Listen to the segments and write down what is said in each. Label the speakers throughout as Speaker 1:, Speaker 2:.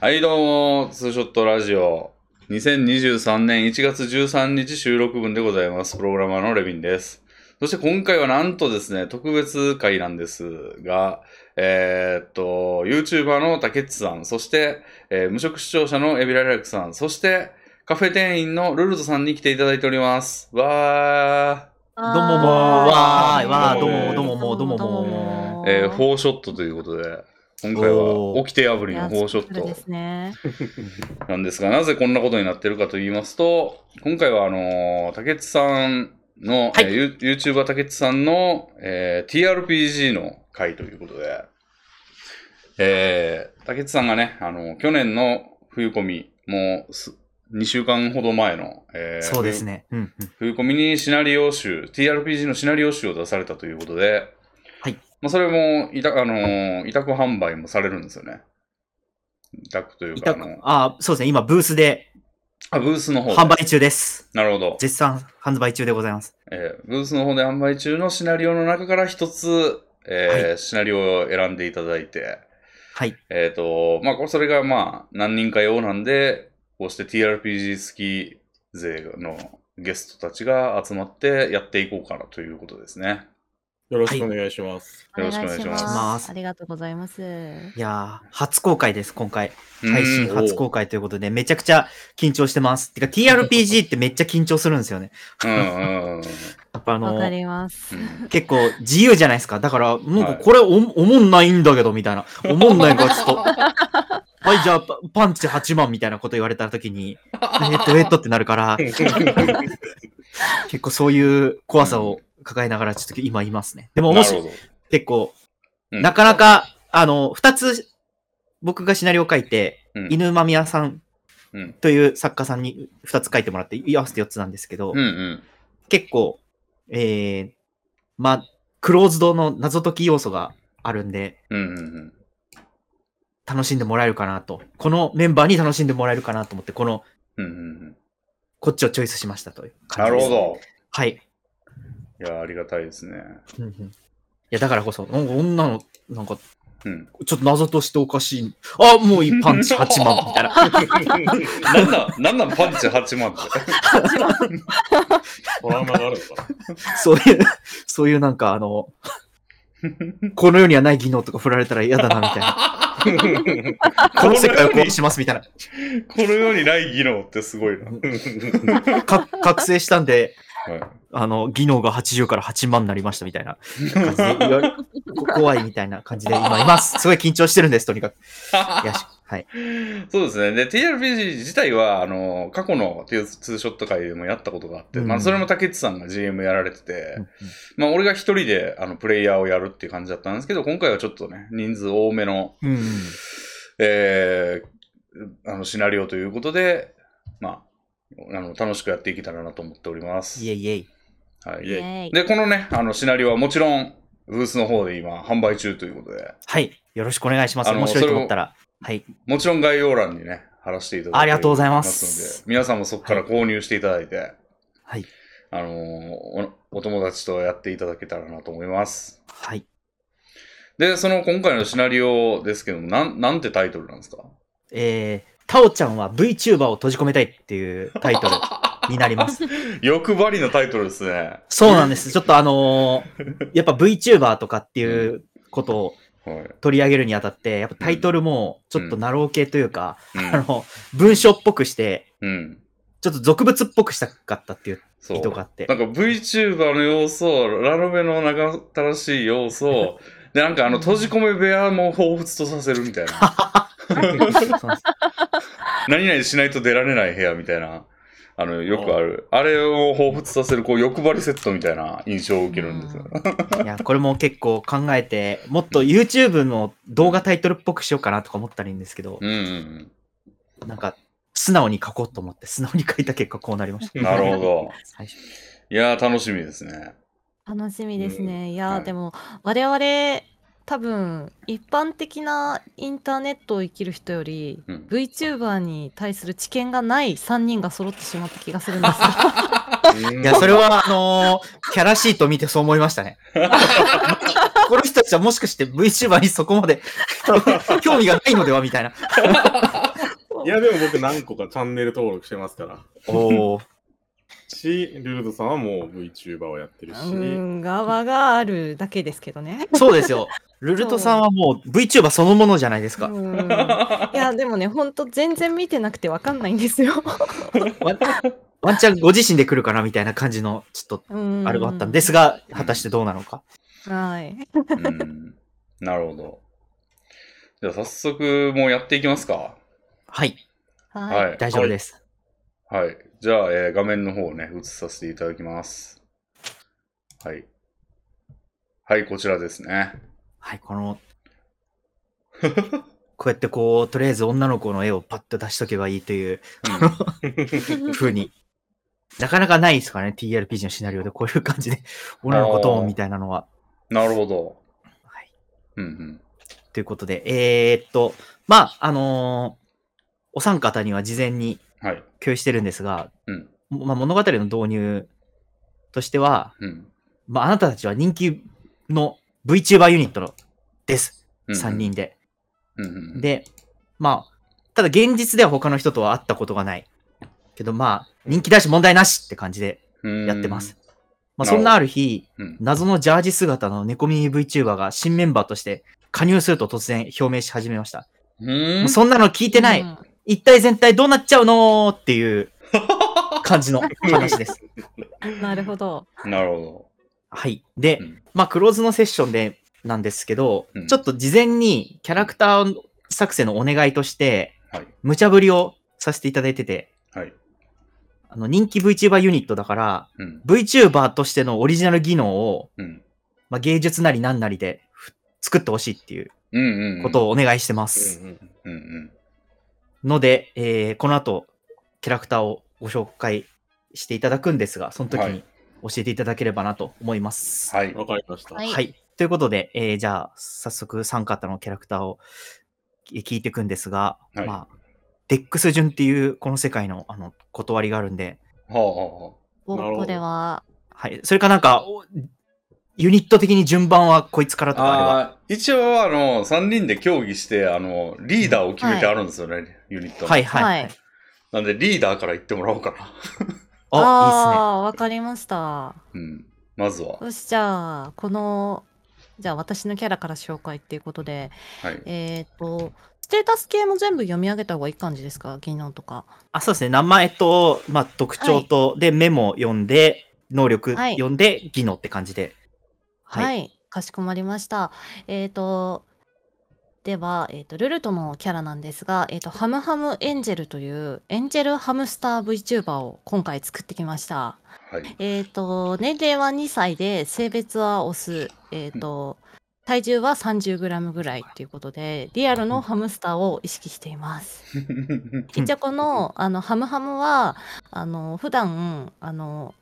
Speaker 1: はい、どうも、ツーショットラジオ。2023年1月13日収録分でございます。プログラマーのレビンです。そして今回はなんとですね、特別会なんですが、えーっと、YouTuber の竹内さん、そして、えー無職視聴者のエビララクさん、そして、カフェ店員のルルトさんに来ていただいております。わ
Speaker 2: ど
Speaker 3: どうもも
Speaker 1: ー
Speaker 3: わーい
Speaker 1: ー
Speaker 3: わー
Speaker 1: ど
Speaker 3: ど
Speaker 1: うも
Speaker 3: うもどうももうどうもも
Speaker 1: ー。えー、フォーショットということで、今回は
Speaker 3: おー
Speaker 1: 起きて破りのフォーショット。
Speaker 2: ですね。
Speaker 1: なんですが、なぜこんなことになってるかと言いますと、今回はあのー竹内さんの、
Speaker 3: はい
Speaker 1: えーユー YouTuber 竹内さんの、えー TRPG の回ということで、えー竹内さんがね、あのー去年の冬コミ、もうす2週間ほど前の、えー
Speaker 3: そうですね。うんうん。
Speaker 1: 冬コミにシナリオ集、TRPG のシナリオ集を出されたということで、
Speaker 3: はい。
Speaker 1: まあ、それも委託、あのー委託販売もされるんですよね。委託という
Speaker 3: 委
Speaker 1: か、あ
Speaker 3: 託
Speaker 1: の、
Speaker 3: あ、そうですね。今、ブースで
Speaker 1: あ、ブースの方で。
Speaker 3: 販売中です。
Speaker 1: なるほど。
Speaker 3: 絶賛販売中でございます。
Speaker 1: えーブースの方で販売中のシナリオの中から一つ、えーシナリオを選んでいただいて、
Speaker 3: はい。
Speaker 1: えっ、と、まあ、これそれがまあ、何人か用なんで、こうして TRPG 好き勢のゲストたちが集まってやっていこうかなということですね。
Speaker 4: よろしくお願いします。
Speaker 1: よろしくお願いします
Speaker 2: お願いし
Speaker 3: ます
Speaker 2: ありがとうございます。
Speaker 3: いやー、初公開です、今回。
Speaker 1: うん
Speaker 3: 配信初公開ということで、めちゃくちゃ緊張してます。てか、TRPG ってめっちゃ緊張するんですよね。
Speaker 1: うんうんうんうん。
Speaker 3: やっぱあ
Speaker 2: わか
Speaker 3: の、
Speaker 2: ります。
Speaker 3: 結構自由じゃないですか。だから、なん
Speaker 1: はい
Speaker 3: かこれお、おもんないんだけど、みたいな。おもんないからち ょっと。はい、じゃあ、パパンチ8万みたいなこと言われたときに、えーっと、えーっとってなるから、結構そういう怖さを抱えながら、ちょっと今いますね。でも、
Speaker 1: な
Speaker 3: も
Speaker 1: る
Speaker 3: し
Speaker 1: ほ、ど。
Speaker 3: 結構、
Speaker 1: うん
Speaker 3: なかなか、あの、二つ、僕がシナリオ書いて、
Speaker 1: うん
Speaker 3: 犬間宮さん
Speaker 1: うん
Speaker 3: という作家さんに二つ書いてもらって、合わせて四つなんですけど、
Speaker 1: うんうん。
Speaker 3: 結構、えー、まあ、クローズドの謎解き要素があるんで、
Speaker 1: うんうんうん。
Speaker 3: 楽しんでもらえるかなと。このメンバーに楽しんでもらえるかなと思って、この、
Speaker 1: うんうんうん、
Speaker 3: こっちをチョイスしましたという感
Speaker 1: なる
Speaker 3: じです。
Speaker 1: ほ。ど。
Speaker 3: はい。
Speaker 1: いや、ありがたいですね。
Speaker 3: うんうんいや、だからこそ、なんか女の、なんか、
Speaker 1: うん。
Speaker 3: ちょっと謎としておかしい。あ、もういいパンチ8万みたいな。
Speaker 1: なんなん、なんなんパンチ8万って。
Speaker 4: トラウマがあるのか
Speaker 3: そういう、そういうなんかあの、この世にはない技能とか振られたら嫌だなみたいな。この世界を壊しますみたい
Speaker 1: この世にない技能ってすごいな。
Speaker 3: な。か覚醒したんで、
Speaker 1: はい
Speaker 3: あの、技能が80から8万になりましたみたいな感じで言われ、こ怖いみたいな感じで今います。すごい緊張してるんです、とにかく。いやしはい。
Speaker 1: そうですね。で、TRPG 自体は、あの、過去のツーショット会でもやったことがあって、
Speaker 3: うん
Speaker 1: まあ、それも竹内さんが GM やられてて、
Speaker 3: うん
Speaker 1: まあ、俺が一人で、あの、プレイヤーをやるっていう感じだったんですけど、今回はちょっとね、人数多めの、
Speaker 3: うん。
Speaker 1: えー、あの、シナリオということで、まあ、あの、楽しくやっていけたらなと思っております。
Speaker 3: いえいえい。
Speaker 1: は
Speaker 4: イ
Speaker 1: い。
Speaker 4: エイ
Speaker 2: イエイ
Speaker 1: で、このね、あの、シナリオはもちろん、ブースの方で今、販売中ということで、
Speaker 3: はい。よろしくお願いします。
Speaker 1: あの
Speaker 3: 面白いと思ったら。はい。
Speaker 1: もちろん概要欄にね、貼らせていただいて
Speaker 3: ありがとうございま
Speaker 1: ます
Speaker 3: す
Speaker 1: ので、皆さんもそこから購入していただいて、
Speaker 3: はい。
Speaker 1: あのーお、お友達とやっていただけたらなと思います。
Speaker 3: はい。
Speaker 1: で、その今回のシナリオですけども、なん、なんてタイトルなんですか
Speaker 3: えー、タオちゃんは VTuber を閉じ込めたいっていうタイト ルになります。
Speaker 1: 欲張りのタイトルですね。
Speaker 3: そうなんです。ちょっとあのーやっぱ VTuber とかっていうことを
Speaker 1: はい。
Speaker 3: 取り上げるにあたって、やっぱタイトルもちょっとナロー系というか、あ
Speaker 1: う
Speaker 3: の、文章っぽくして、
Speaker 1: ん。うん。
Speaker 3: ちょっと俗物っぽくしたかったっていう
Speaker 1: そう。
Speaker 3: 意図があって
Speaker 1: な。んか VTuber の要素、ラノベの長たらしい要素、で、なんかあの、閉じ込め部屋も彷彿とさせるみたいな。
Speaker 3: そうなんです
Speaker 1: 何々しないと出られない部屋みたいな。あの、よくある。あれを彷彿させる、こう、欲張りセットみたいな印象を受けるんですよ。
Speaker 3: いや、これも結構考えて、もっと YouTube の動画タイトルっぽくしようかなとか思ったらいいんですけど
Speaker 1: う、んうん
Speaker 3: なんか、素直に書こうと思って、素直に書いた結果こうなりまし
Speaker 1: う
Speaker 3: た。
Speaker 1: ん。なるほど。
Speaker 3: 最初。
Speaker 1: いやー、楽しみですね。
Speaker 2: 楽しみですね。い
Speaker 1: は
Speaker 2: や
Speaker 1: い
Speaker 2: ー、でも、我々、多分、一般的なインターネットを生きる人より、
Speaker 1: うん
Speaker 2: VTuber に対する知見がない3人が揃ってしまった気がする んですが
Speaker 4: うん
Speaker 3: いや、それは、あのーキャラシート見てそう思いましたね。この 人たちはもしかして VTuber にそこまで興味がないのではみたいな。
Speaker 4: いや、でも僕何個かチャンネル登録してますから。
Speaker 3: おお。
Speaker 4: し、ルルドさんはもう VTuber をやってるし、
Speaker 2: うん、側があるだけですけどね。
Speaker 3: そうですよ。ルルトさんはもう VTuber そのものじゃないです
Speaker 2: う
Speaker 3: か。
Speaker 2: ん、いや、でもね、ほんと全然見てなくてわかんないんですよ。
Speaker 3: ワンワンチャンご自身で来るかなみたいな感じの、ちょっ
Speaker 2: うん
Speaker 3: と、あれがあったんですが、果たしてどうなのか。
Speaker 2: はい。
Speaker 1: うんなるほど。じゃあ早速もうやっていきますか。
Speaker 3: はい、
Speaker 2: はい。
Speaker 1: はい。
Speaker 3: 大丈夫です。
Speaker 1: はい。じゃあ、えー画面の方をね、映させていただきます。はい。はい、こちらですね。
Speaker 3: はい、この、こうやってこう、とりあえず女の子の絵をパッと出しとけばいいという風に。なかなかないですからね、TRPG のシナリオでこういう感 じで、女の子ドーンみたいなのは。
Speaker 1: なるほど。
Speaker 3: はい。
Speaker 1: うんうん。
Speaker 3: ということで、えー、っと、まあ、あのーお三方には事前に
Speaker 1: はい。
Speaker 3: 共有してるんですが、
Speaker 1: うん。
Speaker 3: まあ、物語の導入としては、
Speaker 1: うん。
Speaker 3: まあ、あなたたちは人気の VTuber ユニットのです。
Speaker 1: うん
Speaker 3: 3人。で。
Speaker 1: うんうん、
Speaker 3: で、まあ、ただ現実では他の人とは会ったことがない。けど、まあ、人気だし問題なしって感じで
Speaker 1: うん
Speaker 3: やってます。。
Speaker 1: なるほ
Speaker 3: まあ、
Speaker 1: ど
Speaker 3: そんなある日、
Speaker 1: うん。
Speaker 3: 謎のジャージ姿の猫耳 VTuber が新メンバーとして加入すると突然表明し始めました。
Speaker 1: う
Speaker 3: も
Speaker 1: ん
Speaker 3: うそんなの聞いてない、
Speaker 2: うん
Speaker 3: 一体全体どうなっちゃうのっていう感じの話です。
Speaker 2: なるほど。
Speaker 1: なるほ
Speaker 3: はい。で、
Speaker 1: うん
Speaker 3: まあ、クローズのセッションでなんですけど、
Speaker 1: うん
Speaker 3: ちょっと事前にキャラクター作成のお願いとして、
Speaker 1: ど。はい。
Speaker 3: 無茶ぶりをさせていただいてて、
Speaker 1: はい。
Speaker 3: あの人気 VTuber ユニットだから、
Speaker 1: うん。
Speaker 3: VTuber としてのオリジナル技能を、
Speaker 1: うん。
Speaker 3: まあ、芸術なり何なりでふ作ってほしいっていう
Speaker 1: うんうんうん。
Speaker 3: ことをお願いしてます。
Speaker 4: うんうん
Speaker 1: うんうん。
Speaker 3: ので、えーこの後、キャラクターをご紹介していただくんですが、その時
Speaker 1: は
Speaker 3: に
Speaker 1: い
Speaker 3: 教えていただければなと思います。
Speaker 1: はい。
Speaker 4: わかりました。
Speaker 2: はい
Speaker 3: はい。ということで、えーじゃあ、早速、三方のキャラクターをえー聞いていくんですが、
Speaker 1: はい
Speaker 3: まあ、デックス順っていう、この世界の、あの、断りがあるんで、
Speaker 1: はあは
Speaker 2: お
Speaker 4: なるほど
Speaker 2: これは。
Speaker 3: はい。それかなんか、おユニット的に順番はこいつからと
Speaker 1: あは
Speaker 3: かあれば。
Speaker 1: あ。あー一応、あの、3人で協議して、あの、リーダーを決めてあるんですよね、ユニットの。
Speaker 3: はいはい。
Speaker 2: はい。
Speaker 3: はい
Speaker 1: なんで、リーダーから言ってもらおうかな。
Speaker 3: あ、
Speaker 2: あー、わかりました。
Speaker 1: うん。まずは。
Speaker 2: よし、じゃあ、この、じゃあ私のキャラから紹介っていうことで、
Speaker 1: はい。
Speaker 2: えっ、と、ステータス系も全部読み上げた方がいい感じですか技能とか。
Speaker 3: いいですね。あ、そうですね。名前と、まあ、特徴と、で、メモ読んで、能力
Speaker 2: はい
Speaker 3: 読んで、技能って感じで。
Speaker 2: はい、
Speaker 3: い。
Speaker 2: かしこまりました。えっ、と、では、えっ、と、ルルトのキャラなんですが、えっ、と、ハムハムエンジェルという、エンジェルハムスター VTuber を今回作ってきました。
Speaker 1: はい。
Speaker 2: えっ、と、年齢は2歳で、性別はオス、えっ、と、体重は 30g ぐらいということで、リアルのハムスターを意識しています。一応このあのハムハムはあの普段あの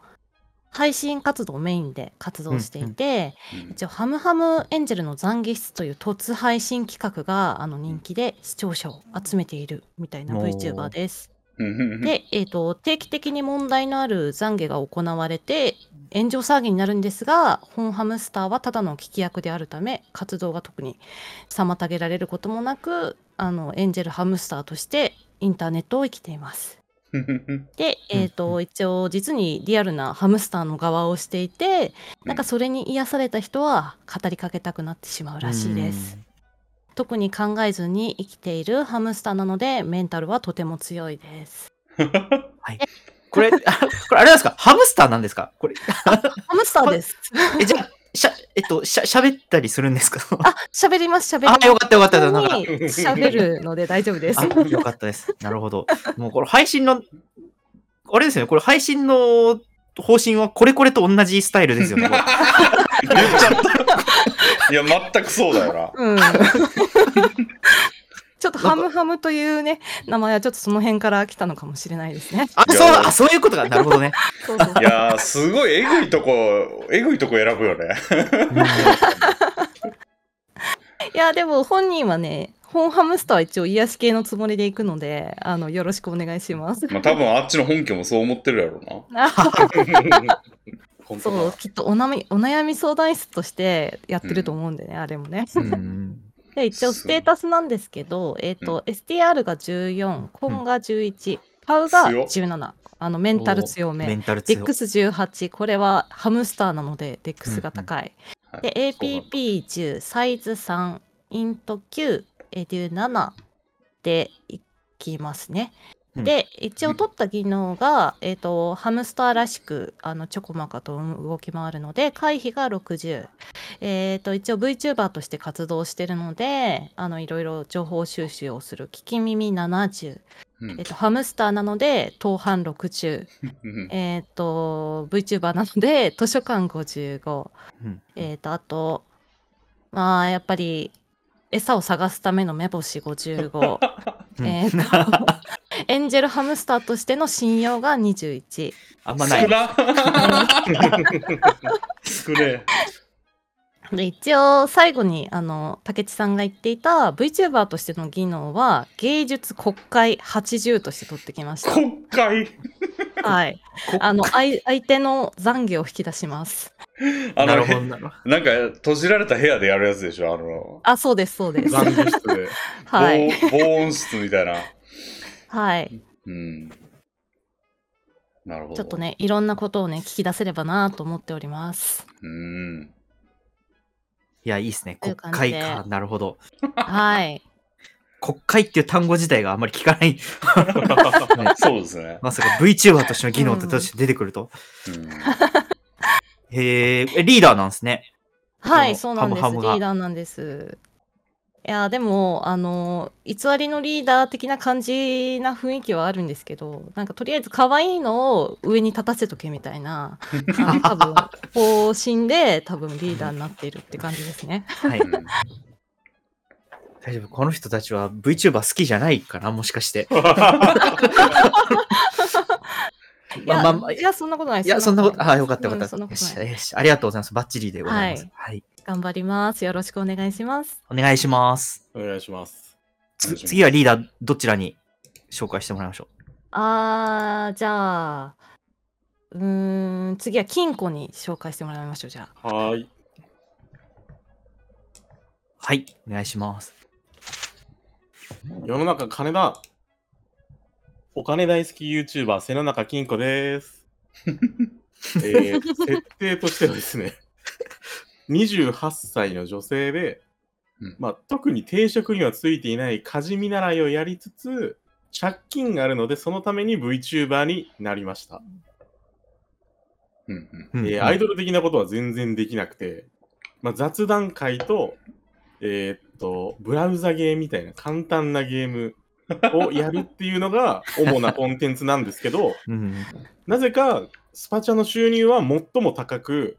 Speaker 2: 配信活動をメインで活動していて、一応ハムハムエンジェルの懺悔室という突配信企画があの人気で視聴者を集めているみたいな
Speaker 3: おー
Speaker 2: VTuber です。
Speaker 1: うん、
Speaker 2: で、えー、と定期的に問題のある懺悔が行われて炎上騒ぎになるんですが本ハムスターはただの聞き役であるため活動が特に妨げられることもなくあのエンジェルハムスターとしてインターネットを生きています。で、
Speaker 3: うん
Speaker 2: えーと
Speaker 3: う
Speaker 2: 一応実にリアルなハムスターの側をしていてなんかそれに癒された人は語りかけたくなってしまうらしいです。特に考えずに生きているハムスターなのでメンタルはとても強いです。
Speaker 3: これ、あこれあれなんですかハムスターなんですかこれ。
Speaker 2: ハムスターです。
Speaker 3: え、じゃあ、しゃ、えっと、しゃ、喋ったりするんですか
Speaker 2: あ、喋ります、喋りま
Speaker 3: あ、
Speaker 2: す。
Speaker 3: よかったよかった。なん
Speaker 2: 普
Speaker 3: か
Speaker 2: 通に喋るので大丈夫です。
Speaker 3: あ、よかったです。なるほど。もうこれ配信の、あれですよね、これ配信の方針はこれこれと同じスタイルです よね。これ
Speaker 1: 言っちゃった。いや、全くそうだよな。
Speaker 2: うん。ちょっとハムハムというね、名前はちょっとその辺から来たのかもしれないですね。
Speaker 3: あ、
Speaker 1: いや
Speaker 3: そう、あ、そういうことか。なるほどね。
Speaker 2: そうそう
Speaker 1: いやー、すごいえぐいとこ、えぐいとこ選ぶよね。
Speaker 2: いや、でも本人はね、本ハムスターは一応癒し系のつもりで行くので、あの、よろしくお願いし ます。
Speaker 1: まあ、多分あっちの本家もそう思ってるやろう
Speaker 4: 本
Speaker 2: そ
Speaker 4: 当だ
Speaker 2: う、きっとおなみお悩み相談室としてやってると思うんでね、あれもね。
Speaker 3: うん
Speaker 2: で一応ステータスなんですけど、えっ、と、STR が14、コンが11、パウが17、あのメンタル強め
Speaker 3: メ。ンタル
Speaker 2: デ
Speaker 3: 強
Speaker 2: ックス18、これはハムスターなので、デックスが高い。
Speaker 1: はい
Speaker 2: で、APP10、サイズ3、イント9、エデュ7でいきますね。
Speaker 3: うん
Speaker 2: で、一応取った技能が、えっ、と、ハムスターらしく、あの、ちょこまかと動き回るので、回避が60。えっ、と、一応 VTuber として活動してるので、あの、いろいろ情報収集をする、聞き耳70。
Speaker 1: うん
Speaker 2: えっ、と、ハムスターなので、当半60。
Speaker 1: うん
Speaker 2: えっ、と、VTuber なので、 図書館55。
Speaker 3: うん
Speaker 2: えっ、と、あと、まあ、やっぱり、餌を探すための目星55。
Speaker 3: うん
Speaker 2: えっと、エンジェルハムスターとしての信用が21。
Speaker 3: あんまない
Speaker 1: 少。 な少ね
Speaker 2: で、一応、最後に、あの、竹地さんが言っていた VTuber としての技能は、芸術国会80として取ってきまし
Speaker 1: 国会
Speaker 2: た。はい。あの、相相手の懺悔を引き出します。
Speaker 1: あ
Speaker 3: な
Speaker 1: の
Speaker 3: るほどなるほど。
Speaker 1: なんか閉じられた部屋でやるやつでしょあの、
Speaker 2: あ、そうです、そうです。
Speaker 4: 残業室で。
Speaker 2: はい。
Speaker 1: 防防音室みたいな
Speaker 2: はい。
Speaker 1: うんなるほど
Speaker 2: ちょっとね、いろんなことを ね、聞き出せればなと思っております。
Speaker 1: うん
Speaker 3: いや、いいですね。
Speaker 2: とい
Speaker 3: 国
Speaker 2: う感じ
Speaker 3: 会
Speaker 2: で
Speaker 3: か。なるほど。
Speaker 2: はい。
Speaker 3: 国会っていう単語自体があんまり聞か ない。
Speaker 1: そうですね、
Speaker 3: まさか VTuber としての技能ってとして出てくると。
Speaker 1: うん
Speaker 3: へえ、えリーダーなんですね。
Speaker 2: はい、
Speaker 3: そ
Speaker 2: そ
Speaker 3: の
Speaker 2: うなんです。リ
Speaker 3: ハムハムが
Speaker 2: ーダーなんです。いやー、でも、あのー、偽りのリーダー的な感じな雰囲気はあるんですけど、なんかとりあえず可愛いのを上に立たせとけみたい な、あの多分、方針で多分リーダーになっているって感じですね。
Speaker 3: はい。大丈夫。この人たちは VTuber 好きじゃないかなもしか して。
Speaker 2: いや、
Speaker 3: まあまあ
Speaker 2: いやそんなことないで
Speaker 3: い
Speaker 2: す。
Speaker 3: や、そんなこと、あ、よかったよ
Speaker 2: うん
Speaker 3: かった。
Speaker 2: そんな
Speaker 3: よ
Speaker 2: こと
Speaker 3: し
Speaker 2: ない。
Speaker 3: よしありがとうございます。バッチリでございます。はい。
Speaker 2: 頑張ります。よろしくお願いします。
Speaker 3: お願いします。
Speaker 4: お願いします。
Speaker 3: つ
Speaker 1: お願いします
Speaker 3: 次はリーダー、どちらに紹介してもらいましょ
Speaker 2: あー、じゃあ、うーん、次は金庫に紹介してもらいましょう、じゃあ。
Speaker 4: はーい。
Speaker 3: う。はい。お願いします。
Speaker 4: 世の中金だ。お金大好き YouTuber、瀬の中金子 です。えー、設定としてはですね、28歳の女性で、
Speaker 1: うん
Speaker 4: まあ、特に定職にはついていない家事見習いをやりつつ、借金があるので、そのために VTuber になりました。
Speaker 1: うんうん
Speaker 3: うん
Speaker 4: えーアイドル的なことは全然できなくて、まあ、雑談会と、えーっと、ブラウザゲーみたいな簡単なゲームをやるっていうのが主なコンテンツなんです けど、
Speaker 3: うん。
Speaker 4: なぜかスパチャの収入は最も高く、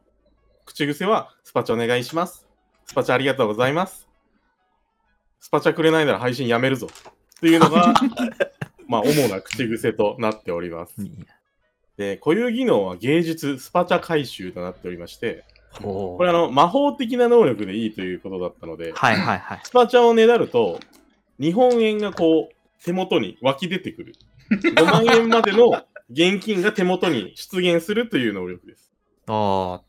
Speaker 4: 口癖はスパチャお願いします。スパチャありがとうございます。スパチャくれないなら配信やめるぞ。っていう のが、まあ、主な口癖となっております。で、固有技能は芸術、スパチャ回収となっておりまして、
Speaker 3: ほ
Speaker 4: これあの魔法的な能力でいいということだったので、
Speaker 3: はいはいはい。
Speaker 4: スパチャをねだると、日本円がこう、手元に湧き出てくる。5万円までの現金が手元に出現するという能力です。
Speaker 3: ああ、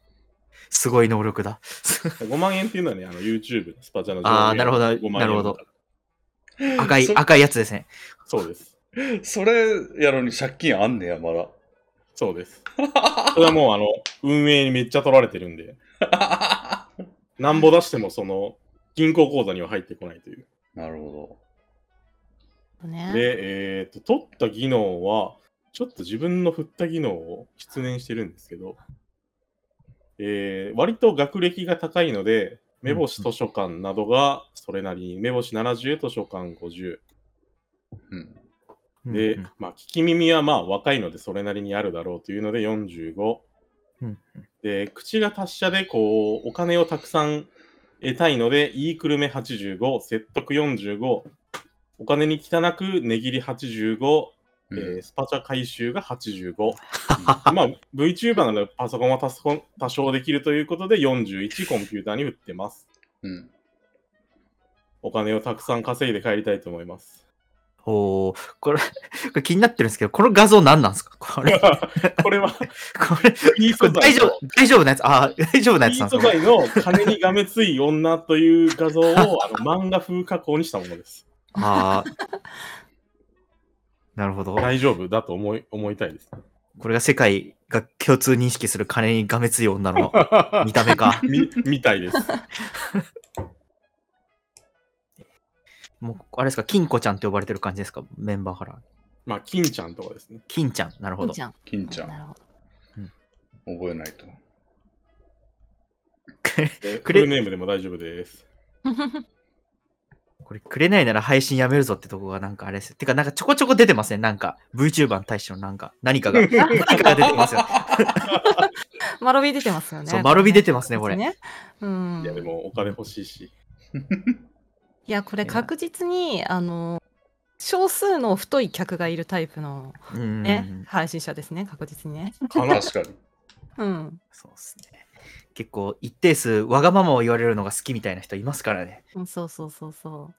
Speaker 3: すごい能力だ。
Speaker 4: 5万円っていうのはね、あの YouTube のスパチャの
Speaker 3: あーなるほど
Speaker 4: 5万円
Speaker 3: なるほど
Speaker 4: だから
Speaker 3: 赤い、
Speaker 1: そ
Speaker 3: 赤いやつですね。
Speaker 4: そうです。
Speaker 1: それやのに借金あんねやまだ
Speaker 4: そうです。それはもうあの、運営にめっちゃ取られてるん で、なんぼ出してもその、銀行口座には入ってこないという。
Speaker 1: なるほ
Speaker 2: ね、
Speaker 4: で、えっ、と、取った技能は、ちょっと自分の振った技能を出演してるんですけど、えー割と学歴が高いので、目星図書館などがそれなりに、目星70、図書館50。
Speaker 1: ど、うん、
Speaker 4: で、
Speaker 3: うん
Speaker 4: まあ、聞き耳はまあ若いのでそれなりにあるだろうというので45。
Speaker 3: うん
Speaker 4: で、口が達者で、こう、お金をたくさん得たいので、言いくるめ85、説得45、お金に汚く値切り85、
Speaker 1: う
Speaker 4: え
Speaker 1: ん
Speaker 4: ースパチャ回収が85。ま あ、VTuber なのでパソコンは多少多少できるということで41コンピューターに売ってます。
Speaker 1: うん
Speaker 4: お金をたくさん稼いで帰りたいと思います。
Speaker 3: おーこれ、これ気になってるんですけど、この画像何なんですかこれ、 こ
Speaker 4: これは、
Speaker 3: れ、
Speaker 4: いい
Speaker 3: こ
Speaker 4: 素
Speaker 3: れ大
Speaker 4: 材
Speaker 3: 丈
Speaker 4: の
Speaker 3: 夫、大丈夫なやつ、あー大丈夫なや
Speaker 4: い
Speaker 3: つ
Speaker 4: い
Speaker 3: なんです
Speaker 4: 素
Speaker 3: か
Speaker 4: 材の金にがめつい女という画像 をあの漫画風加工にしたものです。
Speaker 3: ああ。なるほど。
Speaker 4: 大丈夫だと思い思いたいです。
Speaker 3: これが世界が共通認識する金にがめつい女 の見た目か。
Speaker 4: みみたいです。
Speaker 3: もう、あれですか、金子ちゃんって呼ばれてる感じですかメンバーから。
Speaker 4: まあ、金ちゃんとかですね。
Speaker 3: 金ちゃん。なるほ
Speaker 2: 金
Speaker 3: ど。
Speaker 2: ちゃん。
Speaker 1: 金ちゃん
Speaker 2: なるほど。
Speaker 1: 覚えない と。
Speaker 4: で
Speaker 3: ク
Speaker 4: フ
Speaker 3: レ
Speaker 4: ルネームでも大丈夫です。
Speaker 3: これ、くれないなら配信やめるぞってとこがなんかあれです。てか、なんかちょこちょこ出てますね。なんか、VTuber に対してのなんか、何かが、 何かが出てますよ。
Speaker 2: 丸び出てますよね。
Speaker 3: そう丸び出てますねこれ
Speaker 2: ねうん。
Speaker 4: いや、でもお金欲しいし。
Speaker 2: いや、これ確実に、あの、少数の太い客がいるタイプの
Speaker 3: うーん。
Speaker 2: ね、配信者ですね、確実にね。
Speaker 4: かな
Speaker 1: 確かに。
Speaker 2: うん。
Speaker 3: そうですね。結構、一定数、わがままを言われるのが好きみたいな人いますからね。
Speaker 2: うんそうそうそうそ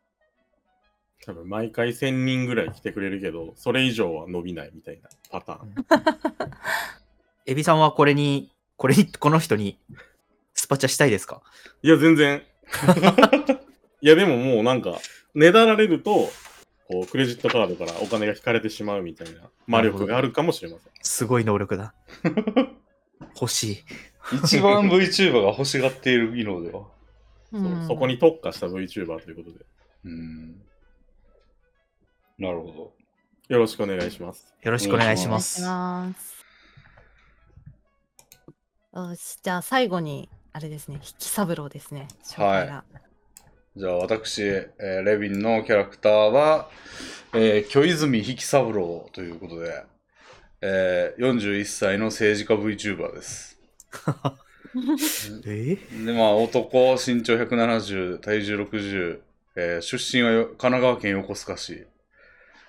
Speaker 4: 多分毎回1000人ぐらい来てくれるけど、それ以上は伸びないみたいなパターン。
Speaker 3: エビさんはこれに、これに、この人に、スパチャしたいですか
Speaker 4: いや、全 然。いや、でももうなんか、ねだられると、こうクレジットカードからお金が引かれてしまうみたいな魔力があるかもしれません。
Speaker 3: すごい能力だ。欲しい。
Speaker 1: 一番 VTuber が欲しがっている技能では。
Speaker 2: う。
Speaker 4: そう
Speaker 2: うん
Speaker 4: そこに特化した VTuber ということで、
Speaker 1: うん。なるほ
Speaker 4: よろしくお願いします。
Speaker 3: よろしくお願いしま
Speaker 2: お
Speaker 3: す。
Speaker 2: 願いします。よし、じゃあ最後に、あれですね、引き三郎ですね。紹介が。
Speaker 1: ど。じゃあ私、えーレヴィンのキャラクターは、えー、巨泉引三郎ということで、えー、41歳の政治家 VTuber です。
Speaker 3: え
Speaker 1: で、まあ男、身長170、体重60、えー出身はよ神奈川県横須賀市。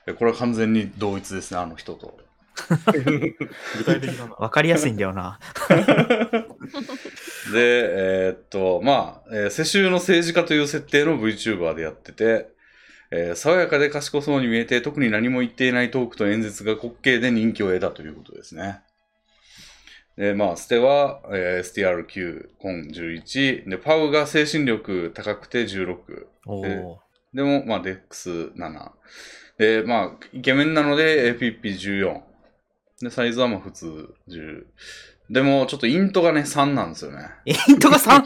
Speaker 1: えこれは完全に同一ですね、あの人と。
Speaker 4: 具体的だな。
Speaker 3: わかりやすいんだよな。
Speaker 1: で、えーっと、まあ、えー世襲の政治家という設定の VTuber でやってて、えー爽やかで賢そうに見えて、特に何も言っていないトークと演説が滑稽で人気を得たということですね。で、まあ、ステは、えー STR9、コン11、で、パウが精神力高くて16、
Speaker 3: お
Speaker 1: え
Speaker 3: お。
Speaker 1: でも、まあ、デックス7。で、まあ、イケメンなので APP14。で、サイズはまあ普通10。でも、ちょっとイントがね、3なんですよね。
Speaker 3: イントが 3?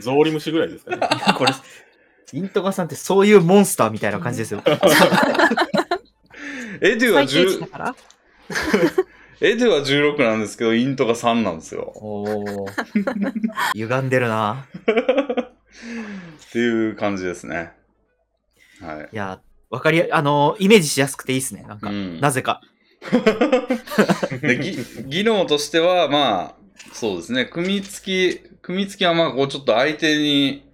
Speaker 4: ゾウリムシぐらいですかね。
Speaker 3: これ、イントが3ってそういうモンスターみたいな感じですよ。
Speaker 1: エデュは
Speaker 2: 最低値だ
Speaker 1: 10
Speaker 2: から。
Speaker 1: エデュは16なんですけど、イントが3なんですよ。
Speaker 3: おお。 歪んでるな。
Speaker 1: っていう感じですね。はい。
Speaker 3: いや、わかりや、あの、イメージしやすくていいですね。なんか、
Speaker 1: うん
Speaker 3: なぜか。
Speaker 1: でぎ技能としては、まあ、そうですね、組み付き、組み付きはまあ、こうちょっと相手に、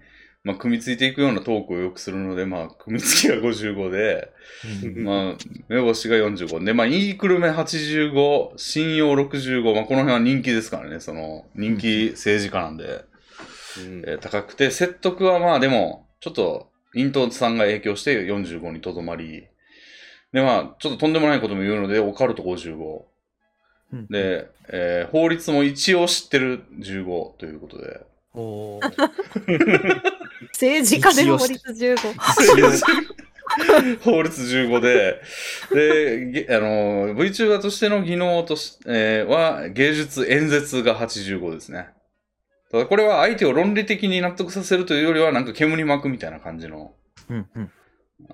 Speaker 1: まあ、組み付いていくようなトークをよくするので、まあ、組み付きが55で、
Speaker 3: うん
Speaker 1: まあ、目星が45で、まあ、いいクルメ85、信用65、まあ、この辺は人気ですからね、その、人気政治家なんで、
Speaker 4: うん
Speaker 1: えー高くて、説得はまあ、でも、ちょっと、イントさんが影響して45にとどまり、で、まあ、ちょっととんでもないことも言うので、オカルト55。
Speaker 3: うん、
Speaker 1: で、えー法律も一応知ってる15ということで。
Speaker 3: おお。
Speaker 2: 政治家で法律15。
Speaker 1: 法律15で、で、げあのー、VTuber としての技能とし、えーは、芸術演説が85ですね。ただこれは相手を論理的に納得させるというよりは、なんか煙巻くみたいな感じの、
Speaker 3: うんうん。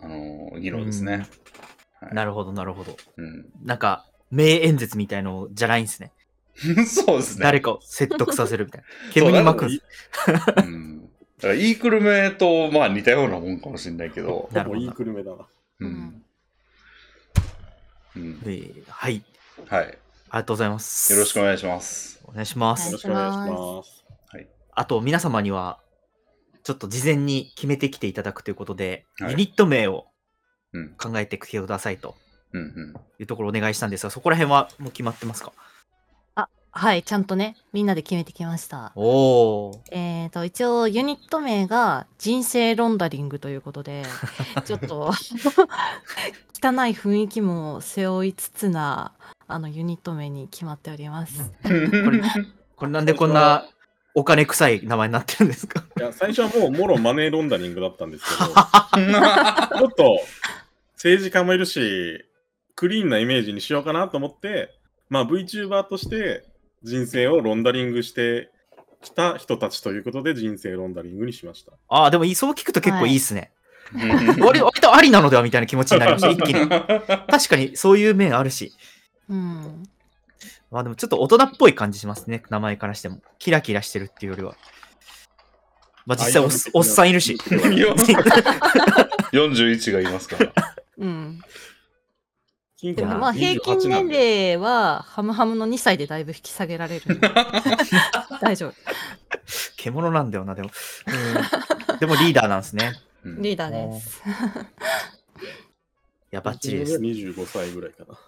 Speaker 1: あのー技能ですね。
Speaker 3: なるほど、なるほど。
Speaker 1: うん。
Speaker 3: なんか、名演説みたいのじゃないんですね。
Speaker 1: そうですね。
Speaker 3: 誰かを説得させるみた いな。煙に巻くんです。
Speaker 1: うん。だから、イークルメと、まあ似たようなもんかもしれないけど。
Speaker 3: なるほ
Speaker 4: ほ
Speaker 3: ど
Speaker 4: ぼいいクルメだな。
Speaker 1: うん。うん。
Speaker 3: えーはい。
Speaker 1: はい。
Speaker 3: ありがとうございます。
Speaker 1: よろしくお願いします。
Speaker 3: お願いしま
Speaker 2: は
Speaker 3: す
Speaker 4: よ
Speaker 2: い。
Speaker 4: ろしくお願いします。
Speaker 3: あと、皆様には、ちょっと事前に決めてきていただくということで、
Speaker 1: はい
Speaker 3: ユニット名を
Speaker 1: うん。
Speaker 3: 考えてくださいと
Speaker 1: うんうん。
Speaker 3: いうところをお願いしたんですが、そこら辺はもう決まってますか
Speaker 2: はい、ちゃんとね、みんなで決めてきました。
Speaker 3: おー。
Speaker 2: えっ、と、一応ユニット名が人生ロンダリングということ で、ちょっと汚い雰囲気も背負いつつな、あのユニット名に決まっております。
Speaker 3: これなんでこんなお金臭い名前になってるんですか
Speaker 4: いや最初はもうもろマネーロンダリングだったんですけど ちょっと政治家もいるしクリーンなイメージにしようかなと思ってまあ VTuber として人生をロンダリングしてきた人たちということで人生ロンダリングにしました。
Speaker 3: ああ、でもいそう聞くと結構いいっすね。割割とありなのではみたいな気持ちになりま した、一気に。確かにそういう面あるし。
Speaker 2: うん。
Speaker 3: まあでもちょっと大人っぽい感じしますね、名前からしても。キラキラしてるっていうよりは。まあ実際おっおっさんいるし。
Speaker 1: 41がいますから。
Speaker 2: うん、
Speaker 4: 金庫
Speaker 2: で
Speaker 3: いや
Speaker 2: もまあ平均年齢はハムハムの2歳でだいぶ引き下げられ るんで大丈夫
Speaker 3: 獣なんだよな、でも。うんでもリーダーなんですね。
Speaker 1: うん
Speaker 2: リーダーです
Speaker 3: いや、バッチリです。
Speaker 4: 25歳ぐらいかな。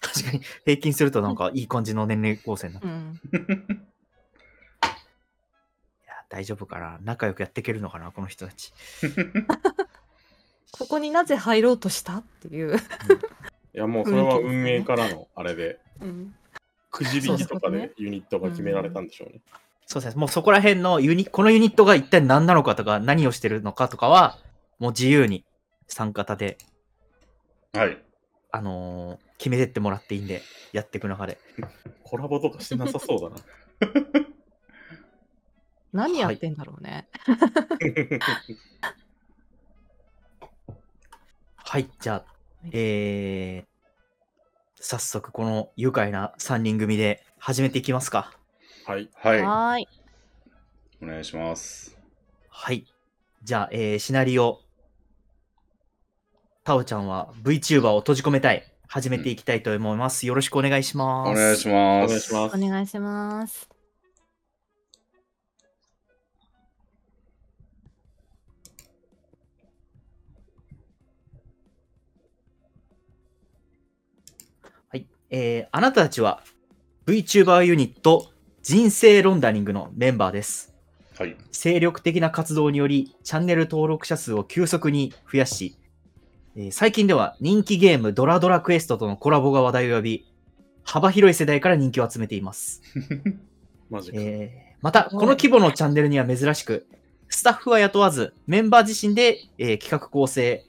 Speaker 3: 確かに平均するとなんかいい感じの年齢構成になって。
Speaker 2: う
Speaker 3: い
Speaker 2: ん
Speaker 3: や大丈夫かな仲良くやっていけるのかなこの人たち。
Speaker 2: ここになぜ入ろうとしたっていう、
Speaker 4: いやもうそれは運営からのあれで、
Speaker 2: うん、
Speaker 4: くじ引きとか
Speaker 2: そうです
Speaker 4: でユニットが決められたんでしょうね。
Speaker 3: そうですね。もうそこら辺のユニ、このユニットが一体何なのかとか、何をしてるのかとかは、もう自由に参加型で、
Speaker 1: はい。
Speaker 3: あのー決めてってもらっていいんで、やっていく中で。
Speaker 4: コラボとかしてなさそうだな。
Speaker 2: 何やってんだろうね、
Speaker 3: はい、じゃあ、えー、早速この愉快な3人組で始めていきますか。
Speaker 4: はい。
Speaker 1: はい。
Speaker 2: はーい
Speaker 1: お願いします。
Speaker 3: はい。じゃあ、えー、シナリオ。タオちゃんは VTuber を閉じ込めたい。始めていきたいと思います。よろしくお願いします。
Speaker 1: お願いし
Speaker 4: お
Speaker 1: ま
Speaker 4: 願いし
Speaker 1: す。
Speaker 4: ます
Speaker 2: お。願いします
Speaker 3: はい。えー、あなたたちは VTuber ユニット人生ロンダリングのメンバーです。
Speaker 1: はい。
Speaker 3: 精力的な活動によりチャンネル登録者数を急速に増やし、えー最近では人気ゲームドラドラクエストとのコラボが話題を呼び、幅広い世代から人気を集めています。
Speaker 4: マジか。
Speaker 3: えーまた、この規模のチャンネルには珍しく、スタッフは雇わず、メンバー自身で、えー企画構成、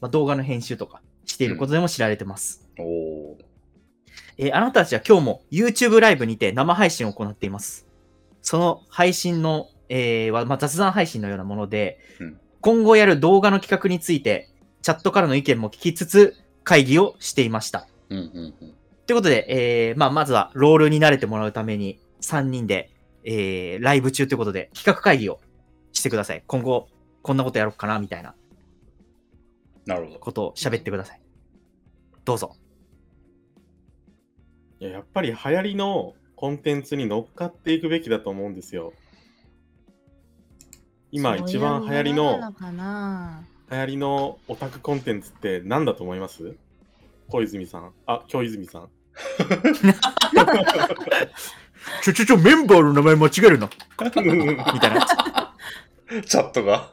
Speaker 3: まあ、動画の編集とかしていることでも知られてます。
Speaker 1: おおー。
Speaker 3: えーあなたたちは今日も YouTube ライブにて生配信を行っています。その配信の、えーは、まあ、雑談配信のようなもので、
Speaker 1: うん
Speaker 3: 今後やる動画の企画について、チャットからの意見も聞きつつ、会議をしていました。
Speaker 1: うんうんうん。
Speaker 3: ということで、えーまあ、まずはロールに慣れてもらうために、3人で、えーライブ中ということで、企画会議をしてください。今後、こんなことやろうかな、みたいな
Speaker 1: なるほど。
Speaker 3: ことを喋ってください。どうぞ。
Speaker 4: いややっぱり流行りのコンテンツに乗っかっていくべきだと思うんですよ。今一番流行り
Speaker 2: そういうもなの
Speaker 4: の
Speaker 2: かな
Speaker 4: 流行りのオタクコンテンツって何だと思います小泉さん。あ、京泉さん。
Speaker 3: ちょちょちょ、メンバーの名前間違えるな。 みたいな。
Speaker 1: チャットが。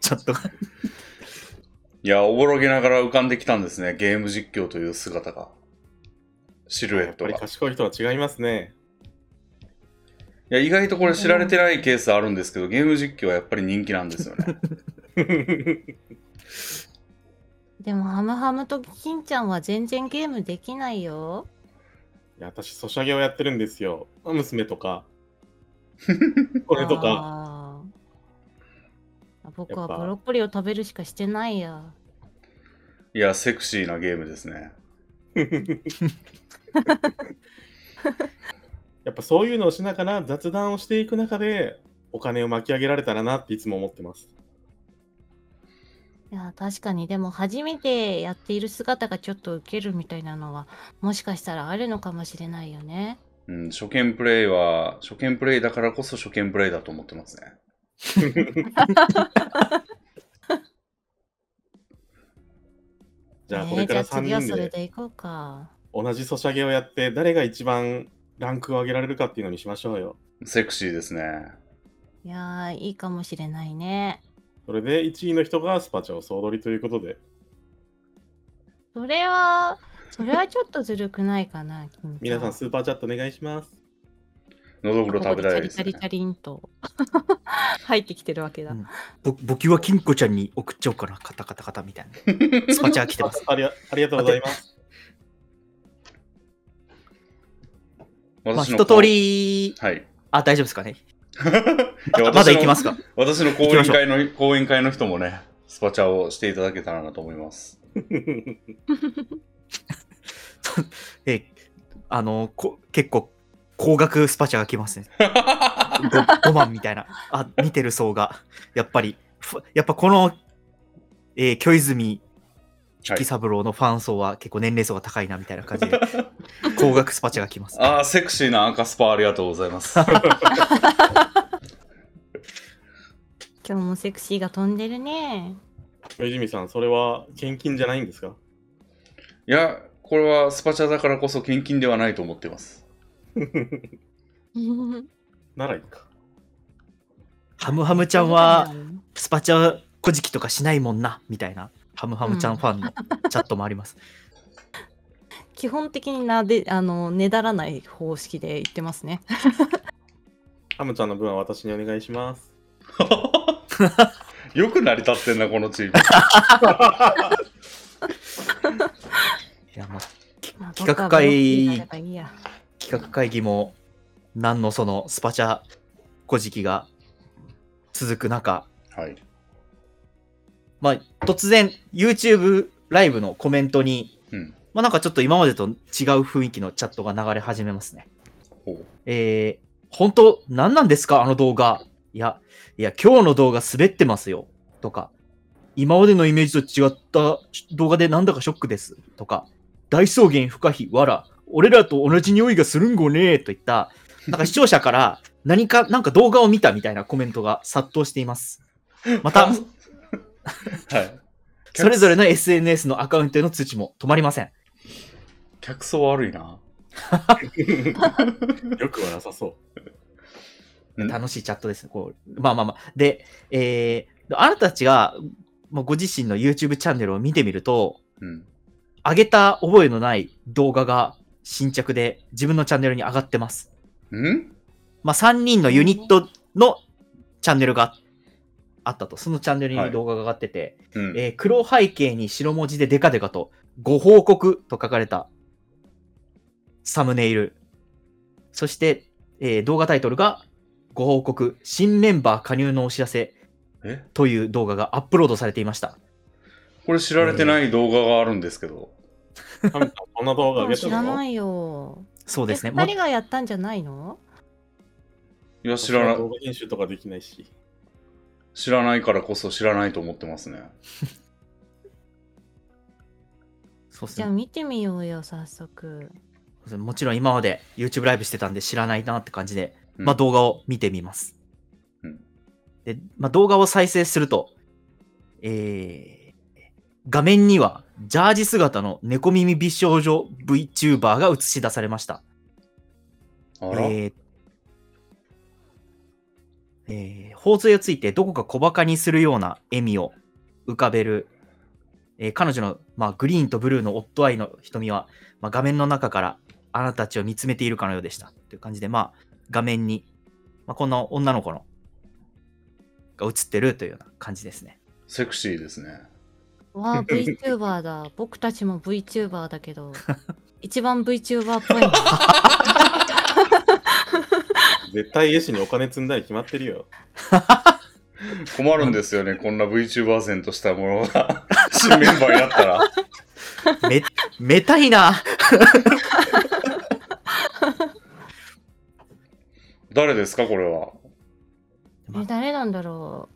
Speaker 3: ちょっと。
Speaker 1: いや、おぼろげながら浮かんできたんですね。ゲーム実況という姿が。シルエ
Speaker 4: やっ
Speaker 1: ット
Speaker 4: ぱり
Speaker 1: が。い
Speaker 4: 賢い人は違いますね。
Speaker 1: や、意外とこれ知られてないケースあるんですけど、ゲーム実況はやっぱり人気なんですよね。
Speaker 2: でもハムハムと金ちゃんは全然ゲームできないよ
Speaker 4: いや私、ソシャゲをやってるんですよ。娘とか。これとか。
Speaker 2: か僕は
Speaker 4: やっぱ
Speaker 2: ブロッコリーを食べるしかしてないや
Speaker 1: いや、セクシーなゲームですね。
Speaker 4: やっぱそういうのをしながら雑談をしていく中でお金を巻き上げられたらなっていつも思ってます。
Speaker 2: いや確かにでも初めてやっている姿がちょっとウケるみたいなのはもしかしたらあるのかもしれないよね。
Speaker 1: うん、初見プレイは、初見プレイだからこそ初見プレイだと思ってますね。
Speaker 4: じゃあ
Speaker 2: ね
Speaker 4: これから
Speaker 2: じゃあ
Speaker 4: 3
Speaker 2: 次は
Speaker 4: 人
Speaker 2: それ
Speaker 4: で
Speaker 2: でいこうか。
Speaker 4: 同じソシャゲをやって誰が一番ランクを上げられるかっていうのにしましょうよ。
Speaker 1: セクシーですね。
Speaker 2: いやー、いいかもしれないね。
Speaker 4: それで1位の人がスパチャを総取りということで。
Speaker 2: それは、それはちょっとずるくないかな、金ちゃ
Speaker 4: 皆さん、スーパーチャットお願いします。
Speaker 1: のどぐ
Speaker 2: ここ
Speaker 1: ろ食
Speaker 2: で
Speaker 1: べたいで
Speaker 2: チ
Speaker 1: す、
Speaker 2: ャ
Speaker 1: ね
Speaker 2: リチャリチ。ャリンと 入ってきてるわけだ。
Speaker 3: うんぼ僕は金子ちゃんに送っちゃおうかな、カタカタカタみたい な。スパチャー来てます。
Speaker 4: ありがありがとうございます。
Speaker 3: まあ、
Speaker 1: 私の
Speaker 3: 一通。り、
Speaker 1: はい。
Speaker 3: あ、大丈夫ですかね。
Speaker 1: いや。
Speaker 3: まだ行きますすか。
Speaker 1: 私の講演会の、講演会の人もね、スパチャをしていただけたらなと思います。
Speaker 3: えーあのこ、結構、高額スパチャが来ますね。5, 万みたいな。あ、見てる層が。やっぱり、ふやっぱこの、えー、巨泉
Speaker 1: は
Speaker 3: 喜
Speaker 1: い、
Speaker 3: 三郎のファン層は結構年齢層が高いなみたいな感じ で、高額スパチャが来ます。
Speaker 1: ああ、セクシーな赤スパありがとうございます。
Speaker 2: 今日もセクシーが飛んでるね。
Speaker 4: 小泉さん、それは献金じゃないんですか
Speaker 1: いや、これはスパチャだからこそ献金ではないと思ってます。
Speaker 4: ならいいか。
Speaker 3: ハムハムちゃんは、スパチャ小じきとかしないもんな、みたいな、ハムハムちゃんファンのチャットもあります。
Speaker 2: 基本的になであのねだらない方式で言ってますね。
Speaker 4: ハムちゃんの分は私にお願いします。
Speaker 1: よく成り立ってんな、このチーム。
Speaker 3: いや、まあ、
Speaker 2: まあど
Speaker 3: 企画会
Speaker 2: っかブロックになればいいや
Speaker 3: 企画会議も、何のそのスパチャ小じきが続く中、
Speaker 1: はい。
Speaker 3: まあ、突然、YouTube ライブのコメントに、
Speaker 1: うん。
Speaker 3: まあ、なんかちょっと今までと違う雰囲気のチャットが流れ始めますね。
Speaker 1: ほう。
Speaker 3: えー、本当、何なんですかあの動画。いや、いや、今日の動画滑ってますよ。とか、今までのイメージと違った動画でなんだかショックです。とか、大草原不可避、わら、俺らと同じ匂いがするんごねーといった、なんか視聴者から何か、なんか動画を見たみたいなコメントが殺到しています。また、
Speaker 1: はい。
Speaker 3: それぞれの SNS のアカウントへの通知も止まりません。
Speaker 1: 客層悪いな。
Speaker 4: よくはなさそ
Speaker 1: うん
Speaker 3: 楽しいチャットです。こうまあまあまあ。で、えーあなたたちが、まあ、ご自身の YouTube チャンネルを見てみると、
Speaker 1: うん。
Speaker 3: 上げた覚えのない動画が新着で自分のチャンネルに上がってます。
Speaker 1: うん
Speaker 3: まあ、3人のユニットのチャンネルがあったと。そのチャンネルに動画が上がってて、
Speaker 1: うん。
Speaker 3: えー黒背景に白文字でデカデカと、ご報告と書かれたサムネイル。そして、えー動画タイトルが、ご報告、新メンバー加入のお知らせ
Speaker 1: え
Speaker 3: という動画がアップロードされていました。
Speaker 1: これ知られてない動画があるんですけど。
Speaker 4: う。ハムちゃん、こんな動画上げて
Speaker 2: 知
Speaker 4: る
Speaker 2: ら
Speaker 4: の
Speaker 2: ないよ。
Speaker 3: そうですね。
Speaker 2: え二人がやったんじゃないの？
Speaker 1: いや、知
Speaker 4: 私
Speaker 1: ら
Speaker 4: は
Speaker 1: な
Speaker 4: 動、画編集とかできないし。
Speaker 1: 知らないからこそ知らないと思ってますね。
Speaker 3: そうです
Speaker 2: じ
Speaker 3: ね
Speaker 2: ゃあ見てみようよ早 速。
Speaker 3: もちろん今まで YouTube ライブしてたんで知らないなって感じで、
Speaker 1: うん
Speaker 3: まあ動画を見てみます。
Speaker 1: うん
Speaker 3: で、まあ動画を再生すると、えー、画面にはジャージ姿の猫耳美少女 VTuber が映し出されました。
Speaker 1: あ
Speaker 3: え
Speaker 1: ら、
Speaker 3: ーえー頬杖をついてどこか小バカにするような笑みを浮かべる、えー彼女の、まあ、グリーンとブルーのオットアイの瞳は、まあ、画面の中からあなたたちを見つめているかのようでしたという感じで、まあ、画面に、まあ、こんな女の子のが映ってるというような感じですね。
Speaker 1: セクシーですね。
Speaker 2: わあ VTuber だ。僕たちも VTuber だけ ど、一番 VTuber っぽいな。
Speaker 4: 絶対絵師にお金積んだに決まってるよ。
Speaker 1: 困るんですよね、こんな VTuber 戦としたものが 新メンバーになったら。
Speaker 3: め、 めたいな
Speaker 1: 誰ですか、これは。
Speaker 2: え誰なんだろう。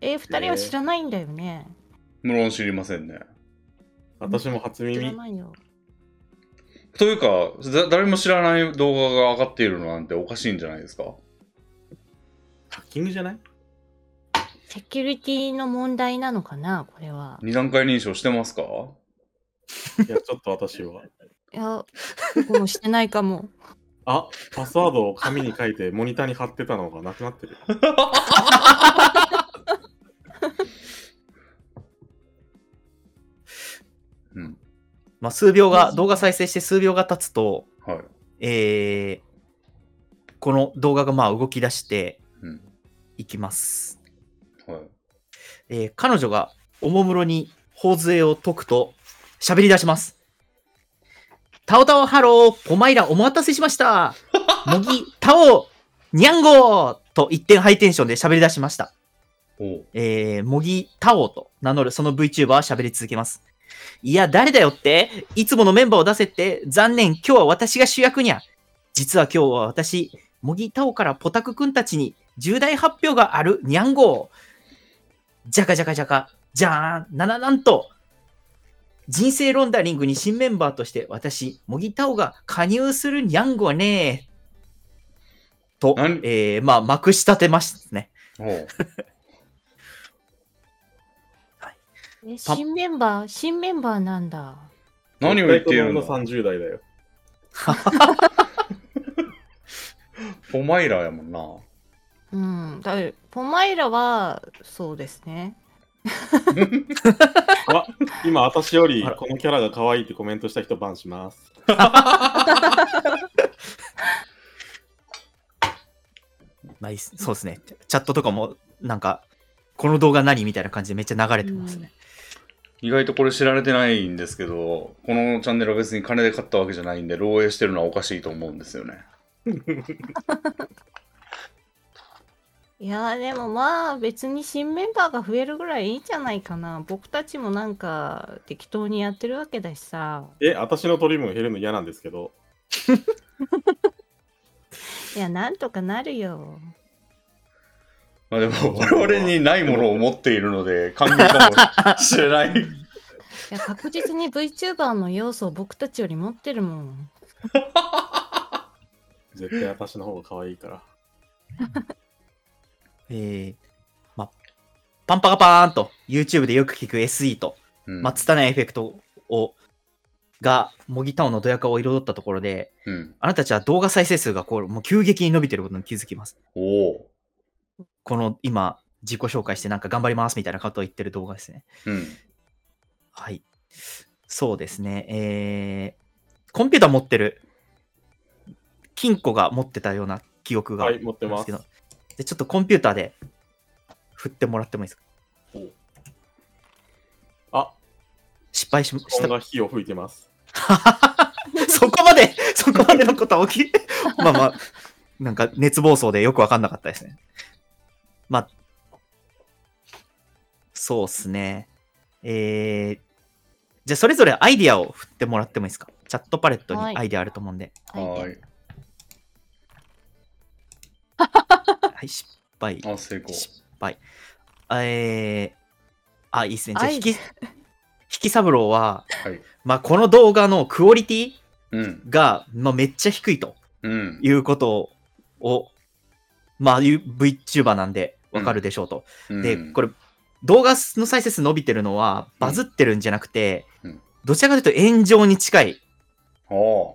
Speaker 2: え二人は知らないんだよね。
Speaker 1: 無論知りませんね。
Speaker 4: 私も初
Speaker 2: 知ら
Speaker 4: 耳。
Speaker 2: ないよ。
Speaker 1: というか、だ誰も知らない動画が上がっているのなんておかしいんじゃないですか
Speaker 4: ハッキングじゃない
Speaker 2: セキュリティの問題なのかなこれは。
Speaker 1: 二段階認証してますか
Speaker 4: いや、ちょっと私は。
Speaker 2: いや僕もしてないかも。
Speaker 4: あ、パスワードを紙に書いてモニターに貼ってたのがなくなってる。
Speaker 1: うん。
Speaker 3: まあ、数秒が、動画再生して数秒が経つと、
Speaker 1: はい。
Speaker 3: えー、この動画がまあ動き出して
Speaker 1: うん。
Speaker 3: いきます。
Speaker 1: はい。
Speaker 3: えー彼女がおもむろに頬杖を解くと喋り出します。タオタオハロー、ポマイラお待たせし ました。乃木、タオ、ニャンゴーと一点ハイテンションで喋り出しました。
Speaker 1: おう。
Speaker 3: えー、模擬タオと名乗るその VTuber は喋り続けます。いや、誰だよっていつものメンバーを出せって残念、今日は私が主役にゃ。実は今日は私、模擬タオからポタクくんたちに重大発表があるにゃんごじゃかじゃかじゃか、じゃーん、なななんと、人生ロンダリングに新メンバーとして私、模擬タオが加入するにゃんごねと
Speaker 1: 何、
Speaker 3: えー、まあ、まくし立てましたね。
Speaker 1: おう。
Speaker 2: え
Speaker 3: パ
Speaker 2: 新メンバー、新メンバーなんだ。
Speaker 1: 何を言っているんだ
Speaker 4: 絶対子供の ?30 代だよ。
Speaker 1: ポマイラやもんな。
Speaker 2: うん。だポマイラは、そうですね。
Speaker 4: あ、今私より
Speaker 3: あら
Speaker 4: このキャラが可愛いってコメントした人バンします。
Speaker 3: まあいいっすそうですね。チャットとかも、なんか、この動画何みたいな感じでめっちゃ流れてますね。
Speaker 1: 意外とこれ知られてないんですけど、このチャンネルは別に金で買ったわけじゃないんで、漏洩してるのはおかしいと思うんですよね。
Speaker 2: いやーでもまあ別に新メンバーが増えるぐらいいいんじゃないかな。僕たちもなんか適当にやってるわけだしさ。
Speaker 4: え、私の取り分減るの嫌なんですけど。
Speaker 2: いや、なんとかなるよ。
Speaker 1: まあでも、我々にないものを持っているので、歓迎かもしれない。
Speaker 2: いや、確実に VTuber の要素を僕たちより持ってるもん。
Speaker 4: 絶対私の方が可愛いから。
Speaker 3: えーまあ、パンパカパーンと、YouTube でよく聞く SE と、
Speaker 1: うん
Speaker 3: まあ、拙いエフェクトを、が、模擬タオのドヤ顔を彩ったところで、
Speaker 1: うん。
Speaker 3: あなたたちは動画再生数がこう、もう急激に伸びてることに気づきます。
Speaker 1: おお。
Speaker 3: この、今、自己紹介してなんか頑張りますみたいなことを言ってる動画ですね。
Speaker 1: うん。
Speaker 3: はい。そうですね。えー、コンピューター持ってる、金庫が持ってたような記憶があ
Speaker 4: はい
Speaker 3: る、ん
Speaker 4: 持ってます
Speaker 3: ですけど、でちょっとコンピューターで振ってもらってもいいですか
Speaker 4: あ、
Speaker 3: 失敗しまし
Speaker 4: こん
Speaker 3: た。
Speaker 4: な火を吹いてます。
Speaker 3: そこまで、そこまでのことは起き、 まあまあ、なんか熱暴走でよくわかんなかったですね。まあ、そうっすね。えー、じゃあそれぞれアイディアを振ってもらってもいいですかチャットパレットに
Speaker 2: はい
Speaker 3: アイディアあると思うんで。
Speaker 1: はーい。
Speaker 3: はい、失敗。
Speaker 1: あ、成功。
Speaker 3: 失敗。えー、あ、いいですね。じゃあ、
Speaker 2: アイ
Speaker 3: 引
Speaker 2: デ
Speaker 3: き、引 き三郎は、
Speaker 1: はい。
Speaker 3: まあ、この動画のクオリティ
Speaker 1: うん。
Speaker 3: が、まあ、めっちゃ低いと
Speaker 1: うん。
Speaker 3: いうことを、まあ、いう VTuber なんで、わかるでしょうと。で、これ、動画の再生数伸びてるのは、バズってるんじゃなくて、
Speaker 1: うん
Speaker 3: どちらかというと炎上に近い。
Speaker 1: れ。おー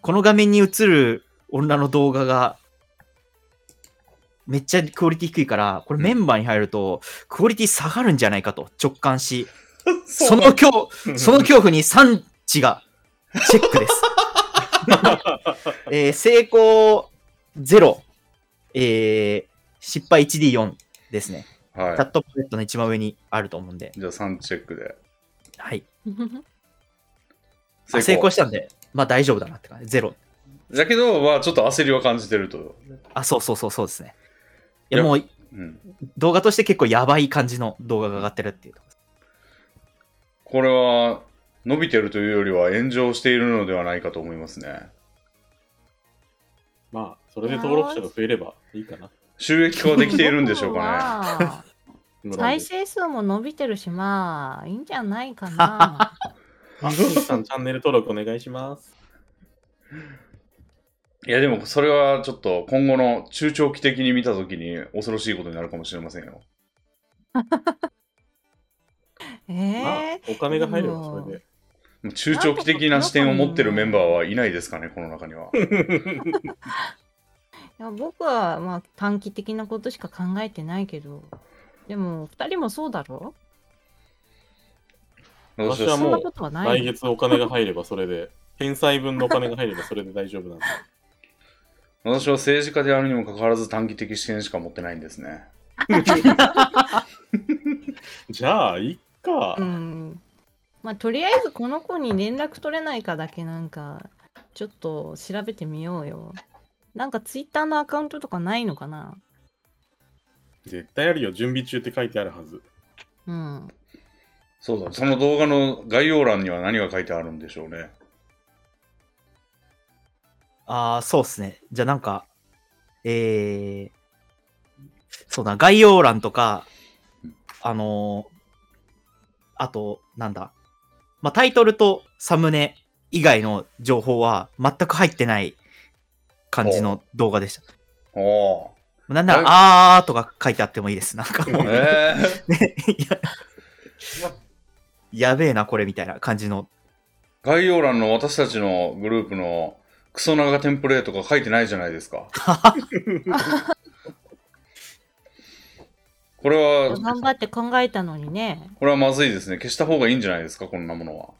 Speaker 3: この画面に映る女の動画が、めっちゃクオリティ低いから、これメンバーに入ると、クオリティ下がるんじゃないかと直感し、 その恐、その恐怖に産地がチェック です。えー成功0、えー失敗 1D4 ですね。チャ
Speaker 1: は
Speaker 3: ットパレットの一番上にあると思うんで。
Speaker 1: い。じゃあ3チェックで。
Speaker 3: はい。
Speaker 1: 成
Speaker 3: 成功
Speaker 1: 功
Speaker 3: したんで、まあ大丈夫だなって感じ。ゼロ。
Speaker 1: だけど、まあちょっと焦りは感じてると。
Speaker 3: あ、そうそうそうそうですね。いや、
Speaker 1: いや
Speaker 3: もう
Speaker 1: うん。
Speaker 3: 動画として結構やばい感じの動画が上がってるっていうとこです。
Speaker 1: これは、伸びてるというよりは炎上しているのではないかと思いますね。
Speaker 4: まあ、それで登録者が増えればいいかな。
Speaker 1: 収益化はできているんでし ょうかね。
Speaker 2: か
Speaker 4: 無
Speaker 2: ね
Speaker 4: 論
Speaker 2: 再
Speaker 4: です
Speaker 2: 生数も伸びてるし、まあ、いいんじゃないか な。
Speaker 4: あ、ミキさんチャンネル登録お願いします。
Speaker 1: いや、でもそれはちょっと今後の中長期的に見たときに恐ろしいことになるかもしれませんよ。
Speaker 2: え
Speaker 4: まあ
Speaker 2: え、
Speaker 4: お金が入ればそれで。
Speaker 1: もう中長期的な視点を持ってるメンバーはいないですかね、この中には。
Speaker 2: いや僕はまあ短期的なことしか考えてないけどでも2人もそうだろ
Speaker 1: どうし
Speaker 4: 私
Speaker 1: よ
Speaker 4: は
Speaker 1: う
Speaker 2: そ
Speaker 4: も
Speaker 2: ん
Speaker 4: う
Speaker 2: なことはな
Speaker 4: 来
Speaker 2: い
Speaker 4: 月お金が入ればそれで、返済分のお金が入ればそれで大丈夫なんで。
Speaker 1: 私は政治家であるにもかかわらず短期的視点しか持ってないんですね。
Speaker 4: じゃあ、いっか。
Speaker 2: うんまあとりあえずこの子に連絡取れないかだけなんかちょっと調べてみようよなんかツイッターのアカウントとかないのかな
Speaker 4: 絶対あるよ、準備中って書いてあるはず。
Speaker 2: うん
Speaker 1: そうだ、その動画の概要欄には何が書いてあるんでしょうね。
Speaker 3: ああ、そうっすね。じゃあなんか、えー、そうだ、概要欄とか、あのーあと、なんだ、まあ、タイトルとサムネ以外の情報は全く入ってない感じの動画でした。
Speaker 1: おお
Speaker 3: なんなら
Speaker 1: はい、
Speaker 3: あーとか書いてあってもいいです。なんかも
Speaker 1: ー。
Speaker 3: う、
Speaker 1: え ー、
Speaker 3: やべえな、これみたいな感じの。
Speaker 1: 概要欄の私たちのグループのクソ長テンプレートが書いてないじゃないですか。 これは、
Speaker 2: 頑張って考えたのにね
Speaker 1: これはまずいですね。消した方がいいんじゃないですか、こんなものは。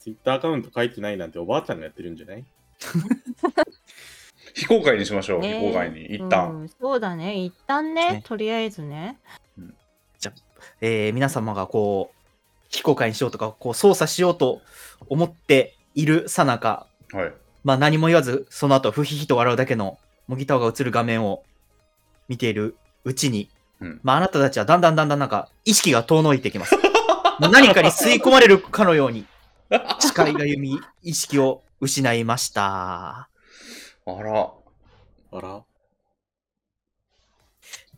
Speaker 4: Twitter アカウント書いてないなんておばあちゃんがやってるんじゃない
Speaker 1: 非公開にしましょう、
Speaker 2: ねえ
Speaker 1: 非公開に。一旦。
Speaker 2: うん、そうだね一旦ね
Speaker 3: ね
Speaker 2: とりあえずね
Speaker 3: えー皆様がこう、非公開にしようとか、こう、操作しようと思っているさなか、
Speaker 1: はい。
Speaker 3: まあ何も言わず、その後、ふひひと笑うだけの、もぎたおが映る画面を見ているうちに、
Speaker 1: うん
Speaker 3: まああなたたちはだんだんだんだんなんか、意識が遠のいてきます。もう何かに吸い込まれるかのように、視いがゆみ、意識を失いました。
Speaker 1: あら。
Speaker 4: あら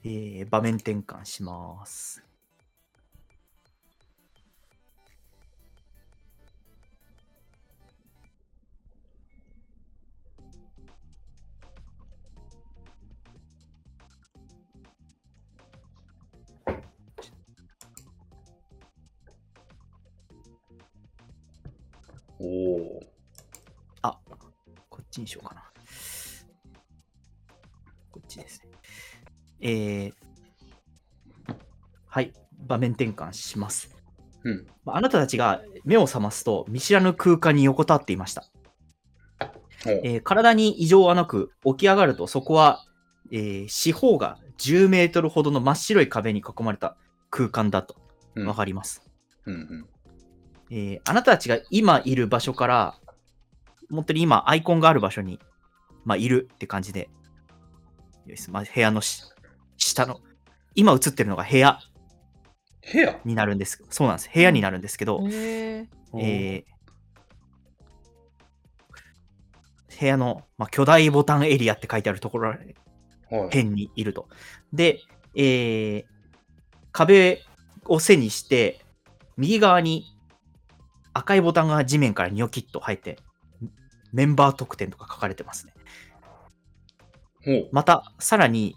Speaker 3: えー場面転換します。
Speaker 1: おお。
Speaker 3: こっちにしようかな。こっちですね。えーはい、場面転換します。
Speaker 1: うん。
Speaker 3: まああなたたちが目を覚ますと見知らぬ空間に横たわっていました。
Speaker 1: ほう
Speaker 3: えー体に異常はなく起き上がるとそこは、えー四方が10メートルほどの真っ白い壁に囲まれた空間だと
Speaker 1: うん
Speaker 3: わかります、
Speaker 1: うんうん。
Speaker 3: えーあなたたちが今いる場所から本当に今アイコンがある場所に、まあ、いるって感じでよし、まあ、部屋のし下の今映ってるのが部屋
Speaker 1: 部屋
Speaker 3: になるんですそうなんです部屋になるんですけど、
Speaker 2: へえ
Speaker 3: えー部屋の、まあ、巨大ボタンエリアって書いてあるところら
Speaker 1: はい。
Speaker 3: 辺にいると。で、えー壁を背にして、右側に赤いボタンが地面からニョキッと入って、メンバー特典とか書かれてますね。
Speaker 1: ほう。
Speaker 3: また、さらに、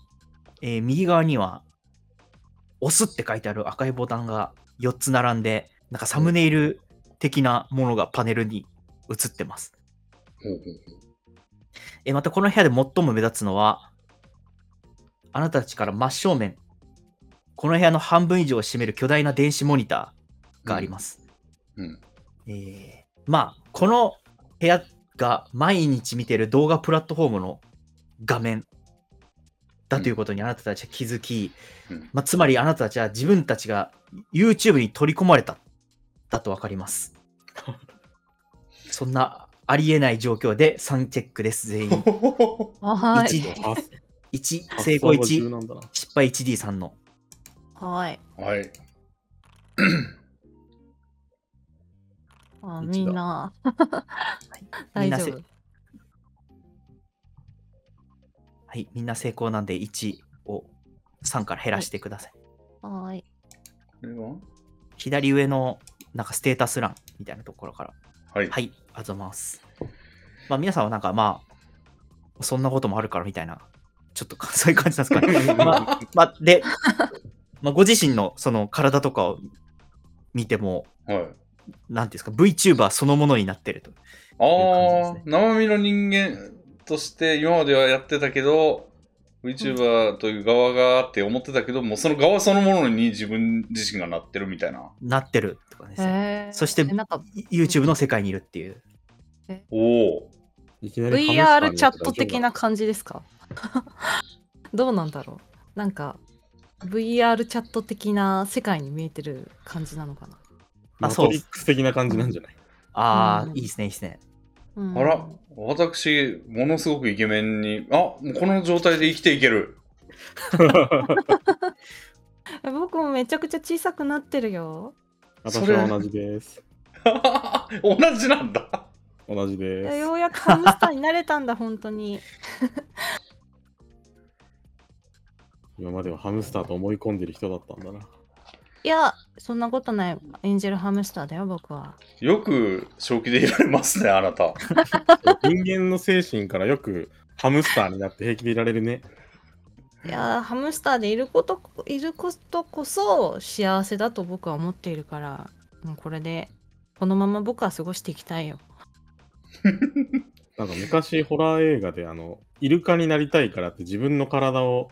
Speaker 3: えー右側には、押すって書いてある赤いボタンが4つ並んで、なんかサムネイル的なものがパネルに映ってます。
Speaker 1: ほうほう
Speaker 3: えーまたこの部屋で最も目立つのは、あなたたちから真正面、この部屋の半分以上を占める巨大な電子モニターがあります。
Speaker 1: うん
Speaker 3: えーまあ、この部屋が毎日見てる動画プラットフォームの画面だということにあなたたちは気づき、
Speaker 1: うん
Speaker 3: まあ、つまりあなたたちは自分たちが YouTube に取り込まれた、だとわかり ます。そんなありえない状況で3チェックです、全員。
Speaker 2: は
Speaker 3: 一
Speaker 2: い
Speaker 4: あ
Speaker 3: 1、成功
Speaker 4: 発想が柔
Speaker 3: 1、
Speaker 4: 軟だな
Speaker 3: 失敗 1D さんの。
Speaker 2: はい
Speaker 1: はい。
Speaker 2: あ
Speaker 4: 一度
Speaker 2: みんな
Speaker 3: み
Speaker 2: 大
Speaker 3: んな
Speaker 2: 丈
Speaker 3: せ
Speaker 2: 夫
Speaker 3: はい、みんな成功なんで1を3から減らしてください。
Speaker 2: はーい
Speaker 1: これは
Speaker 3: 左上のなんかステータス欄みたいなところから。
Speaker 1: はい。
Speaker 3: はい、ありがとうございます。まあ皆さんはなんかまあ、そんなこともあるからみたいな、ちょっとか そういう感じなんですかね。まあ、まあ、で、まあ、ご自身のその体とかを見ても、
Speaker 1: はい。
Speaker 3: なんていうんですか、VTuber そのものになってると。
Speaker 1: あ
Speaker 3: いう感じ
Speaker 1: あ、生
Speaker 3: です
Speaker 1: 身の人間として今まではやってたけど、VTuber という側がって思ってたけど、もうその側そのものに自分自身がなってるみたいな。
Speaker 3: なってるとかですね。
Speaker 5: へー
Speaker 3: そして
Speaker 5: なんか
Speaker 3: YouTube の世界にいるっていう。
Speaker 1: おお。
Speaker 4: いきなりハムスター
Speaker 2: VR
Speaker 4: に
Speaker 2: チャ
Speaker 4: なって
Speaker 2: ット的
Speaker 4: 大丈夫だ
Speaker 2: な感じですか どうなんだろうなんか VR チャット的な世界に見えてる感じなのかな、
Speaker 3: あ
Speaker 4: マ
Speaker 3: そう
Speaker 4: トリックス的な感じなんじゃない
Speaker 3: ああ、
Speaker 2: うん
Speaker 3: いいですね、いいですね。
Speaker 2: うん
Speaker 1: あら、私、ものすごくイケメンに、あもうこの状態で生きていける。
Speaker 2: 僕もめちゃくちゃ小さくなってるよ
Speaker 1: そ
Speaker 4: 私
Speaker 1: れ
Speaker 4: は同じです。
Speaker 1: 同じなんだ。
Speaker 4: 同じです。
Speaker 2: ようやくハムスターになれたんだ本当に
Speaker 4: 今まではハムスターと思い込んでる人だったんだな。
Speaker 2: いやそんなことないエンジェルハムスターだよ僕は
Speaker 1: よく正気でいられますね、あなた。
Speaker 4: 人間の精神からよくハムスターになって平気でいられるね。
Speaker 2: いやーハムスターでいることいることこそ幸せだと僕は思っているからもうこれでこのまま僕は過ごしていきたいよ
Speaker 4: なんか昔ホラー映画であの、イルカになりたいからって自分の体を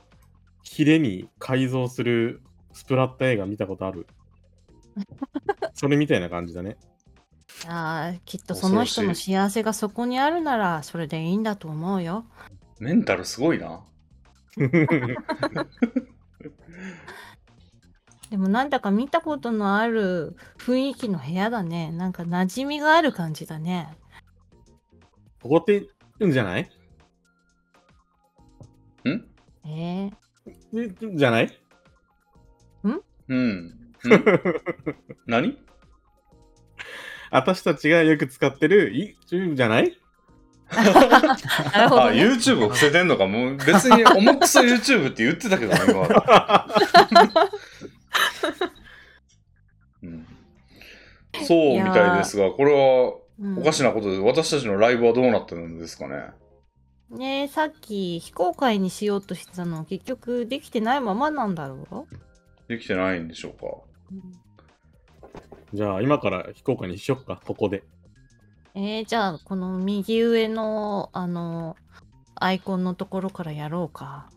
Speaker 4: ヒレに改造するスプラッタ映画見たこ とある。それみたいな感じだね。
Speaker 2: いやーきっとその人の幸せがそこにあるならそれでいいんだと思うよ
Speaker 1: メンタルすごいな。
Speaker 2: でもなんだか見たことのある雰囲気の部屋だねなんか馴染みがある感じだね
Speaker 4: ここってるんじゃない
Speaker 1: ん
Speaker 2: えー、
Speaker 4: でじゃない
Speaker 1: うん。 ん何
Speaker 4: 私たちがよく使ってる、い、じゃない
Speaker 2: なるほど、
Speaker 1: あ、
Speaker 2: ね、
Speaker 1: YouTube を伏せてんのか。もう別に重くそ YouTube って言ってたけどね、今まで。うんそうみたいですが、これはおかしなことで、私たちのライブはどうなってるんですかね。
Speaker 2: ねえさっき非公開にしようとしてたの結局できてないままなんだろ
Speaker 1: できてないんでしょう
Speaker 2: う、
Speaker 4: じゃあ今から非公開にしよっか、ここで。
Speaker 2: えー、じゃあこの右上のあのアイコンのところからやろうか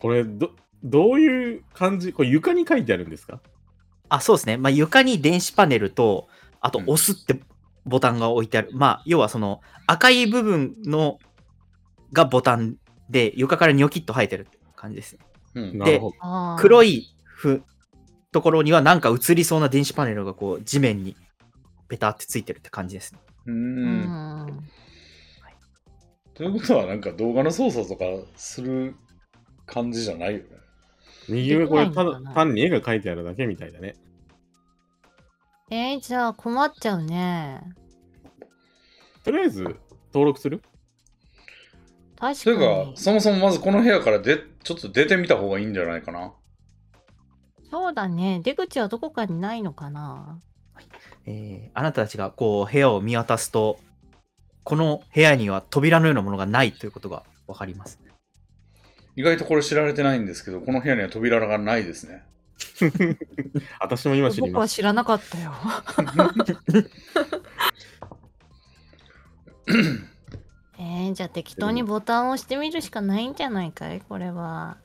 Speaker 4: これど、どういう感じこれ床に書いてあるんですか
Speaker 3: あ、そうですね。まあ、床に電子パネルと、あと
Speaker 1: うん
Speaker 3: 押すってボタンが置いてある。まあ、要はその赤い部分のがボタンで、床からニョキッと生えてる感じですね。
Speaker 1: か。うん
Speaker 4: なるほど。
Speaker 2: あー
Speaker 3: 黒いふところにはなんか映りそうな電子パネルがこう地面にベタってついてるって感じですね。
Speaker 1: う。
Speaker 2: うんん
Speaker 1: ということは、なんか動画の操作とかする感じじゃないよね。
Speaker 4: 右上これ
Speaker 2: できな
Speaker 4: た
Speaker 2: いのか
Speaker 4: だ
Speaker 2: な
Speaker 4: 単に絵が書いてあるだけみたいだね。
Speaker 2: えー、じゃあ困っちゃうね
Speaker 4: とりあえず登録する
Speaker 1: と
Speaker 2: 確か
Speaker 1: い
Speaker 2: に
Speaker 1: うか、そもそもまずこの部屋からでちょっと出てみた方がいいんじゃないかな。
Speaker 2: そうだね出口はどこかにないのかな
Speaker 3: えーあなたたちがこう部屋を見渡すとこの部屋には扉のようなものがないということが分かります。
Speaker 1: 意外とこれ知られてないんですけど、この部屋には扉がないですね。
Speaker 4: 私も今知り
Speaker 2: 僕
Speaker 4: ま
Speaker 2: は
Speaker 4: す。
Speaker 2: 知らなかったよ えー、じゃあ適当にボタンを押してみるしかないんじゃないかいこれは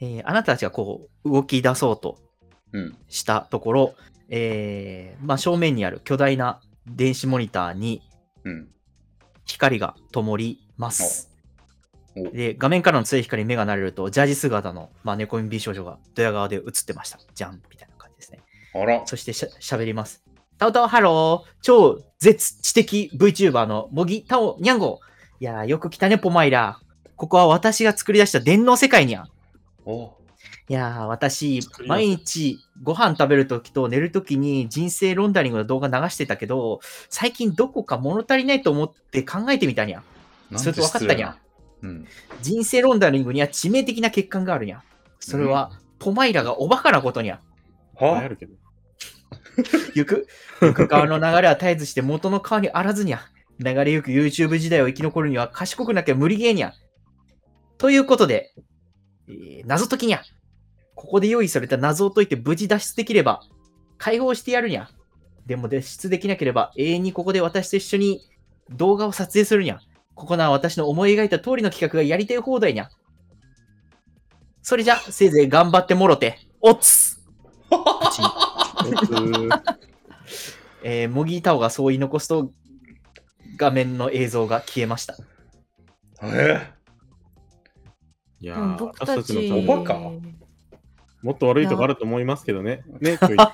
Speaker 3: えーあなたたちがこう動き出そうと
Speaker 1: うん。
Speaker 3: したところ、えーまあ、正面にある巨大な電子モニターに
Speaker 1: うん。
Speaker 3: 光が灯ります。
Speaker 1: おお
Speaker 3: で、画面からの強い光に目が慣れると、ジャージ姿の、まあ、猫耳美少女がドヤ顔で映ってました。じゃんみたいな感じですね。
Speaker 1: あら、
Speaker 3: そしてしゃ喋ります。タオタオハロー超絶知的 VTuber のモギタオニャンゴいやー、よく来たね、ポマイラ。ここは私が作り出した電脳世界にゃん。
Speaker 1: お
Speaker 3: いやー、私
Speaker 4: 作、りました
Speaker 3: 毎日ご飯食べるときと寝るときに人生ロンダリングの動画流してたけど、最近どこか物足りないと思って考えてみたにゃん。
Speaker 1: なん
Speaker 3: それ
Speaker 1: て
Speaker 3: と分かった
Speaker 1: 失礼
Speaker 3: にゃん
Speaker 1: な。。うん。
Speaker 3: 人生ロンダリングには致命的な欠陥があるにゃ。それは、ポマイラがおバカなことにゃ。
Speaker 4: あ
Speaker 1: は
Speaker 4: るけど。
Speaker 3: 行く、行く川の流れは絶えずして元の川にあらずにゃ。流れゆく YouTube 時代を生き残るには賢くなきゃ無理ゲーにゃ。ということで、えー謎解きにゃ。ここで用意された謎を解いて無事脱出できれば、解放してやるにゃ。でも脱出できなければ、永遠にここで私と一緒に動画を撮影するにゃ。ここなら私の思い描いた通りの企画がやりたい放題にゃ。それじゃ、せいぜい頑張ってもろて。おっつえー、モギータオがそう言い残すと、画面の映像が消えました。
Speaker 1: え
Speaker 4: い
Speaker 2: で
Speaker 4: や
Speaker 2: も
Speaker 4: ー、
Speaker 2: 僕
Speaker 4: 私
Speaker 2: た
Speaker 4: たち
Speaker 2: ち
Speaker 4: の
Speaker 1: おバカ
Speaker 4: もっと悪いとこあると思いますけど ね。ね、今日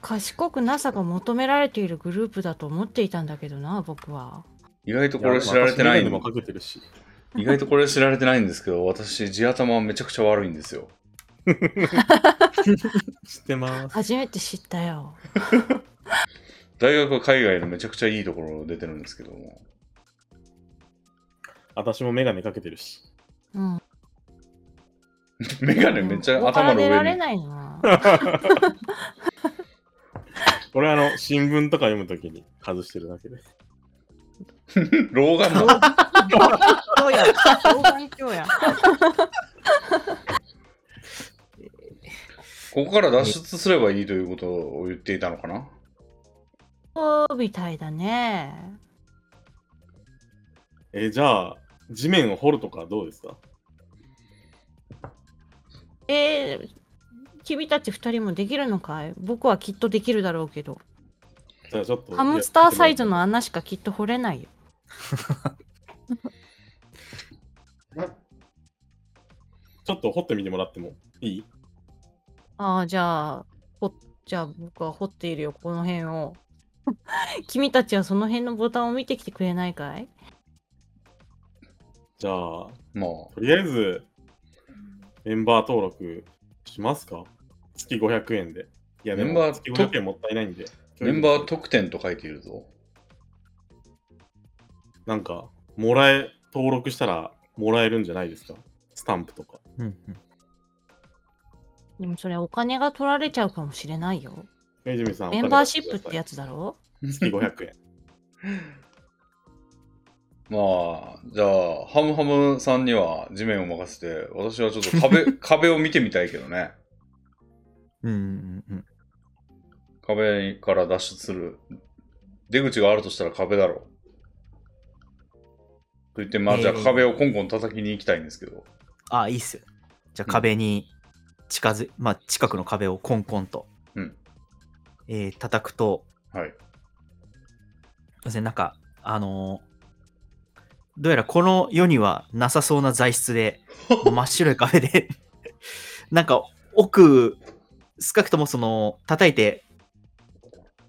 Speaker 2: 賢く NASA が求められているグループだと思っていたんだけどな僕は
Speaker 1: 意外とこれ知られてない
Speaker 4: で
Speaker 1: ん
Speaker 4: もかけてるし。
Speaker 1: 意外とこれ知られてないんですけど、私、地頭めちゃくちゃ悪いんですよ。
Speaker 4: 知ってます。
Speaker 2: 初めて知ったよ
Speaker 1: 大学は海外のめちゃくちゃいいところ出てるんですけども。
Speaker 4: 私もメガネかけてるし。
Speaker 2: うん
Speaker 1: メガネめっち
Speaker 2: でも
Speaker 1: ゃ
Speaker 2: ここから
Speaker 1: 頭の
Speaker 2: 出られ
Speaker 1: 上に。
Speaker 2: ないな
Speaker 4: 俺あの、新聞とか読むときに外してるだけで。
Speaker 1: 老眼だ。
Speaker 2: どうや老眼鏡 や
Speaker 1: ここから脱出すればいいということを言っていたのかな
Speaker 2: そうみたいだね
Speaker 4: えーじゃあ、地面を掘るとかどうですか
Speaker 2: えー、君たち二人もできるのかい僕はきっとできるだろうけど
Speaker 4: じゃあちょっと。
Speaker 2: ハムスターサイズの穴しかきっと掘れないよ
Speaker 4: ちょっと掘ってみてもらってもいい
Speaker 2: ああ、じゃあ、ほじゃあ僕は掘っているよ、この辺を。 君たちはその辺のボタンを見てきてくれないかい
Speaker 4: じゃあ、
Speaker 1: まあ、
Speaker 4: とりあえず、メンバー登録しますか月500円で。いや、で
Speaker 1: メンバ
Speaker 4: も
Speaker 1: ー
Speaker 4: 月500円もったいないんで。
Speaker 1: メンバー特典と書いているぞ。
Speaker 4: なんか、もらえ、登録したらもらえるんじゃないですかスタンプとか。
Speaker 3: うん
Speaker 2: でもそれお金が取られちゃうかもしれないよ。
Speaker 4: めじめさん、
Speaker 2: メンバーシップってやつだろ
Speaker 4: つ。月500円。
Speaker 1: まあ、じゃあ、ハムハムさんには地面を任せて、私はちょっと 壁壁を見てみたいけどね。
Speaker 3: うんうんうん
Speaker 1: 壁から脱出する。出口があるとしたら壁だろう。と言って、まあ、じゃあ
Speaker 3: えー
Speaker 1: 壁をコンコン叩きに行きたいんですけど。
Speaker 3: あ、いいっすよ。じゃあ壁に近づ、まあ近くの壁をコンコンと、
Speaker 1: うん
Speaker 3: えー叩くと、
Speaker 1: はい。
Speaker 3: そうですね、なんか、あのーどうやらこの世にはなさそうな材 質で、もう真っ白い壁で、 なんか奥、少なくともその、叩いて、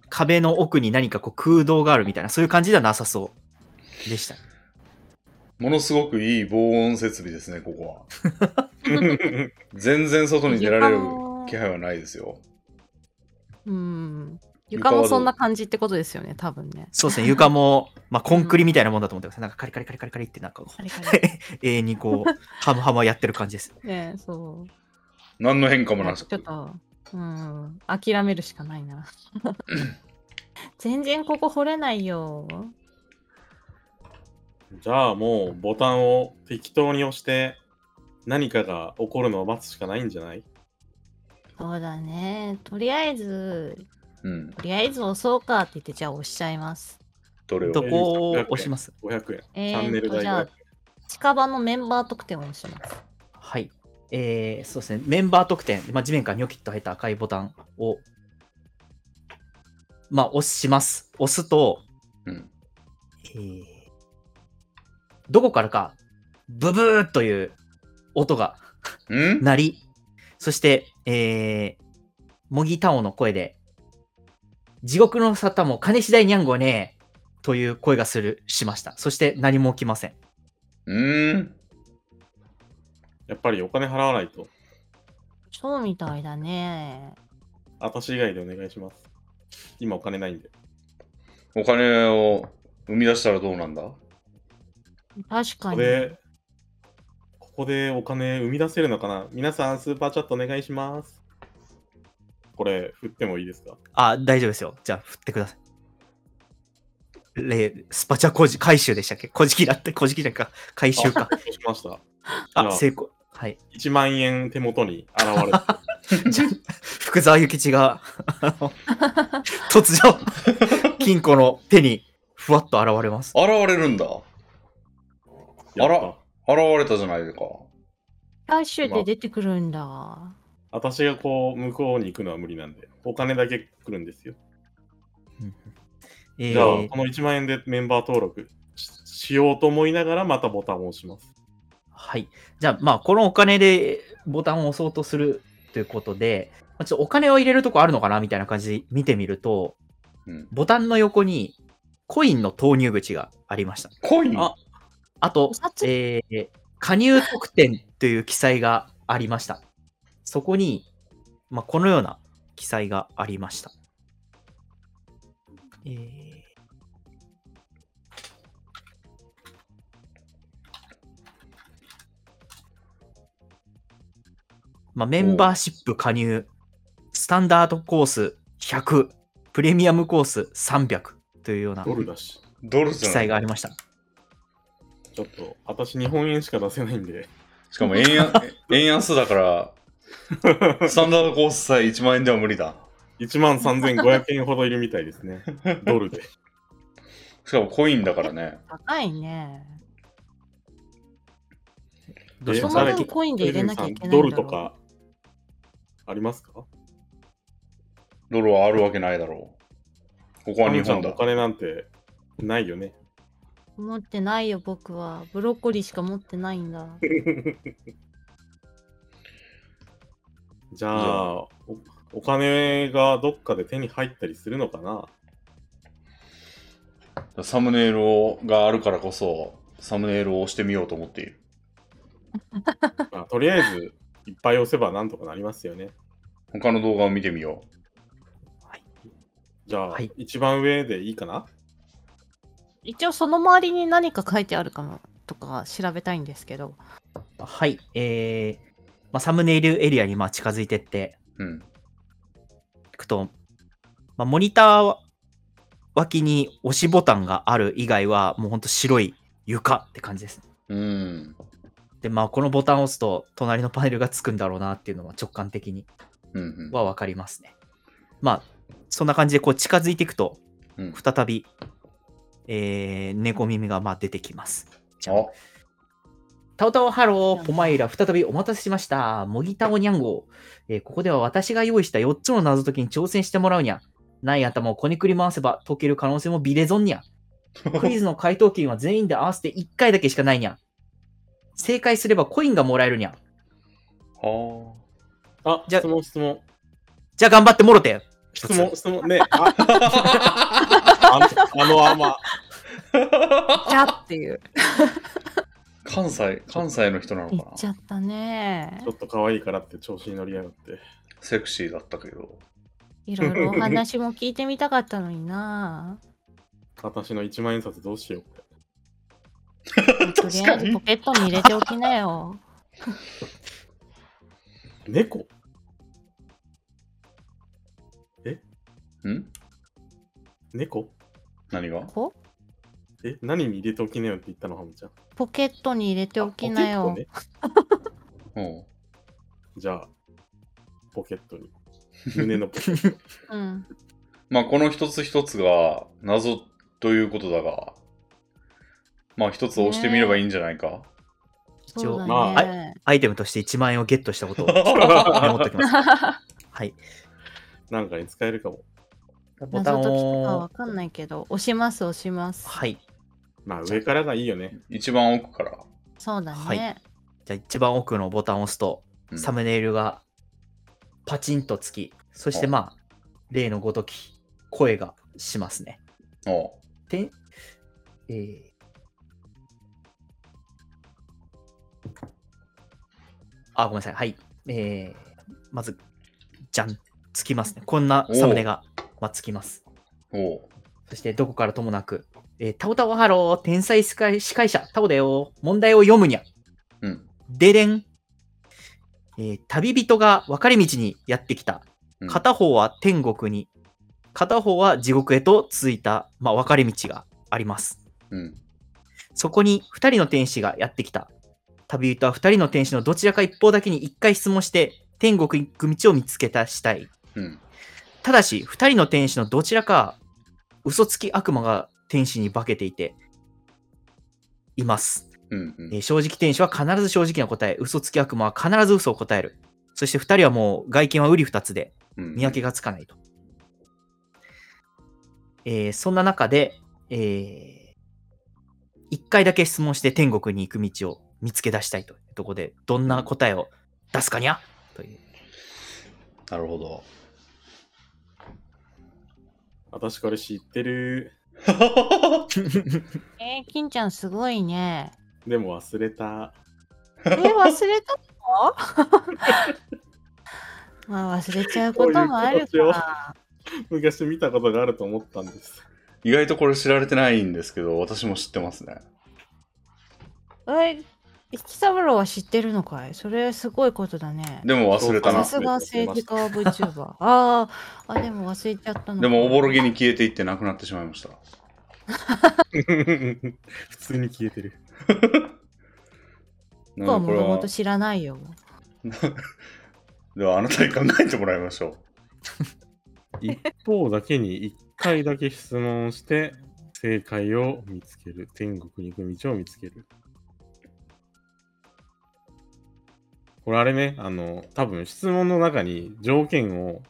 Speaker 3: 壁の奥に何かこう空洞があるみたいな、そういう感じではなさそうでした。
Speaker 1: ものすごくいい防音設備ですね、ここは。 全然外に出られる気配はないですよ。
Speaker 2: うん。
Speaker 1: 床
Speaker 2: 床
Speaker 1: はどう
Speaker 2: もそんな感じってことですよね、多分ね。
Speaker 3: そうですね、床も、まあ、コンクリみたいなもんだと思ってください。なんかカリカリカリカリカリって、なんかこう
Speaker 2: あれから
Speaker 3: 永遠にこう、ハムハムはやってる感じです。
Speaker 2: ねえ、そう。
Speaker 1: 何の変化もな
Speaker 2: ち
Speaker 1: し
Speaker 2: ょっと、うん、諦めるしかない な。全然ここ掘れないよ。
Speaker 4: じゃあもうボタンを適当に押して何かが起こるのを待つしかないんじゃない
Speaker 2: そうだね。とりあえず、
Speaker 1: うん。
Speaker 2: とりあえず押そうかって言って、じゃあ押しちゃいます。
Speaker 1: どれを
Speaker 3: どこを押します
Speaker 4: 500円。チ
Speaker 2: えーっと
Speaker 4: ャンネル代
Speaker 2: じゃあ
Speaker 4: が。
Speaker 2: 近場のメンバー特典を押します。
Speaker 3: はい。えー、そうですね、メンバー特典、まあ、地面からニョキッと入った赤いボタンを、まあ、押します。押すと、
Speaker 1: うん。
Speaker 3: えーどこからか、ブブーという音が
Speaker 1: うん
Speaker 3: 鳴り、そして、えー、モギタオの声で、地獄の沙汰も金次第にゃんごねーという声がする、しました。そして何も起きません。
Speaker 1: うん。
Speaker 4: やっぱりお金払わないと。
Speaker 2: そうみたいだね。
Speaker 4: 私以外でお願いします。今お金ないんで。
Speaker 1: お金を生み出したらどうなんだ
Speaker 2: 確
Speaker 4: こ
Speaker 2: か
Speaker 4: こ
Speaker 2: に。
Speaker 4: で、ここでお金生み出せるのかな皆さんスーパーチャットお願いします。これ、振ってもいいですか
Speaker 3: あ、大丈夫ですよ。じゃあ、振ってください。レスパチャ工事回収でしたっけ小じきだって、小じきじゃんか。回収か。
Speaker 4: 押しました。
Speaker 3: あ、
Speaker 4: じゃあ
Speaker 3: 成功。はい。
Speaker 4: 1万円手元に 現れた。
Speaker 3: 福沢諭吉が、あの突如、金庫の手に、ふわっと現れます。
Speaker 1: 現れるんだ。あら
Speaker 4: やった
Speaker 1: 現れたじゃないですか。
Speaker 2: 最終で出てくるんだ。
Speaker 4: 私がこう、向こうに行くのは無理なんで、お金だけ来るんですよ。
Speaker 3: え
Speaker 4: じゃあ、
Speaker 3: ー
Speaker 4: こ、の1万円でメンバー登録ししようと思いながら、またボタンを押します。
Speaker 3: はい。じゃあ、まあ、このお金でボタンを押そうとするということで、まあちょっとお金を入れるとこあるのかなみたいな感じで見てみると、
Speaker 1: うん
Speaker 3: ボタンの横にコインの投入口がありました。
Speaker 1: コイン
Speaker 3: ああと
Speaker 2: お、札
Speaker 3: えー加入特典という記載がありました。そこに、まあ、このような記載がありました。えーまあ、メンバーシップ加入、スタンダードコース100、プレミアムコース300というような
Speaker 4: ドルだし。
Speaker 1: ドル
Speaker 3: 記
Speaker 1: じゃない
Speaker 3: 載がありました。
Speaker 4: ちょっと、私日本円しか出せないんで。
Speaker 1: しかも円 安円安だから、スタンダードコースさえ1万円では無理だ。
Speaker 4: 1万3500円ほどいるみたいです ね。ドルで。
Speaker 1: しかもコインだからね。
Speaker 2: 高いね。
Speaker 3: どうし
Speaker 2: そ
Speaker 3: ま
Speaker 2: の
Speaker 3: すか
Speaker 4: え誰
Speaker 2: 分コインで入れなきゃいけないんだろ
Speaker 4: ド
Speaker 2: う
Speaker 4: ルとか、ありますか
Speaker 1: ドルはあるわけないだろう。ここは日本
Speaker 4: あのちゃん
Speaker 1: だ
Speaker 4: お。金なんてないよね。
Speaker 2: 持ってないよ、僕は。ブロッコリーしか持ってないんだ。
Speaker 4: じゃあ、おお金がどっかで手に入ったりするのかな
Speaker 1: サムネイルをがあるからこそ、サムネイルを押してみようと思っている。
Speaker 4: まあ、とりあえず、いっぱい押せばなんとかなりますよね。
Speaker 1: 他の動画を見てみよ
Speaker 4: じゃあ、
Speaker 3: はい
Speaker 4: 一番上でいいかな
Speaker 2: 一応その周りに何か書いてあるかもとか調べたいんですけど。
Speaker 3: はい、えーまあ、サムネイルエリアにまあ近づいてって
Speaker 1: う。うん。
Speaker 3: いくと、まあ、モニター脇に押しボタンがある以外は、もうほんと白い床って感じです。
Speaker 1: うん。
Speaker 3: で、まあ、このボタンを押すと、隣のパネルがつくんだろうなっていうのは直感的に
Speaker 1: うんうん。
Speaker 3: は分かりますね。まあ、そんな感じでこう近づいていくと
Speaker 1: うん、
Speaker 3: 再び、えー猫耳がまあ出てきます。じゃあ
Speaker 1: あ、
Speaker 3: タオタオハロー、ポマイラ、再びお待たせしました。モギタオニャンゴー、えーここでは私が用意した4つの謎解きに挑戦してもらうにゃ。ない頭をこねくり回せば解ける可能性もビレゾ ンにゃ。クイズの回答権は全員で合わせて1回だけしかないにゃ。正解すればコインがもらえるにゃ。
Speaker 1: は
Speaker 4: あ、
Speaker 3: じゃあ
Speaker 4: 質問、質問。
Speaker 3: じゃあ頑張ってもろて。
Speaker 4: 質問、質問。ねえああの、あのあんま
Speaker 2: キャっていう。
Speaker 1: あ。関西、関西の人なのか
Speaker 2: 言っ
Speaker 1: な
Speaker 2: ちゃったね
Speaker 4: ちょ。っと可愛いからって調子に乗りやがって。
Speaker 1: セクシーだったけど。
Speaker 2: いろいろお話も聞いてみたかったのにな。
Speaker 4: 私の1万円札どうしよう。
Speaker 2: とりあえずポケットに入れておきなよ。
Speaker 4: 猫
Speaker 1: ん
Speaker 4: 猫
Speaker 1: 何が
Speaker 2: こ
Speaker 4: え、何に入れておきなよって言ったの、ハムちゃん。
Speaker 2: ポケットに入れておきなよ
Speaker 4: ポケ。ットね
Speaker 1: うん。
Speaker 4: じゃあ、ポケットに。胸のポケット。
Speaker 2: うん。
Speaker 1: まあ、この一つ一つが謎ということだが、まあ、一つ押してみればいいんじゃないか。
Speaker 3: 一
Speaker 2: そう
Speaker 3: 応、
Speaker 4: ま
Speaker 2: だ
Speaker 3: あ
Speaker 2: ね。
Speaker 3: アイテムとして1万円をゲットし たことをメモっておきます。はい。
Speaker 4: なんかに使えるかも。
Speaker 3: ボタン
Speaker 2: 謎解きとか
Speaker 3: を
Speaker 2: わ、かんないけど、押します、押します。
Speaker 3: はい。
Speaker 4: まあ、上からがいいよね。
Speaker 1: 一番奥から。
Speaker 2: そうだ
Speaker 3: は
Speaker 2: ね
Speaker 3: い。じゃあ一番奥のボタンを押すと、
Speaker 1: うん
Speaker 3: サムネイルがパチンとつき、そしてまあ、例のごとき、声がしますね。
Speaker 1: おう
Speaker 3: で、えーあ、ごめんなさい。はい。えーまず、じゃん、つきますね。こんなサムネが、まあ、つきます。
Speaker 1: おう
Speaker 3: そしてどこからともなく、えータオタオハロー、天才司会司会者、タオだよ、問題を読むにゃ。
Speaker 1: うん。
Speaker 3: ででん。えー旅人が分かれ道にやってきた。
Speaker 1: うん
Speaker 3: 片方は天国に、片方は地獄へと続いた、まあ、分かれ道があります。
Speaker 1: うん。
Speaker 3: そこに2人の天使がやってきた。旅人は2人の天使のどちらか一方だけに1回質問して、天国行く道を見つけたしたい。
Speaker 1: うん。
Speaker 3: ただし、2人の天使のどちらか、嘘つき悪魔が天使に化けていて、います。
Speaker 1: うん。う
Speaker 3: え
Speaker 1: ん
Speaker 3: ー正直天使は必ず正直な答え、嘘つき悪魔は必ず嘘を答える。そして2人はもう外見は瓜二つで、
Speaker 1: うん。
Speaker 3: 見分けがつかないと。えーそんな中で、えー、1回だけ質問して天国に行く道を見つけ出したいというところで、どんな答えを出すかにゃという。
Speaker 1: なるほど。
Speaker 4: 私これ知ってる。
Speaker 2: えー、金ちゃんすごい ね。
Speaker 4: でも忘れた。
Speaker 2: えー、忘れたの まあ忘れちゃうこともある
Speaker 4: こういうこ
Speaker 2: か。
Speaker 4: 昔見たことがあると思ったんです。
Speaker 1: 意外とこれ知られてないんですけど、私も知ってますね。
Speaker 2: えー、七三郎は知ってるのかいそれすごいことだね。
Speaker 1: でも忘れた
Speaker 2: さ
Speaker 1: な。
Speaker 2: すが政治家 VTuber。あーあ、でも忘れちゃったのか。
Speaker 1: でもおぼろげに消えていってなくなってしまいました。
Speaker 4: 普通に消えてる。
Speaker 1: な
Speaker 2: 僕は
Speaker 1: のでこと
Speaker 2: も
Speaker 1: れ
Speaker 2: も
Speaker 1: は
Speaker 2: と知らないよ。
Speaker 1: ではあなたに考えてもらいましょ
Speaker 4: 一方だけに一回だけ質問して、正解を見つける。天国に行く道を見つける。これあれね、あの、多分質問の中に条件を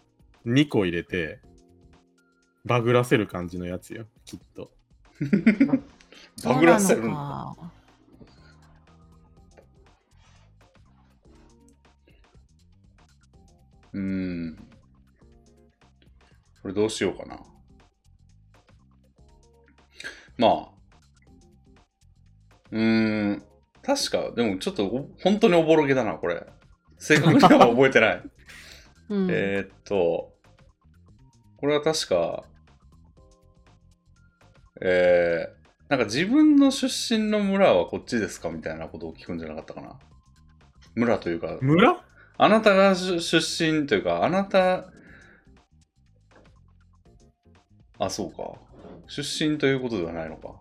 Speaker 4: 2個入れて、バグらせる感じのやつよ、きっと。
Speaker 1: う。バグらせる
Speaker 2: そうな
Speaker 1: の
Speaker 2: のか
Speaker 1: うーん。これどうしようかな。まあ。うーん。確か、でもちょっとお本当におぼろげだな、これ。正確には覚えてない。
Speaker 2: うん
Speaker 1: えーっと、これは確か、えー、なんか自分の出身の村はこっちですかみたいなことを聞くんじゃなかったかな。村というか、
Speaker 4: 村
Speaker 1: あなたが出出身というか、あなた、あ、そうか。出身ということではないのか。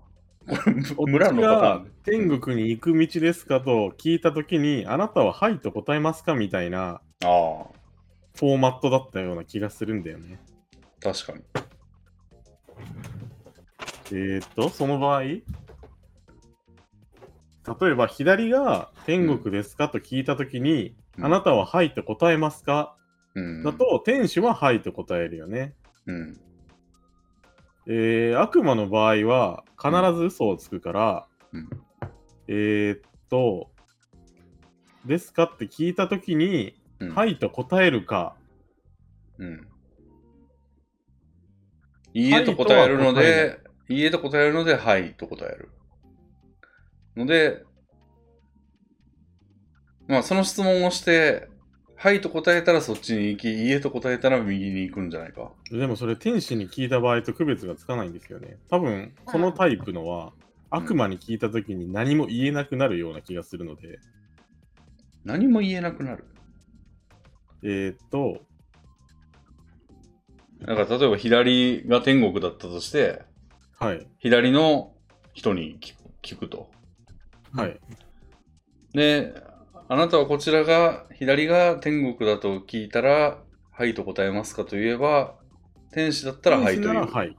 Speaker 1: これ、村のパター
Speaker 4: が
Speaker 1: ン。
Speaker 4: 天国に行く道ですかと聞いたときに、あなたははいと答えますかみたいな
Speaker 1: ああ、
Speaker 4: フォーマットだったような気がするんだよね。
Speaker 1: 確かに。
Speaker 4: えーっと、その場合、例えば左が天国ですかと聞いたときに、
Speaker 1: うん
Speaker 4: あなたははいと答えますか
Speaker 1: うん。
Speaker 4: だと、天使ははいと答えるよね。
Speaker 1: うん。
Speaker 4: えー、悪魔の場合は必ず嘘をつくから、
Speaker 1: うん
Speaker 4: えーっと、ですかって聞いたときに、
Speaker 1: うん
Speaker 4: はいと答えるか、
Speaker 1: うん。いいえと答えるので、いいえと答えるので、はいと答える。ので、まあ、その質問をして、はいと答えたらそっちに行き、いいえと答えたら右に行くんじゃないか。
Speaker 4: でもそれ天使に聞いた場合と区別がつかないんですよね。多分このタイプのは悪魔に聞いた時に何も言えなくなるような気がするので、
Speaker 1: 何も言えなくなる。
Speaker 4: えー、っと、
Speaker 1: だから、例えば左が天国だったとして、
Speaker 4: はい、
Speaker 1: 左の人に聞く聞くと。
Speaker 4: はい、
Speaker 1: で、あなたはこちらが、左が天国だと聞いたら、はいと答えますかと言えば、天使だったらはいと
Speaker 4: 天
Speaker 1: 言
Speaker 4: 使な
Speaker 1: う。
Speaker 4: らはい。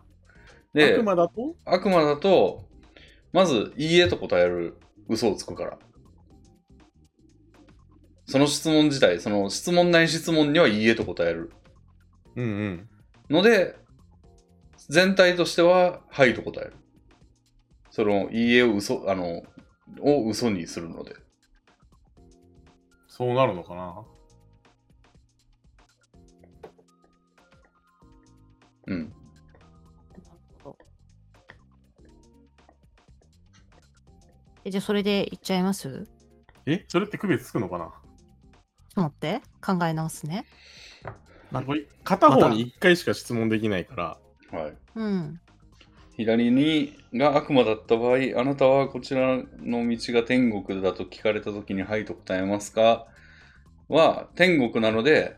Speaker 1: で
Speaker 4: 悪魔だと
Speaker 1: 悪魔だと、まず、いいえと答える嘘をつくから。その質問自体、その質問ない質問にはいいえと答える。
Speaker 4: うんうん。
Speaker 1: ので、全体としては、はいと答える。その、いいえを嘘、あの、を嘘にするので。
Speaker 4: そうなるのかな
Speaker 1: うん。
Speaker 2: えじゃあそれでいっちゃいます
Speaker 4: えそれって区別つくのかな
Speaker 2: ちょっと待って考え直すね。
Speaker 3: ま
Speaker 4: これ片方に1回しか質問できないから、
Speaker 1: はい。
Speaker 2: うん。
Speaker 1: 左にが悪魔だった場合、あなたはこちらの道が天国だと聞かれたときに、はいと答えますかは、天国なので、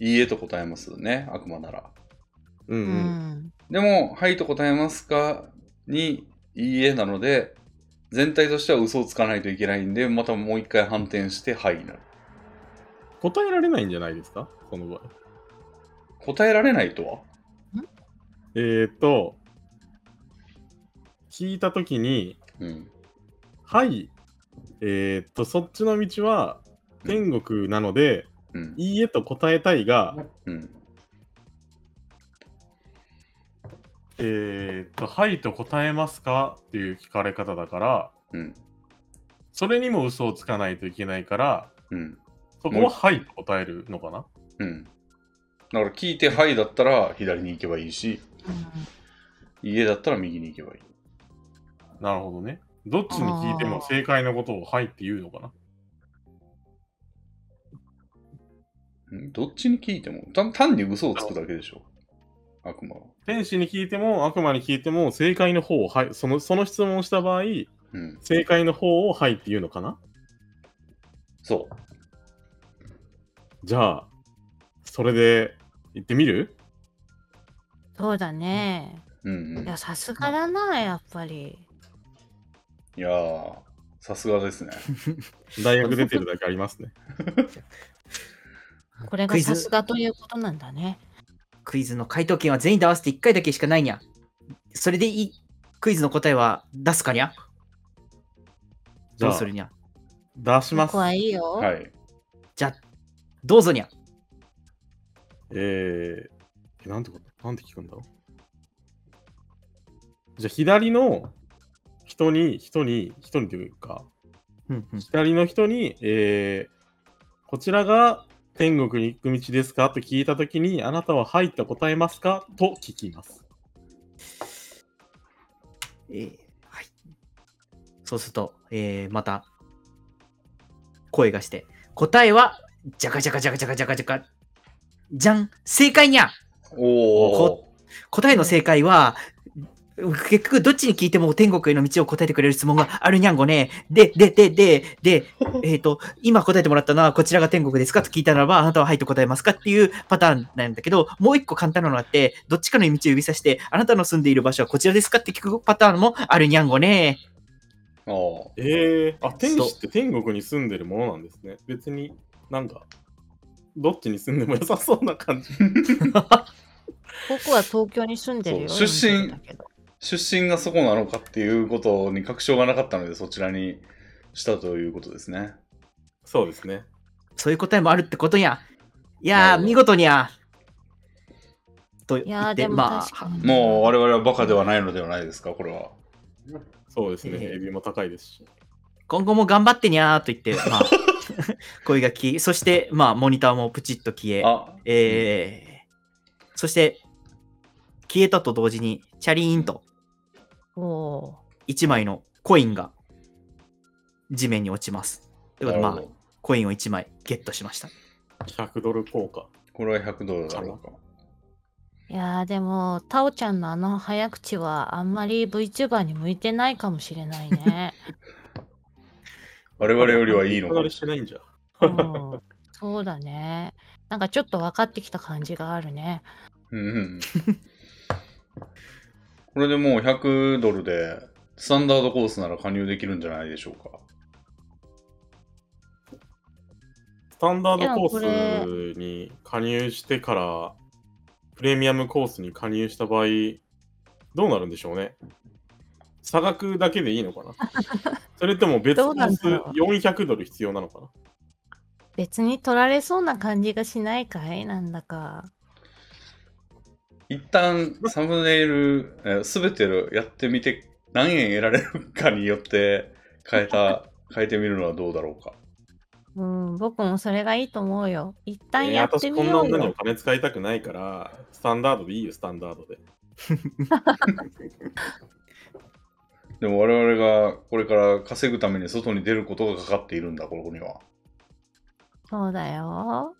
Speaker 1: いいえと答えますね、悪魔なら。
Speaker 4: うん
Speaker 2: う
Speaker 4: うん。
Speaker 2: ん。
Speaker 1: でも、はいと答えますかに、いいえなので、全体としては嘘をつかないといけないんで、またもう一回反転して、はいになる。
Speaker 4: 答えられないんじゃないですかその場合。
Speaker 1: 答えられないとは
Speaker 4: えー、っと、聞いたときに、
Speaker 1: うん。
Speaker 4: はい、えー、っと、そっちの道は天国なので、
Speaker 1: うん。
Speaker 4: いいえと答えたいが、
Speaker 1: うん。
Speaker 4: えー、っと、はいと答えますかっていう聞かれ方だから、
Speaker 1: うん。
Speaker 4: それにも嘘をつかないといけないから、
Speaker 1: うん。
Speaker 4: そこははいと答えるのかな
Speaker 1: うん。だから、聞いて、はいだったら左に行けばいいし、家だったら右に行けばいい。
Speaker 4: なるほどね。どっちに聞いても正解のことをはいって言うのかな
Speaker 1: うんどっちに聞いても、た単に嘘をつくだけでしょ。悪魔は。
Speaker 4: 天使に聞いても悪魔に聞いても正解の方をはい、そのその質問をした場合、
Speaker 1: うん。
Speaker 4: 正解の方をはいって言うのかな
Speaker 1: そう。
Speaker 4: じゃあ、それで行ってみる
Speaker 2: そうだね。
Speaker 1: うんうん
Speaker 2: いや、さすがだな、やっぱり。
Speaker 1: いやー、さすがですね。
Speaker 4: 大学出てるだけありますね。
Speaker 2: これが
Speaker 3: クイズ
Speaker 2: さすがということなんだね。
Speaker 3: クイズの回答権は全員で合わせて1回だけしかないにゃ。それでいいクイズの答えは出すかにゃ
Speaker 4: じ
Speaker 3: ど
Speaker 4: ゃ
Speaker 3: う
Speaker 4: あ
Speaker 3: す、るにゃ
Speaker 4: 出します
Speaker 2: 僕。はいいよ。
Speaker 1: はい。
Speaker 3: じゃあ、どうぞにゃ。
Speaker 4: えー、えなんてことなんて聞くんだろうじゃあ、左の人に、人に、人にというか、
Speaker 3: うんうん
Speaker 4: 左の人に、えー、こちらが天国に行く道ですかと聞いたときに、あなたは入った答えますかと聞きます。
Speaker 3: えーはい。そうすると、えーまた、声がして、答えは、じゃかじゃかじゃかじゃかじゃかじゃか、じゃん、正解にゃ
Speaker 1: おー。
Speaker 3: 答えの正解は、結局どっちに聞いても天国への道を答えてくれる質問があるにゃんごね。で、で、で、で、で、えっ、と、今答えてもらったのはこちらが天国ですかと聞いたならば、あなたははいと答えますかっていうパターンなんだけど、もう一個簡単なのがあって、どっちかの道を指さして、あなたの住んでいる場所はこちらですかって聞くパターンもあるにゃんごね。
Speaker 1: おー
Speaker 4: えー、あ、天
Speaker 3: そう
Speaker 4: 使って天国に住んでるものなんですね。別になんか、どっちに住んでも良さそうな感じ。
Speaker 2: 僕は東京に住んでるよ。
Speaker 1: そう出身
Speaker 2: 40だけど
Speaker 1: 出身がそこなのかっていうことに確証がなかったので、そちらにしたということですね。
Speaker 4: そうですね。
Speaker 3: そういう答えもあるってことにゃ。い
Speaker 1: なる
Speaker 3: や
Speaker 1: ほ
Speaker 3: ー、
Speaker 1: ど
Speaker 3: 見事にゃ。と
Speaker 2: い
Speaker 3: 言
Speaker 2: やー、
Speaker 3: って、
Speaker 2: でも
Speaker 3: ま
Speaker 2: 確
Speaker 3: あ
Speaker 2: か、に。
Speaker 1: もう我々はバカではないのではないですか、これは。
Speaker 4: そうですね。
Speaker 3: ええ
Speaker 4: エビも高いですし。
Speaker 3: 今後も頑張ってにゃーと言って、 まあ、声が消え、そして、まあ、モニターもプチッと消え、
Speaker 1: あ、
Speaker 3: えーそして、消えたと同時に、チャリーンと
Speaker 2: おー
Speaker 3: 1枚のコインが地面に落ちます。ということで、
Speaker 1: なる
Speaker 3: ま
Speaker 1: ほ
Speaker 3: あ、
Speaker 1: ど
Speaker 3: コインを1枚ゲットしました。
Speaker 4: 100ドル効果。
Speaker 1: これは100ドルだろうか。
Speaker 2: いやーでも、タオちゃんのあの早口はあんまり VTuber に向いてないかもしれないね。
Speaker 1: 我々よりはいいの
Speaker 4: か
Speaker 1: か
Speaker 4: な。してないんじゃ。
Speaker 2: うん、そうだね。なんかちょっと分かってきた感じがあるね。
Speaker 1: うんうんうん。これでもう100ドルで、スタンダードコースなら加入できるんじゃないでしょうか。
Speaker 4: スタンダードコ
Speaker 2: いや
Speaker 4: ースに加入してから、プレミアムコースに加入した場合、どうなるんでしょうね。差額だけでいいのか なそれとも別
Speaker 2: ど
Speaker 4: コ
Speaker 2: うなん
Speaker 4: ース
Speaker 2: だろう
Speaker 4: 400ドル必要なのかな
Speaker 2: 別に取られそうな感じがしないかいなんだか。
Speaker 1: 一旦サムネイルすべてのやってみて何円得られるかによって変えた変えてみるのはどうだろうか
Speaker 2: うん、僕もそれがいいと思うよ。一旦
Speaker 4: えー
Speaker 2: やって
Speaker 4: 私
Speaker 2: み
Speaker 4: こんな
Speaker 2: よう
Speaker 4: 女
Speaker 2: よ。
Speaker 4: にお金使いたくないから、スタンダードでいいよ、スタンダードで。
Speaker 1: でも我々がこれから稼ぐために外に出ることがかかっているんだここには
Speaker 2: そうだよ。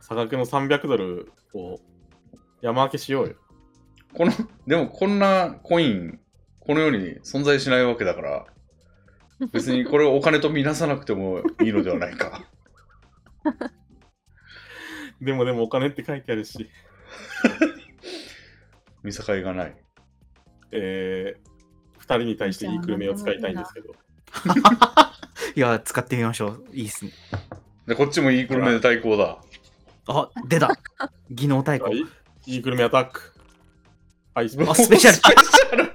Speaker 4: 差額の300ドルを山分けしようよ。
Speaker 1: このでもこんなコインこの世に存在しないわけだから別にこれをお金と見なさなくてもいいのではない か
Speaker 4: でもでもお金って書いてあるし。
Speaker 1: 見境がない
Speaker 4: えー、人に対していいクルメを使いたいんですけど。
Speaker 3: いや、使ってみましょう。いいっすね。
Speaker 1: で、こっちもいいクルメで対抗だ。
Speaker 3: あ、出た。技能太
Speaker 4: はい
Speaker 3: 鼓。
Speaker 4: いいクルメアタック。はい、も
Speaker 3: あ、
Speaker 4: う
Speaker 3: スペシャル。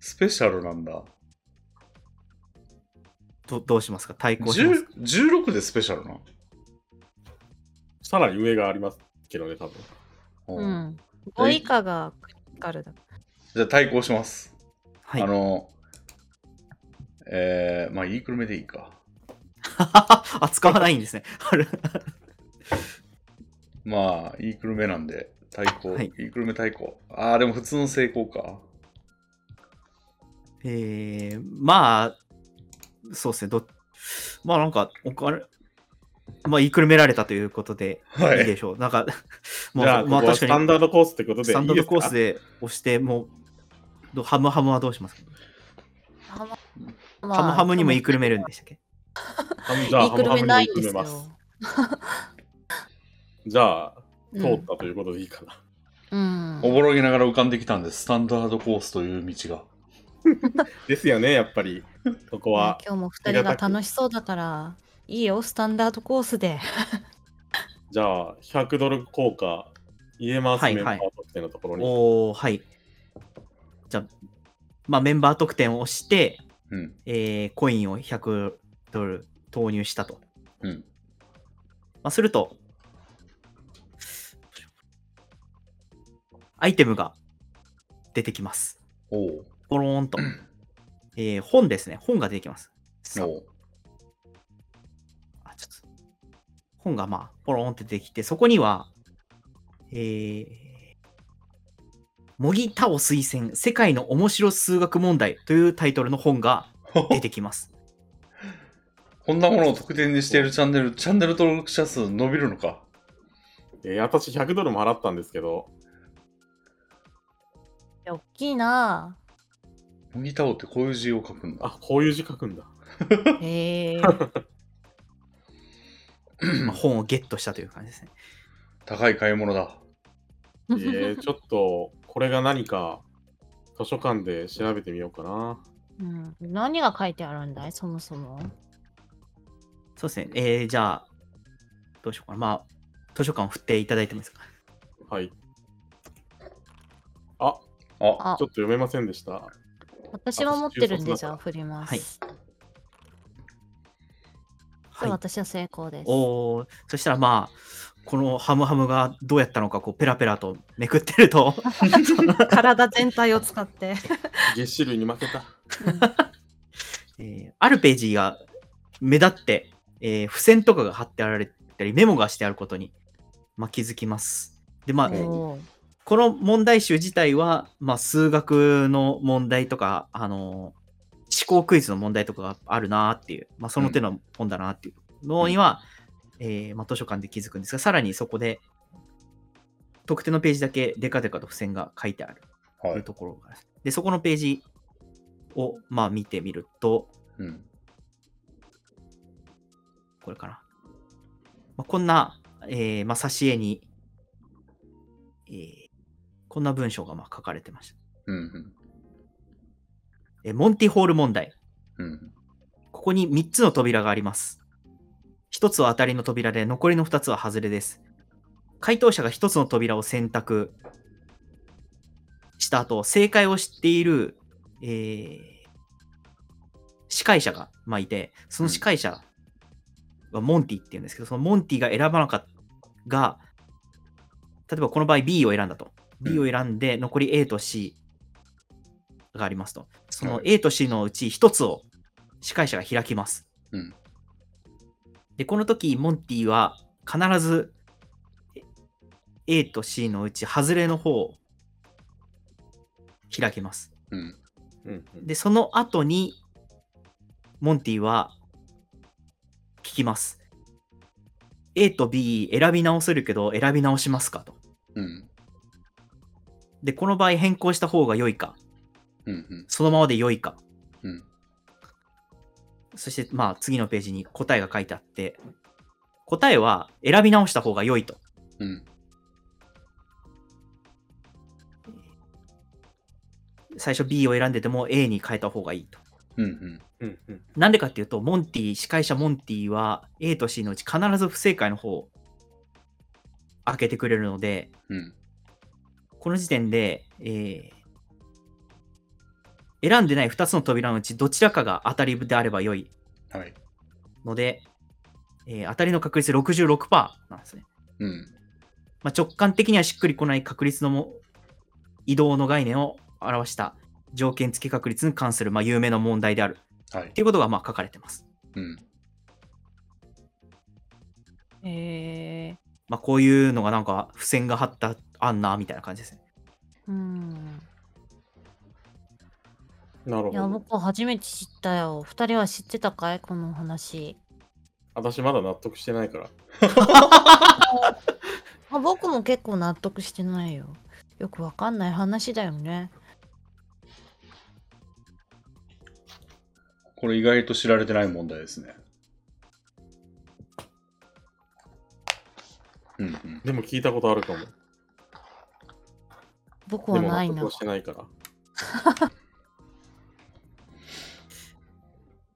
Speaker 1: スペシャルなんだ。
Speaker 3: どどうしますか対抗します
Speaker 1: 10 16でスペシャルな。
Speaker 4: さらに上がありますけどね、多分。
Speaker 2: う
Speaker 1: うん
Speaker 2: ん。5以下がクリティカルだ。
Speaker 1: じゃあ対抗します。
Speaker 3: はい
Speaker 1: あ。の、えー、まあ、いいクルメでいいか。
Speaker 3: あ、使わないんですね。ある
Speaker 1: まあ、いいクルメなんで、対抗。
Speaker 3: はい
Speaker 1: い、いクルメ対抗。ああ、でも普通の成功か。
Speaker 3: えー、まあ、そうですね。どまあなんか、お金、まあ言いくるめられたということで、
Speaker 1: はい
Speaker 3: い
Speaker 1: い。
Speaker 3: でしょう。なんか、
Speaker 4: じゃあ、ここはスタンダードコースってことでいい
Speaker 3: ス
Speaker 4: です
Speaker 3: タ
Speaker 4: か
Speaker 3: ンダードコースで押して、もう、どハムハムはどうしますか、
Speaker 2: ハム
Speaker 3: ハムハムにも
Speaker 2: い
Speaker 3: 言いくるめるんでしたっけ
Speaker 4: じゃあ、
Speaker 2: いくるめないんです
Speaker 4: ハムハムに行っ
Speaker 2: よ
Speaker 4: てみま。すじゃあ、
Speaker 2: うん
Speaker 4: 通ったということでいいかな。
Speaker 2: うん
Speaker 1: お。ぼろげながら浮かんできたんです。スタンダードコースという道が。
Speaker 4: ですよね、やっぱり。ここは
Speaker 2: 今。日も2人が楽しそうだから、いいよ、スタンダードコースで。
Speaker 4: じゃあ、100ドル効果、言えます、
Speaker 3: はい
Speaker 4: メンバ
Speaker 3: は
Speaker 4: ー
Speaker 3: い
Speaker 4: 特典のところに。
Speaker 3: おおはい。じゃあ、まあメンバー特典を押して、
Speaker 1: うん。
Speaker 3: えーコインを100ドル投入したと。
Speaker 1: うん。
Speaker 3: まあ、すると、アイテムが出てきます。
Speaker 1: おう。
Speaker 3: ポローンと。えー本ですね。本が出てきます。さ
Speaker 1: おう。
Speaker 3: あ、ちょっと。本がまあ、ポローンって出てきて、そこには、えー、模擬タオ推薦、世界の面白数学問題というタイトルの本が出てきます。
Speaker 1: こんなものを特典にしているチャンネル、チャンネル登録者数伸びるのか。
Speaker 4: えー私、100ドルも払ったんですけど、
Speaker 2: 大きいな
Speaker 1: 麦タオってこういう字を書くんだ。
Speaker 4: あ、こういう字書くんだ。
Speaker 2: ぁ。へえー。
Speaker 3: まあ、本をゲットしたという感じですね。
Speaker 1: 高い買い物だ。
Speaker 4: えー、ちょっと、これが何か、図書館で調べてみようかな。
Speaker 2: うん、何が書いてあるんだいそもそも。
Speaker 3: そうですね。えー、じゃあ、どうしようかな。まあ、図書館を振っていただいてもいいですか。
Speaker 4: はい。ち
Speaker 1: あ、
Speaker 4: ょ
Speaker 2: あ
Speaker 4: っと、読めませんでした。
Speaker 2: 私は持ってるんでじゃあ振ります。
Speaker 3: はい
Speaker 2: で私は成功です。
Speaker 3: おお、そしたらまあ、このハムハムがどうやったのか、こう、ペラペラとめくってる と、
Speaker 2: 体全体を使 って。
Speaker 4: 月種類に負けた。
Speaker 3: えーあるページが目立って、えー付箋とかが貼ってあられたり、メモがしてあることに、まあ、気づきます。で、まあ、
Speaker 2: おー
Speaker 3: この問題集自体は、まあ、数学の問題とか、あのー思考クイズの問題とかがあるなーっていう、まあ、その手の本だなっていうのには、えーまあ、図書館で気づくんですが、さらにそこで、特定のページだけデカデカと付箋が書いてあると。
Speaker 1: はいいう
Speaker 3: ところがありますで、そこのページを、まあ、見てみると、
Speaker 1: うん。
Speaker 3: これかな。まあ、こんな、えーまあ、挿絵に、えーこんな文章がまあ書かれてました。
Speaker 1: うん。
Speaker 3: えーモンティホール問題。
Speaker 1: うん。
Speaker 3: ここに3つの扉があります。1つは当たりの扉で、残りの2つは外れです。回答者が1つの扉を選択した後、正解を知っている、えー司会者が、まあ、いて、その司会者はモンティっていうんですけど、そのモンティが選ばなかったが、例えばこの場合 B を選んだと。B を選んで、残り A と C がありますと。その A と C のうち1つを司会者が開きます。
Speaker 1: うん
Speaker 3: で、この時、モンティは必ずえ A と C のうち外れの方を開きます。
Speaker 1: うん。
Speaker 4: うんうん、
Speaker 3: で、その後に、モンティは聞きます。A と B 選び直せるけど選び直しますかと。
Speaker 1: うん。
Speaker 3: で、この場合変更した方が良いか、
Speaker 1: うん。
Speaker 3: そのままで良いか、
Speaker 1: うん。
Speaker 3: そして、まあ、次のページに答えが書いてあって、答えは選び直した方が良いと。
Speaker 1: うん。
Speaker 3: 最初 B を選んでても A に変えた方がいいと。
Speaker 1: うんうん。
Speaker 4: うんうん。
Speaker 3: なんでかっていうと、モンティ、司会者モンティは A と C のうち必ず不正解の方を開けてくれるので、
Speaker 1: うん。
Speaker 3: この時点で、えー選んでない2つの扉のうちどちらかが当たりであれば良い
Speaker 1: はい。
Speaker 3: ので、えー当たりの確率66%なんですね。
Speaker 1: うん。
Speaker 3: まあ、直感的にはしっくりこない確率のも移動の概念を表した条件付き確率に関する、まあ、有名な問題である
Speaker 1: はい
Speaker 3: と。いうことがまあ書かれてます。
Speaker 1: うん。
Speaker 2: え
Speaker 3: まあ、こういうのがなんか付箋が貼ったあんなみたいな感じですね。
Speaker 2: ー、うん。
Speaker 4: なるほ
Speaker 2: いや、
Speaker 4: ど。
Speaker 2: 僕初めて知ったよ。二人は知ってたかいこのお話。
Speaker 4: 私まだ納得してないから。
Speaker 2: あ僕も結構納得してないよ。よくわかんない話だよね。
Speaker 1: これ意外と知られてない問題ですね。うんうん。
Speaker 4: でも聞いたことあるかも。
Speaker 2: 僕は
Speaker 4: でも
Speaker 2: ない
Speaker 4: 納
Speaker 2: な
Speaker 4: 得は。してないから。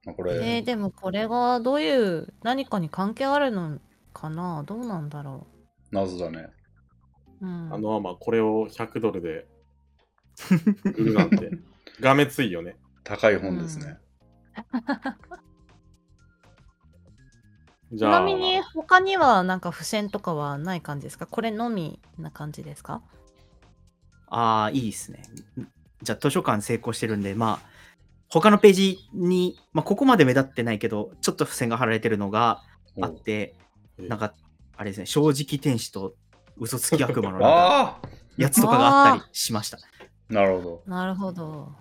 Speaker 1: まあ、こ
Speaker 2: え
Speaker 1: れ、
Speaker 2: ー、でもこれがどういう何かに関係あるのかなどうなんだろ
Speaker 1: 謎だね。
Speaker 2: う。うん、
Speaker 4: あのまあこれを100ドルで売るなんて。がめついよね。
Speaker 1: 高い本ですね。
Speaker 4: じ
Speaker 2: ち
Speaker 4: ゃ
Speaker 2: な
Speaker 4: あ、
Speaker 2: みに他にはなんか付箋とかはない感じですかこれのみな感じですか
Speaker 3: ああ、いいですね。じゃあ図書館成功してるんで、まあ、他のページに、まあ、ここまで目立ってないけど、ちょっと付箋が貼られてるのが
Speaker 1: お
Speaker 3: あって、
Speaker 4: お
Speaker 3: なんか、あれですね、正直天使と嘘つき悪魔のなんか
Speaker 1: ああ
Speaker 3: やつとかがあったりしました。
Speaker 1: なるほど。
Speaker 2: なるほど。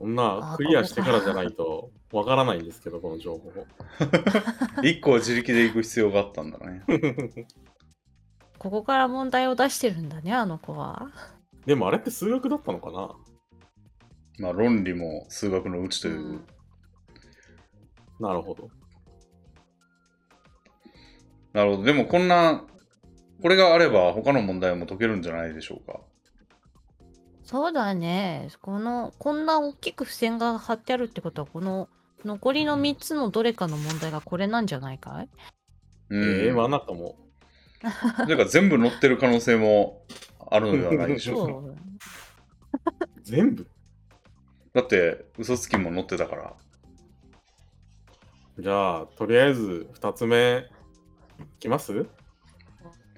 Speaker 4: そんな
Speaker 2: あ
Speaker 4: クリアしてからじゃないとわからないんですけど、この情報。
Speaker 1: 一個は自力で行く必要があったんだね。
Speaker 2: ここから問題を出してるんだね、あの子は。。
Speaker 4: でもあれって数学だったのかな
Speaker 1: まあ論理も数学のうちといううん
Speaker 4: なるほど。
Speaker 1: なるほど。でもこんな、これがあれば他の問題も解けるんじゃないでしょうか。
Speaker 2: そうだね。この、こんな大きく付箋が貼ってあるってことは、この残りの3つのどれかの問題がこれなんじゃないかい
Speaker 1: うん。
Speaker 4: ええー、まあなんかも
Speaker 1: だから全部載ってる可能性もあるのではないでしょう か。
Speaker 2: そう。
Speaker 4: う全部
Speaker 1: だって、嘘つきも載ってたから。
Speaker 4: じゃあ、とりあえず2つ目いきます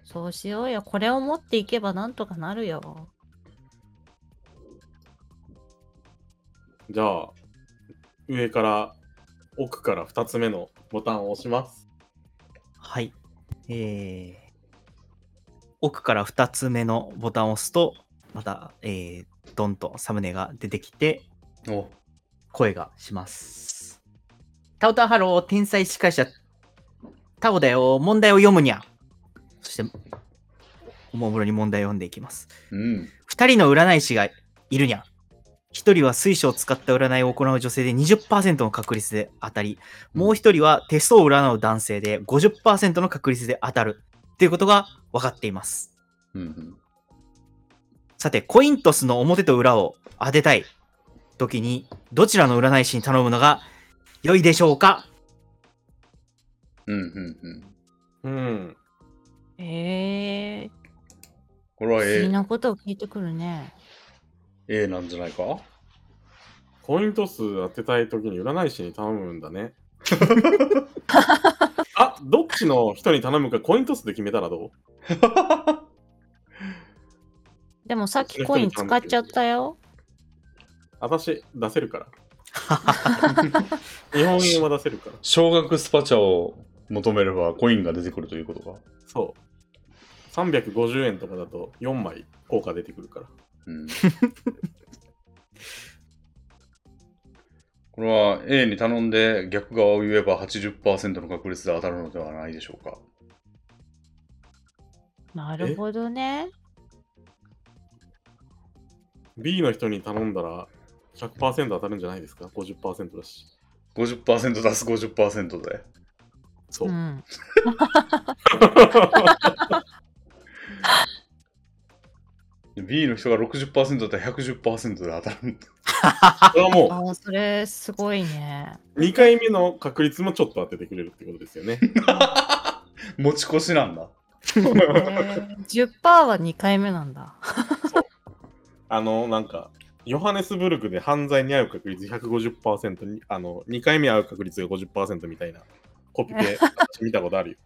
Speaker 2: そうしようよ。これを持っていけばなんとかなるよ。
Speaker 4: じゃあ、上から奥から2つ目のボタンを押します。
Speaker 3: はい。えー、奥から2つ目のボタンを押すと、また、えー、ドンとサムネが出てきて、
Speaker 1: お
Speaker 3: 声がします。タオタオハロー、天才司会者、タオだよ、問題を読むにゃ。そして、おもむろに問題を読んでいきます。
Speaker 1: うん。
Speaker 3: 二人の占い師がいるにゃ。一人は水晶を使った占いを行う女性で20%の確率で当たり、もう一人は手相を占う男性で50%の確率で当たるということが分かっています。
Speaker 1: うんうん。
Speaker 3: さて、コイントスの表と裏を当てたい時に、どちらの占い師に頼むのが良いでしょうか
Speaker 1: うんうんうん。
Speaker 4: うん。
Speaker 2: ええ
Speaker 1: これは
Speaker 2: 不思議
Speaker 1: A,
Speaker 2: なことを聞いてくるね。
Speaker 1: A なんじゃないか
Speaker 4: コイントス当てたいときに占い師に頼むんだ ね。あ、どっちの人に頼むかコイントスで決めたらど
Speaker 2: でもさっきコイン使っちゃったよ。
Speaker 4: う私、出せる から。日本円は出せるから。
Speaker 1: 小学スパチャを求めればコインが出てくるということか。
Speaker 4: そう。350円とかだと4枚効果出てくるから。
Speaker 1: うん。これは A に頼んで逆側を言えば80%の確率で当たるのではないでしょうか。
Speaker 2: なるほどね。
Speaker 4: B の人に頼んだら100%当たるんじゃないですか ?50% だし。
Speaker 1: 50%出す50%で。
Speaker 4: そうう。
Speaker 2: ん。
Speaker 1: B の人が60%だったら110%で当たる。
Speaker 4: それは もう
Speaker 2: ああ、それすごい ね。
Speaker 4: 2回目の確率もちょっと当ててくれるってことですよね。
Speaker 1: 持ち越しなんだ。
Speaker 2: えー、10%は2回目なんだ。
Speaker 4: あの、なんか、ヨハネスブルクで犯罪に遭う確率150%に、あの、2回目遭う確率が50%みたいなコピペ、私見たことあるよ。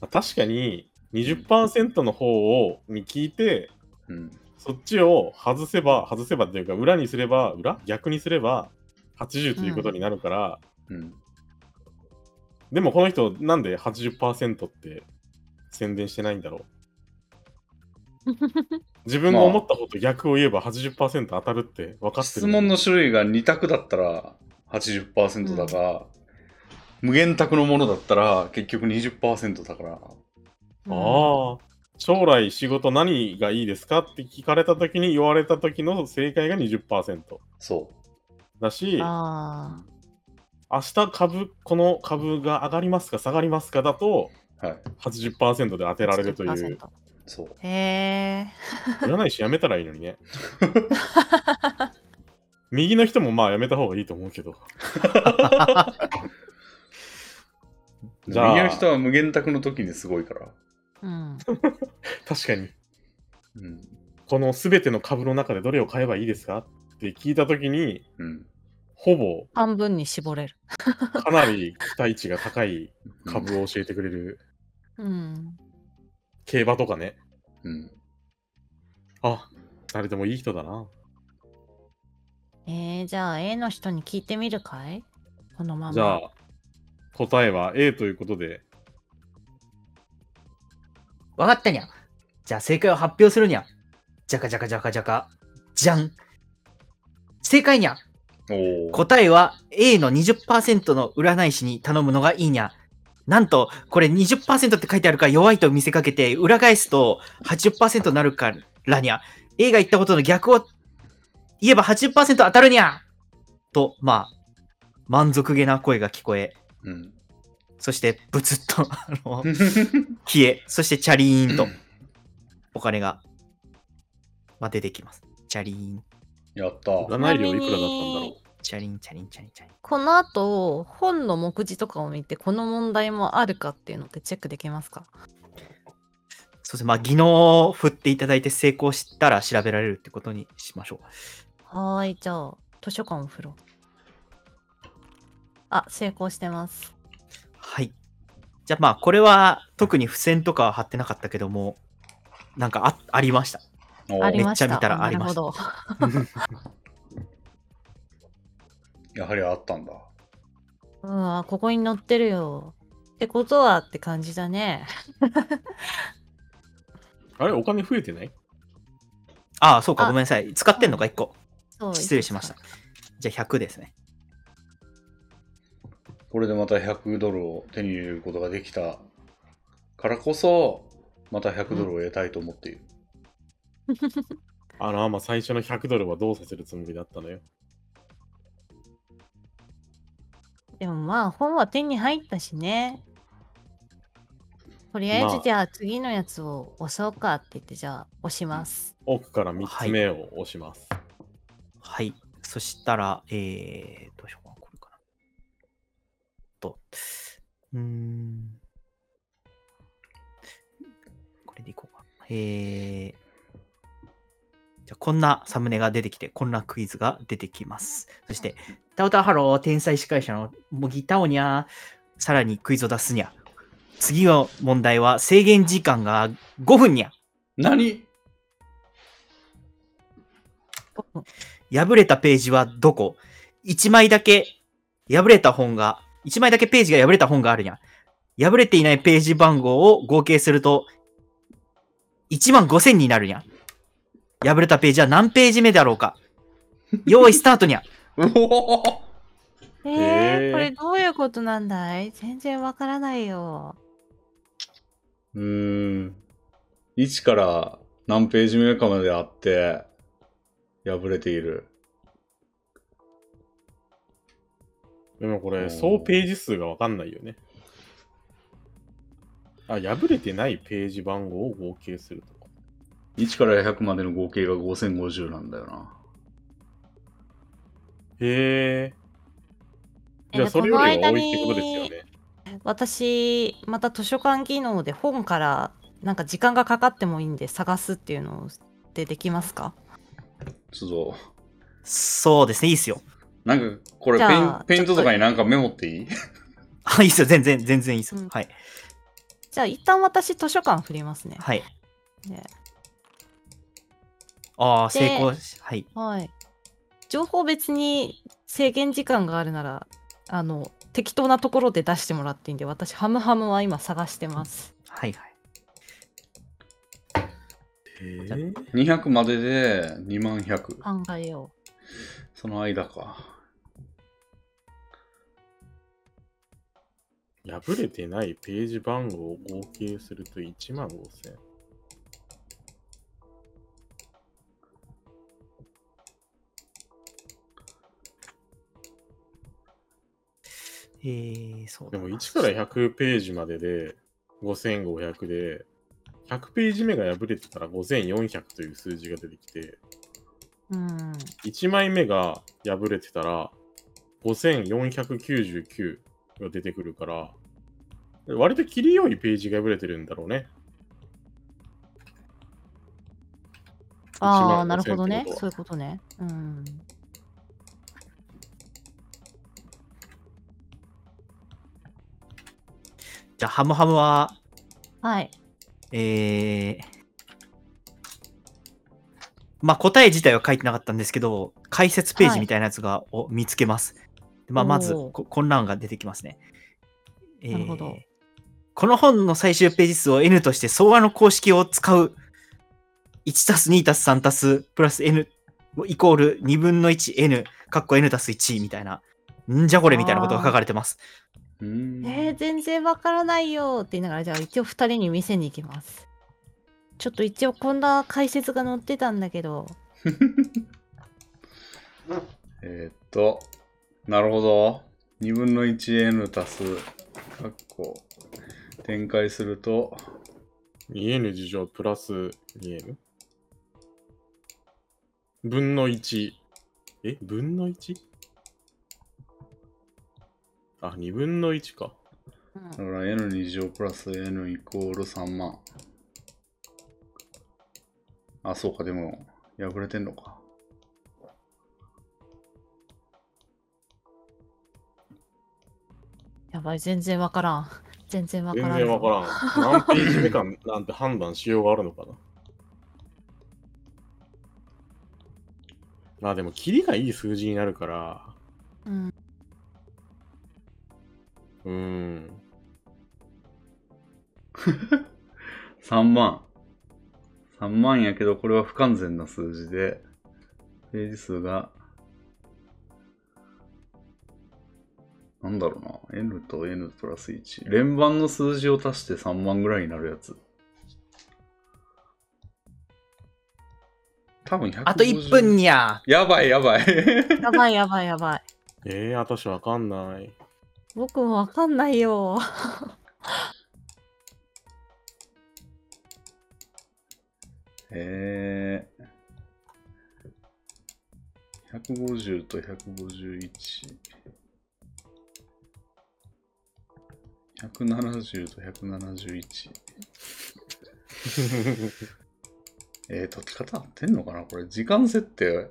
Speaker 4: まあ確かに、20%の方をに聞いて、
Speaker 1: うん。
Speaker 4: そっちを外せば、外せばっていうか、裏にすれば、裏逆にすれば、80ということになるから、
Speaker 1: うん。
Speaker 4: でもこの人、なんで80%って宣伝してないんだろう自分が思ったこと逆を言えば80%当たるって分かってる。
Speaker 1: 質問の種類が2択だったら80%だが、無限択のものだったら結局20%だから。
Speaker 4: ああ。将来仕事何がいいですかって聞かれた時に言われた時の正解が20%
Speaker 1: そ
Speaker 4: だし、明
Speaker 2: あ
Speaker 4: 日株、この株が上がりますか下がりますかだと
Speaker 1: う。はい。
Speaker 4: 80%で当て
Speaker 2: あ。
Speaker 4: られるという。
Speaker 2: 10%。
Speaker 1: そう。
Speaker 2: へえ。
Speaker 4: 占い師やめたらいいのにね。 右の人もまあやめた方がいいと思う けど。じ
Speaker 1: 右
Speaker 4: ゃあ
Speaker 1: の人は無限択の時にすごいから。
Speaker 2: うん。
Speaker 4: 確かに。
Speaker 1: うん。
Speaker 4: このすべての株の中でどれを買えばいいですかって聞いたときに、
Speaker 1: うん。
Speaker 4: ほぼ
Speaker 2: 半分に絞れる。
Speaker 4: かなり期待値が 高い株を教えてくれる
Speaker 2: うん。
Speaker 4: 競馬とかね。
Speaker 1: うん。
Speaker 4: あ、誰でもいい人だな。
Speaker 2: えー、じゃあ A の人に聞いてみるかいこのまま。
Speaker 4: じゃあ、答えは A ということで、
Speaker 3: わかったにゃ。じゃあ正解を発表するにゃ。じゃかじゃかじゃかじゃか。じゃん。正解にゃ。
Speaker 1: おお。
Speaker 3: 答えは A の20%の占い師に頼むのがいいにゃ。なんと、これ20%って書いてあるから弱いと見せかけて、裏返すと80%になるからにゃ。A が言ったことの逆を言えば80%当たるにゃと、まあ、満足げな声が聞こえ、
Speaker 1: うん。
Speaker 3: そしてブツッと、あの、消え、そしてチャリーンと、お金が、まあ、出てきます。チャリーン、
Speaker 1: やった。
Speaker 4: 占い料いくらだったんだろ
Speaker 3: チャリーン、チャリーン、チャリーン、チャリーン。
Speaker 2: この後、本の目次とかを見て、この問題もあるかっていうのってチェックできますか
Speaker 3: そうですね、まあ、技能を振っていただいて成功したら調べられるってことにしましょう。
Speaker 2: はーい、じゃあ、図書館を振ろう。あ、成功してます。
Speaker 3: はい。じゃあまあ、これは特に付箋とかは貼ってなかったけども、なんかあありました。
Speaker 1: お
Speaker 2: あ
Speaker 1: ー
Speaker 2: りました。
Speaker 3: めっちゃ見たらありました
Speaker 2: なるほど。
Speaker 1: やはりあったんだ。
Speaker 2: うん、あここに載ってるよ。ってことはって感じだね。
Speaker 4: うあれお金増えてない
Speaker 3: ああ、そうか、
Speaker 2: あ
Speaker 3: ごめんなさい。使ってんのか、1個。
Speaker 2: そう
Speaker 3: 失礼しました。。じゃあ100ですね。
Speaker 1: これでまた100ドルを手に入れることができたからこそ、また100ドルを得たいと思っている。
Speaker 4: あら、まあ最初の100ドルはどうさせるつもりだったのよ。
Speaker 2: でもまあ、本は手に入ったしね。とりあえ
Speaker 4: まあ
Speaker 2: ず、じゃあ次のやつを押そうかって言って、じゃあ押します。
Speaker 4: 奥から3つ目を押します。
Speaker 3: はい。そしたら、えー、どうしようかな、これかな。と、うーん。これでいこうか。えー。じゃあこんなサムネが出てきて、こんなクイズが出てきます。そして、タオタオハロー、天才司会者のもぎタオニャー、さらにクイズを出すにゃ。次の問題は制限時間が5分にゃ。
Speaker 1: 何
Speaker 3: 破れたページはどこ ?1 枚だけ破れた本が、1枚だけページが破れた本があるにゃ。破れていないページ番号を合計すると、1万5000になるにゃ。破れたページは何ページ目だろうか用意スタートにゃ。
Speaker 1: うおー
Speaker 2: え
Speaker 4: へー
Speaker 2: ー、これどういうことなんだい全然わからないよ。
Speaker 1: うーん。1から何ページ目かまであって、破れている。
Speaker 4: でもこ
Speaker 1: おー
Speaker 4: れ、総ページ数がわかんないよね。あ、破れてないページ番号を合計するとか。
Speaker 1: 1から100までの合計が5050なんだよな。
Speaker 4: へえ。
Speaker 2: え
Speaker 4: じゃあ、
Speaker 2: で
Speaker 4: それより
Speaker 2: この間
Speaker 4: は多い
Speaker 2: に
Speaker 4: ってことですよね。
Speaker 2: 私また図書館機能で本からなんか時間がかかってもいいんで探すっていうのでできますか
Speaker 1: ちょっと、
Speaker 3: そうですね、いいっすよ。
Speaker 1: なんかこれ
Speaker 2: じ
Speaker 1: ペ
Speaker 2: ゃ
Speaker 1: ン
Speaker 2: あ
Speaker 1: ペイントとかになんかメモっていい
Speaker 3: あ、いいっすよ、全然、全然いいっすよ
Speaker 2: うん。
Speaker 3: はい。
Speaker 2: じゃあ一旦私図書館振りますね。
Speaker 3: はい。
Speaker 2: ね
Speaker 3: ああ、
Speaker 2: で
Speaker 3: 成功し、はい。
Speaker 2: はい。情報別に制限時間があるならあの適当なところで出してもらっていいんで私ハムハムは今探してます。
Speaker 3: はいはい。
Speaker 4: へえ
Speaker 1: ?200 までで2万100。
Speaker 2: 考えよ
Speaker 1: その間か。
Speaker 4: 破れてないページ番号を合計すると1万5000。
Speaker 3: えー、そう
Speaker 4: で
Speaker 3: だ
Speaker 4: も
Speaker 3: な
Speaker 4: 1から100ページまでで5500で、100ページ目が破れてたら5400という数字が出てきて、
Speaker 2: う。うん。
Speaker 4: 1枚目が破れてたら5499が出てくるから、割と切り良いページが破れてるんだろうね。
Speaker 2: あ
Speaker 4: 15000
Speaker 2: あなるほど
Speaker 4: っ
Speaker 2: ね
Speaker 4: てこ。
Speaker 2: そう
Speaker 4: とは
Speaker 2: いうことね。うん。
Speaker 3: じゃあ、ハムハムは、
Speaker 2: はい。
Speaker 3: えー、まあ答え自体は書いてなかったんですけど、解説ページみたいなやつが、を見つけます。でまあ、まず
Speaker 2: おー
Speaker 3: こ混乱が出てきますね。えー
Speaker 2: なるほど
Speaker 3: この本の最終ページ数を N として相和の公式を使う1たす2たす3たすプラス N イコール2分の 1N かっこ N たす1みたいな、んじゃこれみたいなことが書かれてます。
Speaker 1: うーん。
Speaker 2: えー、全然わからないよって言いながらじゃあ一応二人に見せに行きますちょっと一応こんな解説が載ってたんだけど
Speaker 1: えーっと、なるほど。2分の 1n 足す、かっこ、展開すると、
Speaker 4: 2n 事乗プラス 2n? 分の1。え分の 1? あ、2分の1か。
Speaker 1: だから n2 乗プラス n イコール3万。あ、そうか、でも、破れてんのか。
Speaker 2: やばい全然わからん全然わか
Speaker 4: 全
Speaker 2: らん
Speaker 4: 然わからん。何ページ目かなんて判断しようがあるのかな。あ、でも、キリがいい数字になるから、
Speaker 2: らん、うん、
Speaker 4: うーん。
Speaker 1: 3万。3万やけど、これは不完全な数字で、ページ数が、なんだろうな。N と N プラス1。連番の数字を足して3万ぐらいになるやつ。多分150
Speaker 3: あと1分にゃ
Speaker 1: やばいやばい。
Speaker 2: やばいやばいやばい
Speaker 4: えー、私わかんない。
Speaker 2: 僕もわかんないよ
Speaker 1: えー、150と151。170と171。えー、解き方合ってんのかなこれ、時間設定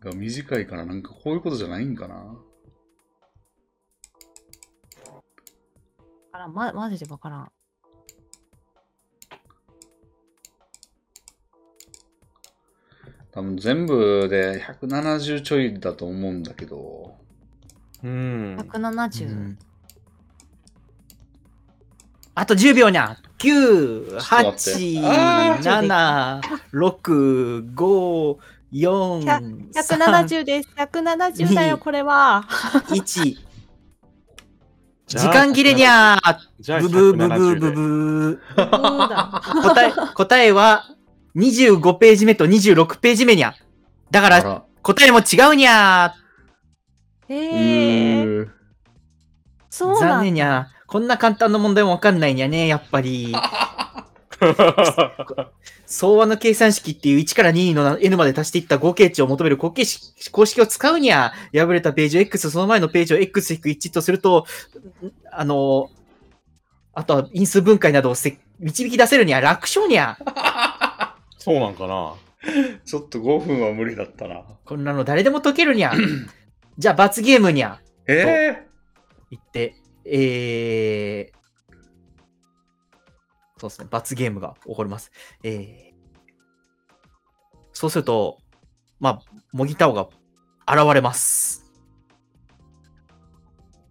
Speaker 1: が短いから、なんかこういうことじゃないんかな
Speaker 2: あらまマジでわからん
Speaker 1: 多分全部で170ちょいだと思うんだけど。
Speaker 4: うん。
Speaker 2: 170、
Speaker 3: うんあと10秒にゃ9、
Speaker 1: ちょっと待って
Speaker 3: 8、
Speaker 1: あ
Speaker 3: 7、6、5、4、3、
Speaker 2: 170です170だよこれは
Speaker 3: 1。
Speaker 4: じ
Speaker 3: 時
Speaker 4: ゃあ
Speaker 3: 間切れにゃ
Speaker 4: じゃあ、
Speaker 3: ブブーブブーブ
Speaker 4: ー。
Speaker 3: ブ
Speaker 2: うーだ
Speaker 3: ー。答え、答えは25ページ目と26ページ目にゃ。だか
Speaker 1: あ
Speaker 3: ら、答えも違うにゃ
Speaker 2: えー、
Speaker 1: うー
Speaker 2: そう
Speaker 3: 残
Speaker 2: なん
Speaker 3: 念にゃこんな簡単な問題もわかんないんやね、やっぱり。相和の計算式っていう1から2の n まで足していった合計値を求める公式公式を使うにゃ、破れたページを x、その前のページを x-1 とすると、あの、あとは因数分解などをせ導き出せるにゃ、楽勝にゃ。
Speaker 4: そうなんかな
Speaker 1: ちょっと5分は無理だったな。
Speaker 3: こんなの誰でも解けるにゃ。じゃあ罰ゲームにゃ。
Speaker 1: え
Speaker 3: 言って、えー、そうですね、罰ゲームが起こります。えーそうすると、まあ、モギタオが現れます。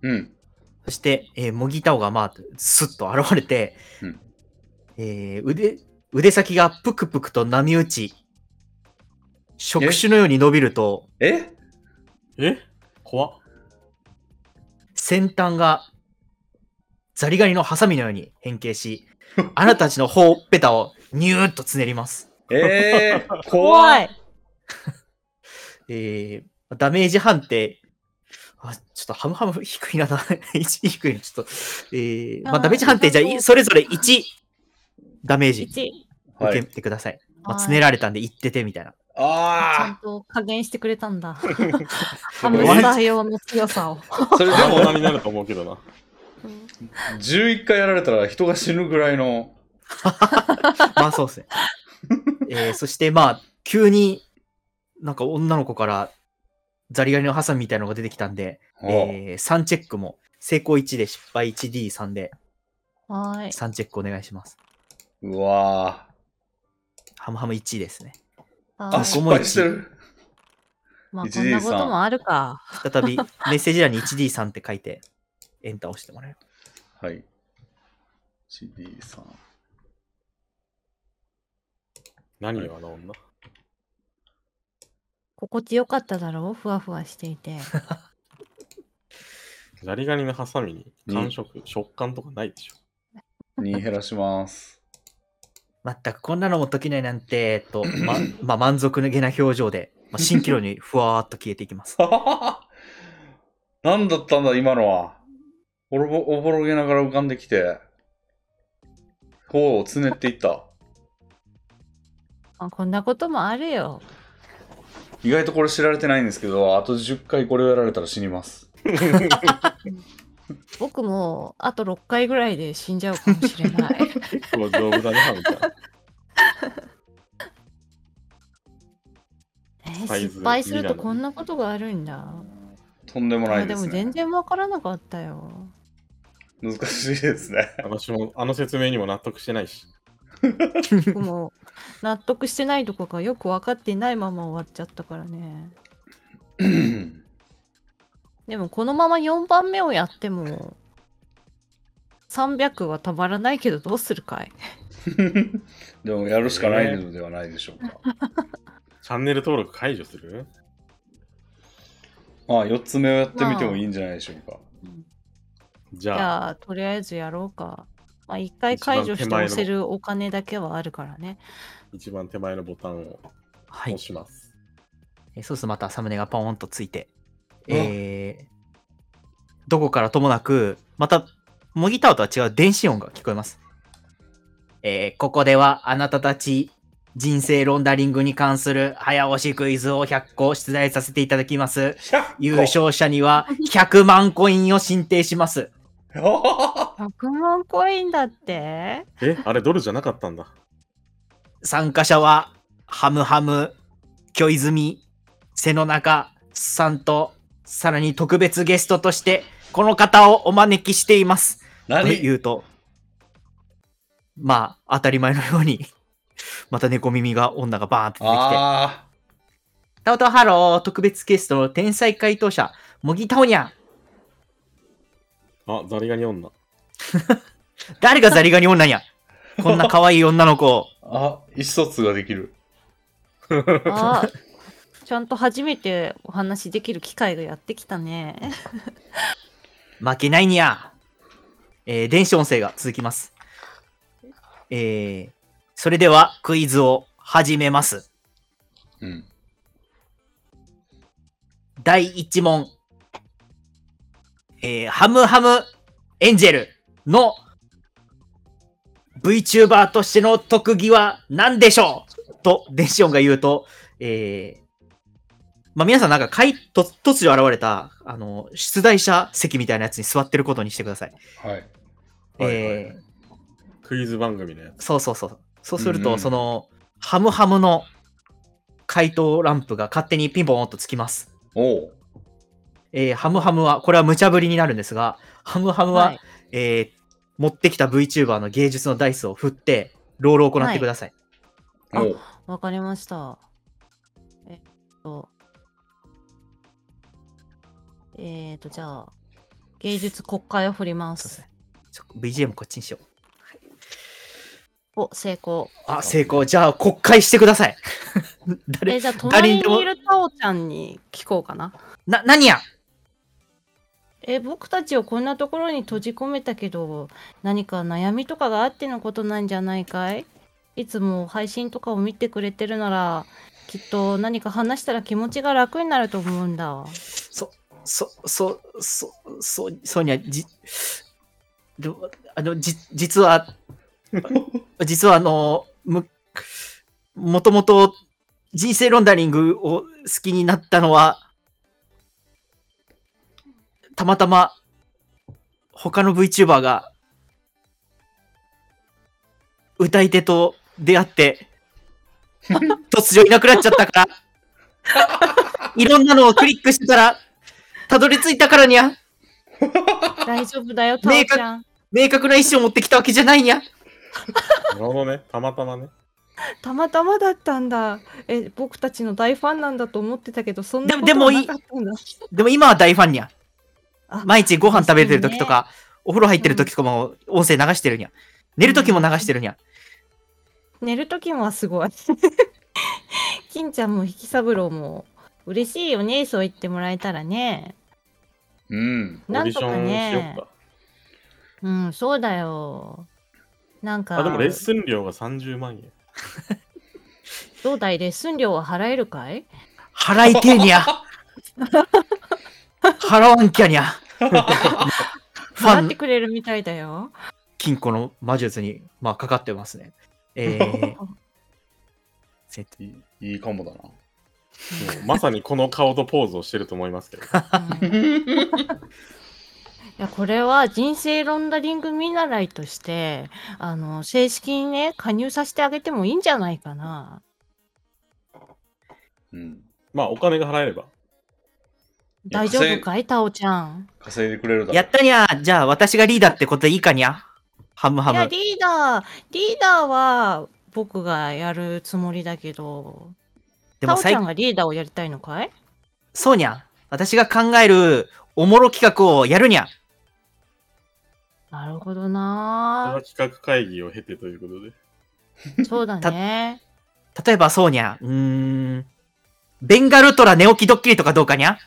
Speaker 1: ー、うん。
Speaker 3: そして、えーモギタオが、まあ、スッと現れて、
Speaker 1: うん
Speaker 3: えー腕、腕先がぷくぷくと波打ち、触手のように伸びると、
Speaker 1: え
Speaker 4: え怖っ。
Speaker 3: 先端がザリガニのハサミのように変 形し、あなたたちのほっぺたをニューッとつねります。
Speaker 1: えー、怖
Speaker 2: 怖
Speaker 1: い。
Speaker 2: い。
Speaker 3: えー、ダメージ判定。あ、ちょっとハムハム低いな、1低いな、ちょっと。えー、まあ、
Speaker 2: あー
Speaker 3: ダメージ判定、じゃあ
Speaker 2: そう
Speaker 3: い、それぞれ1ダメージ
Speaker 2: 1。
Speaker 1: は
Speaker 3: 受け
Speaker 1: い、
Speaker 3: てください。まあ、
Speaker 2: はい
Speaker 3: つねられたんで、いっててみたいな。
Speaker 2: ちゃ
Speaker 1: あ
Speaker 2: んと加減してくれたん だ。ハ
Speaker 1: あ
Speaker 2: ムスター用の強さを。
Speaker 1: それで
Speaker 4: でも
Speaker 1: も
Speaker 4: なになると思うけどな。
Speaker 1: 11回やられたら人が死ぬぐらいの。
Speaker 3: まあ、そ うですね。えー、そして、まあ、急になんか女の子からザリガニのハサミみたいなのが出てきたんで、
Speaker 1: え
Speaker 3: えー、3チェックも成功1で失敗 1D3 で
Speaker 2: はい。
Speaker 3: 3チェックお願いします。
Speaker 1: うわ
Speaker 3: ハムハム1ですね。
Speaker 1: ー
Speaker 2: は
Speaker 1: あ、
Speaker 2: い
Speaker 1: 失敗してる。
Speaker 2: まあ、
Speaker 1: 1
Speaker 2: こんなこともあるか。
Speaker 3: 再びメッセージ欄に 1D3 って書いてエンター押してもらえる。
Speaker 1: はい。1D さん。
Speaker 4: 何よ、あの女。
Speaker 2: 心地よかっただろうふわふわしていて。
Speaker 4: ザリガニのハサミに感触、食感とかないでしょ。
Speaker 1: 2減らします。
Speaker 3: 全くこんなのも解けないなんて、と、ま、まあ、満足げな表情で、まあ、蜃気楼にふわーっと消えていきます。
Speaker 1: 何だったんだ、今のは。おろぼおぼろげながら浮かんできて、頬をつねっていった。
Speaker 2: まあ、こんなこともあるよ。
Speaker 1: 意外とこれ知られてないんですけど、あと10回これをやられたら死にます。
Speaker 2: 僕もあと6回ぐらいで死んじゃうかもしれない。
Speaker 4: 結構丈夫だね、ハムちゃん。
Speaker 2: え
Speaker 4: サイズ
Speaker 2: ー失敗するとこんなことがあるんだ。
Speaker 1: とんでも
Speaker 2: ま
Speaker 1: な
Speaker 2: あ
Speaker 1: い
Speaker 2: で
Speaker 1: です
Speaker 2: も
Speaker 1: ね
Speaker 2: 全。然わからなかったよ。
Speaker 1: 難しいですね。
Speaker 4: 私もあの説明にも納得してないし。
Speaker 2: 僕も納得してないとこがよく分かっていないまま終わっちゃったからね。でもこのまま4番目をやっても300はたまらないけどどうするかい
Speaker 1: でもやるしかないのではないでしょうか。
Speaker 4: チャンネル登録解除する
Speaker 1: まあ、4つ目をやってみてもいいんじゃないでしょうか。
Speaker 4: じ
Speaker 2: じ
Speaker 4: ゃあ、
Speaker 2: ゃあとりあえずやろうか。まあ1回解除して押せるお金だけはあるからね。
Speaker 4: 一番手前のボタンを
Speaker 3: はい
Speaker 4: 押。します。
Speaker 3: えーそうするとまたサムネがポーンとついて、
Speaker 1: うん
Speaker 3: えー、どこからともなく、また、模擬タオとは違う電子音が聞こえます。えー、ここではあなたたち、人生ロンダリングに関する早押しクイズを100個出題させていただきます。優勝者には100万コインを進呈します。
Speaker 2: 100万コインだ って
Speaker 4: え、あれドルじゃなかったんだ。
Speaker 3: 参加者は、ハムハム、巨泉、背の中さんと、さらに特別ゲストとして、この方をお招きしています。と
Speaker 1: 何
Speaker 3: 言うと、まあ、当たり前のように、 また猫耳が、女がバーンって出てきて、
Speaker 1: あ
Speaker 3: タオタオハロー、特別ゲストの天才回答者、モギタオニャン。
Speaker 4: あ、ザリガニ女。
Speaker 3: 誰がザリガニ女にゃん。こんな可愛い女の子を。
Speaker 1: ーあ、意思疎通ができる。
Speaker 2: あちゃんと初めてお話できる機会がやってきたね。
Speaker 3: 負けないにゃ。えー電子音声が続きます。えーそれではクイズを始めます。
Speaker 1: うん。
Speaker 3: 第1問。えーハムハムエンジェル。の VTuber としての特技は何でしょうと、デシオンが言うと、えー、まあ、皆さんなんか怪、と突如現れた、あの、出題者席みたいなやつに座ってることにしてください。
Speaker 1: はい。
Speaker 3: えー
Speaker 4: クイズ番組のや
Speaker 3: そうそうそう。そうする
Speaker 1: うん
Speaker 3: と、
Speaker 1: うん
Speaker 3: その、ハムハムの回答ランプが勝手にピンポンとつきます。
Speaker 1: おう。
Speaker 3: えーハムハムは、これは無茶ぶりになるんですが、ハムハムは、
Speaker 2: はい
Speaker 3: えー持ってきた VTuber の芸術のダイスを振って、ロールを行ってください。
Speaker 2: あ
Speaker 1: おう。
Speaker 2: わかりました。えっと。えっと、じゃあ、芸術国会を振りま
Speaker 3: そうです
Speaker 2: す。
Speaker 3: ねちょ BGM こっちにしよう。
Speaker 2: お、成功。
Speaker 3: あ、成功。じゃあ、国会してください。
Speaker 2: え
Speaker 3: 誰
Speaker 2: じゃあ、
Speaker 3: 誰
Speaker 2: 隣
Speaker 3: にでも
Speaker 2: にいるタオちゃんに聞こうかな。
Speaker 3: な、何や
Speaker 2: え、僕たちをこんなところに閉じ込めたけど、何か悩みとかがあってのことなんじゃないかいいつも配信とかを見てくれてるなら、きっと何か話したら気持ちが楽になると思うんだ。
Speaker 3: そ、そ、そ、そ、そうにゃ、じ、でもあの、じ、実は、実はあの、む、もともと人生ロンダリングを好きになったのは、たまたま、他の VTuber が、歌い手と出会って、突如いなくなっちゃったから、いろんなのをクリックしてたら、たどり着いたからにゃ、
Speaker 2: 大丈夫だよ、タオちゃん。
Speaker 3: 明確な意思を持ってきたわけじゃないにゃ。
Speaker 4: つ。なるほどね。たまたまね。
Speaker 2: たまたまだったんだ。え、僕たちの大ファンなんだと思ってたけど、そん
Speaker 3: で
Speaker 2: な
Speaker 3: も
Speaker 2: こ
Speaker 3: で
Speaker 2: と
Speaker 3: も
Speaker 2: はい
Speaker 3: い
Speaker 2: なかったんだ。
Speaker 3: でも今は大ファンにゃ
Speaker 2: あ。
Speaker 3: 毎日ご飯食べてる時とか、お風呂入ってる時とかも音声流してるにゃ。寝る時も流してるにゃ。
Speaker 2: 寝る時もはすごい。 金ちゃんも引き三郎も嬉しいよね、そう言ってもらえたらね。
Speaker 1: うん。
Speaker 4: オ
Speaker 2: な
Speaker 4: ーデ
Speaker 2: ん
Speaker 4: ィシ
Speaker 2: とか
Speaker 4: ョンしよっ
Speaker 2: ね。
Speaker 4: か。
Speaker 2: うん、そうだよ。なんか、
Speaker 4: あ、でもレッスン料が30万円。
Speaker 2: どうだいレッスン料は払えるかい
Speaker 3: 払いてえにゃ。払わんきゃにゃ。ファ
Speaker 2: 払って
Speaker 3: ン、
Speaker 2: くれるみたいだよ。
Speaker 3: 金庫の魔術に、まあ、かかってますね。え ーせ
Speaker 1: いいいいかもだな。
Speaker 4: もうまさにこの顔とポーズをしてると思いますけど。
Speaker 2: うん いやこれは人生ロンダリング見習いとしてあの正式にね加入させてあげてもいいんじゃないかな。
Speaker 1: うん。
Speaker 4: まあ、お金が払えれば。
Speaker 1: や
Speaker 2: 大丈夫かいタオちゃん。
Speaker 1: 稼いでくれるだろう。
Speaker 3: やったにゃ。じゃあ、私がリーダーってことでいいかにゃ。ハムハ
Speaker 2: いや
Speaker 3: ム。
Speaker 2: リーダーリーダーは僕がやるつもりだけど
Speaker 3: で
Speaker 2: タ
Speaker 3: も
Speaker 2: オち
Speaker 3: 最
Speaker 2: ゃんがリーダーをやりたいのかい
Speaker 3: そうにゃ。私が考えるおもろ企画をやるにゃ。
Speaker 2: なるほど
Speaker 4: これ
Speaker 2: な
Speaker 4: は企画会議を経てということで。
Speaker 2: ぁそうだね。
Speaker 3: 例えばそうにゃ。うーん。ベンガルトラ寝起きドッキリとかどうかにゃ。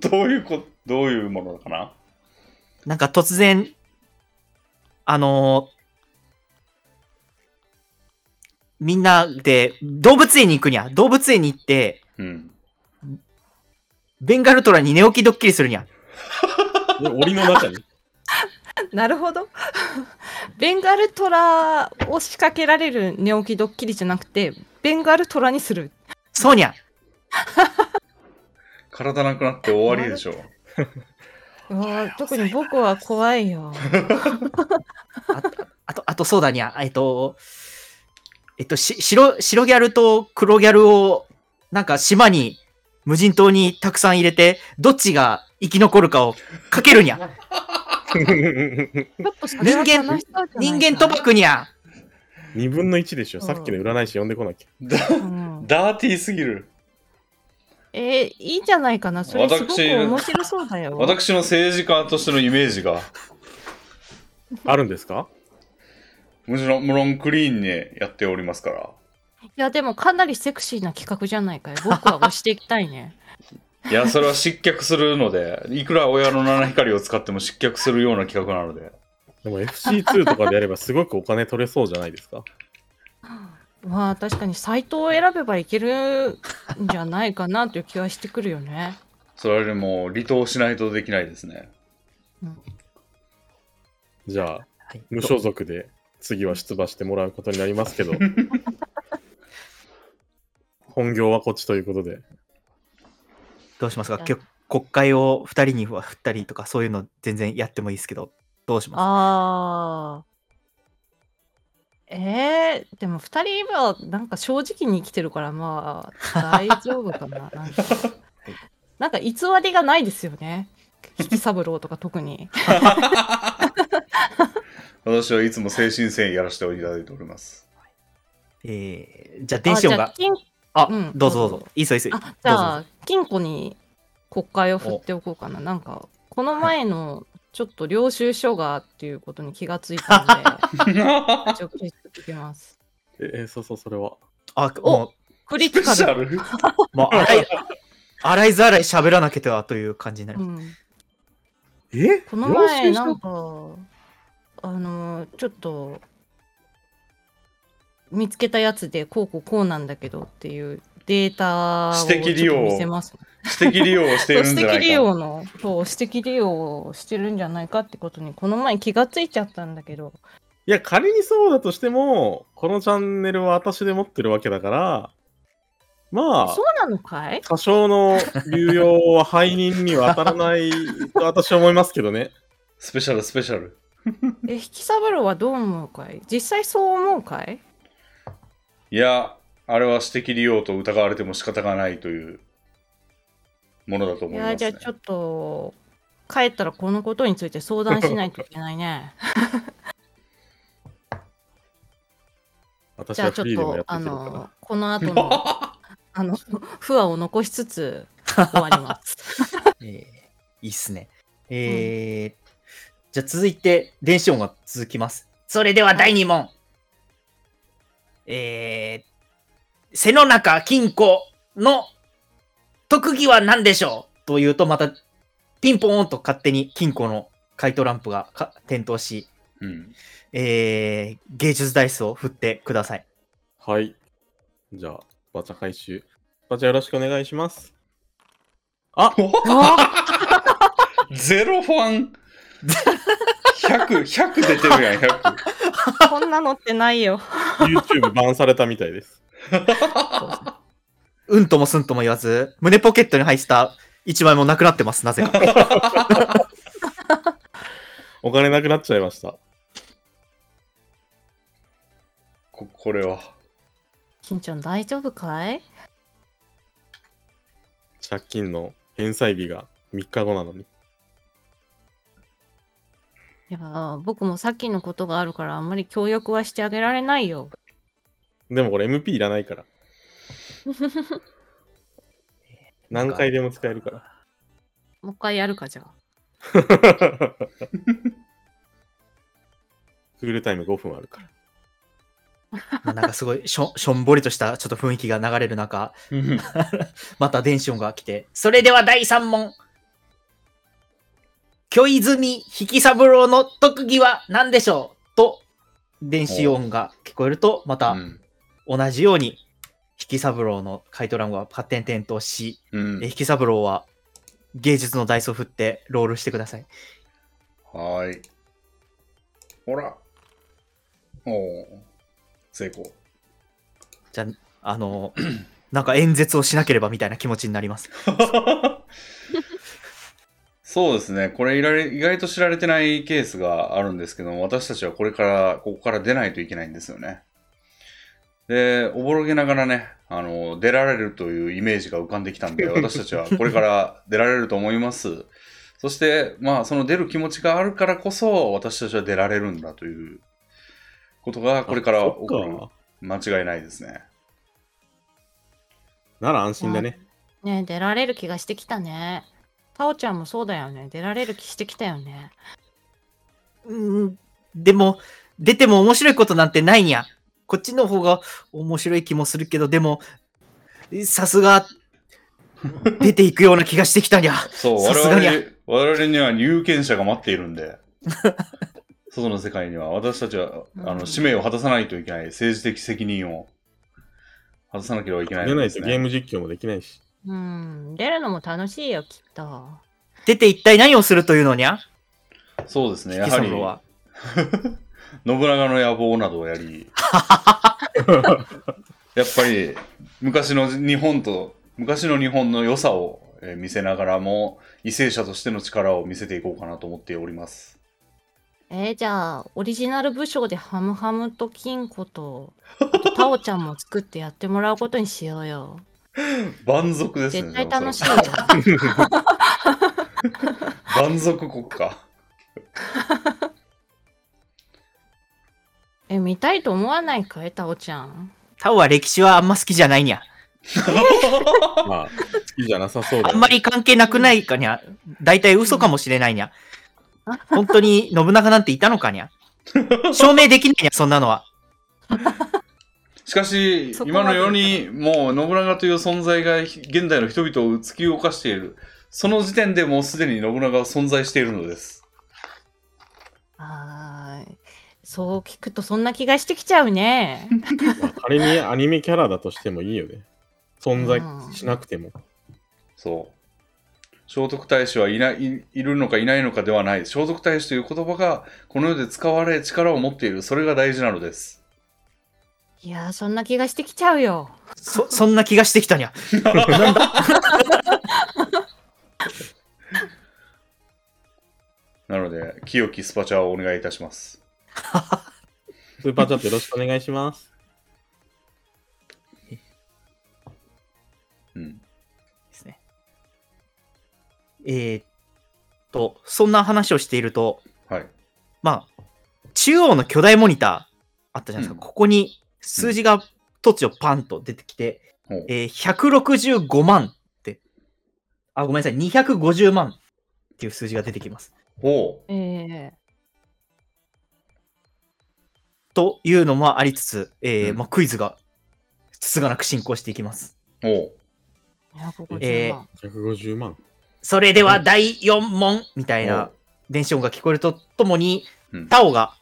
Speaker 1: どういうこ、どういうものかな
Speaker 3: なんか突然、あのーみんなで動物園に行くにゃ。動物園に行って、
Speaker 1: うん。
Speaker 3: ベンガルトラに寝起きドッキリするにゃ。
Speaker 4: で、檻の中に。
Speaker 2: なるほど。ベンガルトラを仕掛けられる寝起きドッキリじゃなくてベンガルトラにする。
Speaker 3: そうにゃ。
Speaker 1: 体なくなって終わりでしょ。
Speaker 2: うわー特に僕は怖いよ。
Speaker 3: あ と、あと、あとそうだにゃ。えっと、えっと、し、白、白ギャルと黒ギャルを、なんか島に、無人島にたくさん入れて、どっちが生き残るかをかけるにゃ。
Speaker 2: ちょっとそれは悲しそう
Speaker 3: 人間
Speaker 2: じゃない
Speaker 3: 人
Speaker 2: か
Speaker 3: 間賭博にゃ。
Speaker 4: 2分の1でしょ。さっきの占い師呼んでこなきゃ。
Speaker 1: だ
Speaker 2: うん
Speaker 1: ダーティーすぎる。
Speaker 2: えーいいんじゃないかな。それすごく
Speaker 1: 私
Speaker 2: 面白そうだよ。
Speaker 1: 私の政治家としてのイメージが、
Speaker 4: あるんですか
Speaker 1: むしろ、無論クリーンにやっておりますから。
Speaker 2: いやでもかなりセクシーな企画じゃないかよ。僕は押していきたいね。
Speaker 1: いや、それは失脚するので、いくら親の七光を使っても失脚するような企画なので。
Speaker 4: でも FC2 とかでやればすごくお金取れそうじゃないですか。
Speaker 2: まあ確かにサイトを選べばいけるんじゃないかなという気はしてくるよね。
Speaker 1: それでもう離党しないとできないですね。
Speaker 4: じゃあ、
Speaker 3: はい
Speaker 4: 無所属で次は出馬してもらうことになります けど、本業はこっちということで。
Speaker 3: どうしますかきょ国会を2人には振ったりとか、そういうの全然やってもいいですけど、どうします
Speaker 2: ああ。えー、でも2人はなんか正直に生きてるからまあ大丈夫か な。なんかなんか偽りがないですよね。引三郎とか特に。
Speaker 1: 私はいつも精神繊維やらせていただいており ます。
Speaker 3: えー、じゃあ、電子音
Speaker 2: あ
Speaker 3: が。
Speaker 2: じゃあ金
Speaker 3: あ
Speaker 2: うん
Speaker 3: どうぞど
Speaker 2: ど
Speaker 3: う
Speaker 2: う
Speaker 3: ぞ。いいっすよ、いいっすよ。
Speaker 2: あじゃ
Speaker 3: どう
Speaker 2: あ金庫に国会を振っておこうかな。なんかこの前のちょっと領収書がっていうことに気がついたので一応消しておき ます。
Speaker 4: え、えそうそう、それは。
Speaker 3: あ、も
Speaker 2: クリティカル。
Speaker 1: ル
Speaker 3: う、もう、洗い、洗いざらい喋らなきゃはという感じになり
Speaker 2: う
Speaker 3: ます。
Speaker 2: ん
Speaker 4: え
Speaker 2: この前なんかあのちょっと見つけたやつでこうこうこうなんだけどっていうデータを
Speaker 1: 私的利用
Speaker 2: ちょっと見せます
Speaker 1: 私的利用をしているんじゃな
Speaker 2: そう私
Speaker 1: い
Speaker 2: 的
Speaker 1: か。
Speaker 2: 利用のそう私的利用をしてるんじゃないかってことにこの前気がついちゃったんだけど
Speaker 4: いや、仮にそうだとしても、このチャンネルは私で持ってるわけだから、まあ
Speaker 2: そう、なのかい
Speaker 4: 多少の流用は背任には当たらないと私は思いますけ どね。
Speaker 1: スペシャルスペシャル。
Speaker 2: え引き三郎はどう思うかい実際そう思うかい
Speaker 1: いや、あれは私的利用と疑われても仕方がないというものだと
Speaker 2: い
Speaker 1: 思います、
Speaker 2: や
Speaker 1: ね。
Speaker 2: じゃあちょっと帰ったらこのことについて相談しないといけないね。
Speaker 4: 私
Speaker 2: じゃ
Speaker 4: は
Speaker 2: あちょ
Speaker 4: フ
Speaker 2: っ
Speaker 4: リーでもや
Speaker 2: と
Speaker 4: って
Speaker 2: あ
Speaker 4: くるから。
Speaker 2: のこの 後のあの不和を残しつつ終わり ます。
Speaker 3: えー、いいっすね。えーじゃあ続いて、電子音が続きます。それでは第2問。えー、背の中金庫の特技は何でしょうというと、また、ピンポーンと勝手に金庫の回答ランプがか点灯し、
Speaker 1: うん、
Speaker 3: えー、芸術ダイスを振ってください。
Speaker 4: はい。じゃあ、バチャ回収。バチャよろしくお願いします。あ
Speaker 1: ゼロファン 100, 100出てるやん、100。
Speaker 2: こんなのってないよ。
Speaker 4: !YouTube バンされたみたいです。
Speaker 3: うんともすんとも言わず、胸ポケットに入った1枚もなくなってます、なぜか。
Speaker 4: お金なくなっちゃいました。
Speaker 1: ここれは。
Speaker 2: 金ちゃん大丈夫かい？
Speaker 4: 借金の返済日が3日後なのに。
Speaker 2: いや僕もさっきのことがあるからあんまり協力はしてあげられないよ。
Speaker 4: でもこれ MP いらないから。何回でも使えるか
Speaker 2: もう一回やるかじゃあ。
Speaker 4: ら。フルタイム5分あるから。
Speaker 3: まあなんかすごいしょ しょんぼりとしたちょっと雰囲気が流れる中、また電子音が来て、それでは第3問。巨泉引三郎の特技は何でしょうと、電子音が聞こえると、また
Speaker 1: うん
Speaker 3: 同じように、引三郎の回答欄が勝手に点灯し、
Speaker 1: うん
Speaker 3: え引三郎は芸術のダイスを振ってロールしてください。
Speaker 1: はーい。ほら。おお。成功。
Speaker 3: じゃあ、あの、なんか演説をしなければみたいな気持ちになります。
Speaker 1: そうですね。これいられ意外と知られてないケースがあるんですけども、私たちはこれから、ここから出ないといけないんですよね。で、おぼろげながらね、あの、出られるというイメージが浮かんできたんで、私たちはこれから出られると思います。そして、まあ、その出る気持ちがあるからこそ、私たちは出られるんだということが、これから
Speaker 4: あ
Speaker 1: 起こ
Speaker 4: そっ
Speaker 1: る
Speaker 4: か。
Speaker 1: 間違いないですね。
Speaker 4: なら安心だね。
Speaker 2: ねえ出られる気がしてきたね。タオちゃんもそうだよね。出られる気してきたよね。
Speaker 3: うんでも、出ても面白いことなんてないんや。こっちの方が面白い気もするけど、でも、さすが、出ていくような気がしてきたにゃ。
Speaker 1: そう、
Speaker 3: さ
Speaker 1: 我
Speaker 3: すが
Speaker 1: 々
Speaker 3: に
Speaker 1: に、我々には有権者が待っているん で、外の世界には私たちは、あ
Speaker 2: う
Speaker 1: の、
Speaker 2: ん
Speaker 1: 使命を果たさないといけない、政治的責任を果たさなければいけない
Speaker 4: 出
Speaker 1: ん
Speaker 4: な
Speaker 1: で
Speaker 4: い
Speaker 1: す
Speaker 4: と
Speaker 1: ね
Speaker 4: ゲーム実況もできないし。
Speaker 2: うん出るのも楽しいよきっと。
Speaker 3: 出て一体何をするというのにゃ
Speaker 1: そうですね、
Speaker 3: 引
Speaker 1: や
Speaker 3: き
Speaker 1: は
Speaker 3: さ
Speaker 1: り
Speaker 3: ん、は。
Speaker 1: 信長の野望などをや り、やっぱり昔の日本と、昔の日本の良さをえー見せながらも、為政者としての力を見せていこうかなと思っております。
Speaker 2: えー、じゃあオリジナル武将でハムハムと金庫とあとタオちゃんも作ってやってもらうことにしようよ。
Speaker 1: 万族ですね。
Speaker 2: 絶対楽しい
Speaker 1: で
Speaker 2: よ
Speaker 1: も。それ万族国家。
Speaker 2: え見たいと思わないかいタオちゃん。
Speaker 3: タオは歴史はあんま好きじゃないにゃ。
Speaker 4: まあ、好きじゃなさそうだ、
Speaker 3: あ
Speaker 4: ね。
Speaker 3: んまり関係なくないかにゃ。大体嘘かもしれないにゃ。本当に信長なんていたのかにゃ。証明できないにゃ、そんなのは。
Speaker 1: しかし
Speaker 2: そ、こま
Speaker 1: 今
Speaker 2: で
Speaker 1: の世にもう信長という存在が現代の人々を突き動かしている。その時点でもうすでに信長は存在しているのです。
Speaker 2: はーい。そう聞くとそんな気がしてきちゃ うね。
Speaker 4: まあ仮にアニメキャラだとしてもいいよね。存在しなくても。
Speaker 1: そう。聖徳太子はいないいいるのかいないのかではない。聖徳太子という言葉がこの世で使われ力を持っている。それが大事なのです。
Speaker 2: いやーそんな気がしてきちゃうよ。
Speaker 3: そ、そんな気がしてきたにゃ。なんだ
Speaker 1: なので、清きスパチャをお願いいたします。
Speaker 4: スーパーチャットよろしくお願いします。
Speaker 1: うん。
Speaker 3: ですね。えーっと、そんな話をしていると、
Speaker 1: はい。
Speaker 3: まあ、中央の巨大モニターあったじゃないですか。
Speaker 1: うん
Speaker 3: ここに数字が突如パンと出てきて、
Speaker 1: ほう
Speaker 3: えー165万って、あ、ごめんなさい、250万っていう数字が出てきます。
Speaker 1: ほう。
Speaker 2: ええ
Speaker 3: というのもありつつ、えー
Speaker 1: うん
Speaker 3: まあ、クイズがつつがなく進行していきます。
Speaker 1: ほ
Speaker 2: 250万。
Speaker 3: えー
Speaker 4: 150万。
Speaker 3: それでは第4問みたいな電子音が聞こえるとともに、
Speaker 1: うん
Speaker 3: タオが、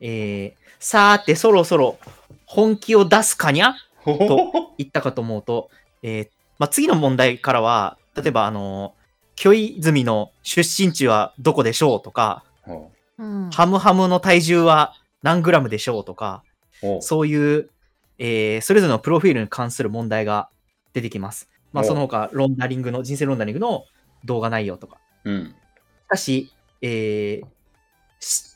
Speaker 3: えー、さーてそろそろ本気を出すかにゃ
Speaker 1: う。ほ
Speaker 3: 言ったかと思うと、えーまあ、次の問題からは、例えば、あのー、キョイズミの出身地はどこでしょうとか、
Speaker 1: う。ほう
Speaker 2: うん、
Speaker 3: ハムハムの体重は何グラムでしょうとか、
Speaker 1: ほう。
Speaker 3: そういう、えーそれぞれのプロフィールに関する問題が出てきます。まあ、
Speaker 1: お
Speaker 3: その他、ロンダリングの、人生ロンダリングの動画内容とか。
Speaker 1: うん。
Speaker 3: しかし、えーし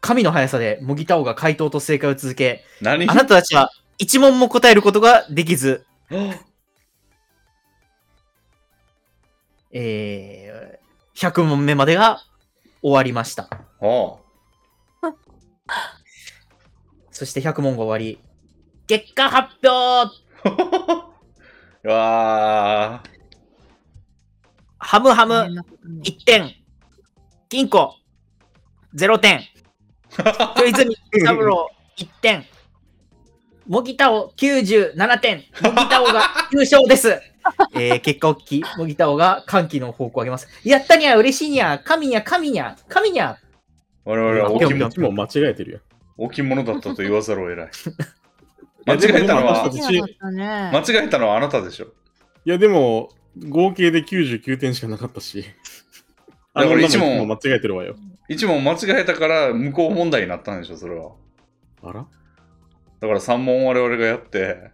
Speaker 3: 神の速さでもぎたおが回答と正解を続け、
Speaker 1: 何
Speaker 3: あなたたちは一問も答えることができず、えー100問目までが終わりました。
Speaker 1: ほ
Speaker 3: そして100問が終わり、結果発表
Speaker 1: う。わー。
Speaker 3: ハムハ
Speaker 2: 大
Speaker 3: ム
Speaker 2: 変なことに
Speaker 3: 1点、金庫0点、 小泉三郎1点、もぎたお97点、もぎたおが優勝です。えー結果を聞き、もぎたおが歓喜の報告をあげます。やったにゃ、嬉しいにゃ、神にゃ、神にゃ、神にゃ。
Speaker 1: 我々は
Speaker 3: あ
Speaker 1: 置
Speaker 3: ぴょんぴょん
Speaker 1: 物
Speaker 4: いつも間違えてるよ。
Speaker 1: 置物だったと言わざるを得ない。間
Speaker 4: や
Speaker 1: 違えたの
Speaker 4: で
Speaker 1: は
Speaker 4: も、
Speaker 2: 嫌だった ね
Speaker 1: 間違えたのはあなたでしょ。
Speaker 4: いや、でも、合計で99点しかなかったし。
Speaker 1: だ
Speaker 4: あれ
Speaker 1: から
Speaker 4: も
Speaker 1: 一
Speaker 4: つ
Speaker 1: 問
Speaker 4: も間違えてるわよ。
Speaker 1: 一問間違えたから無効問題になったんでしょ、それは。
Speaker 4: あら
Speaker 1: だから3問我々がやって、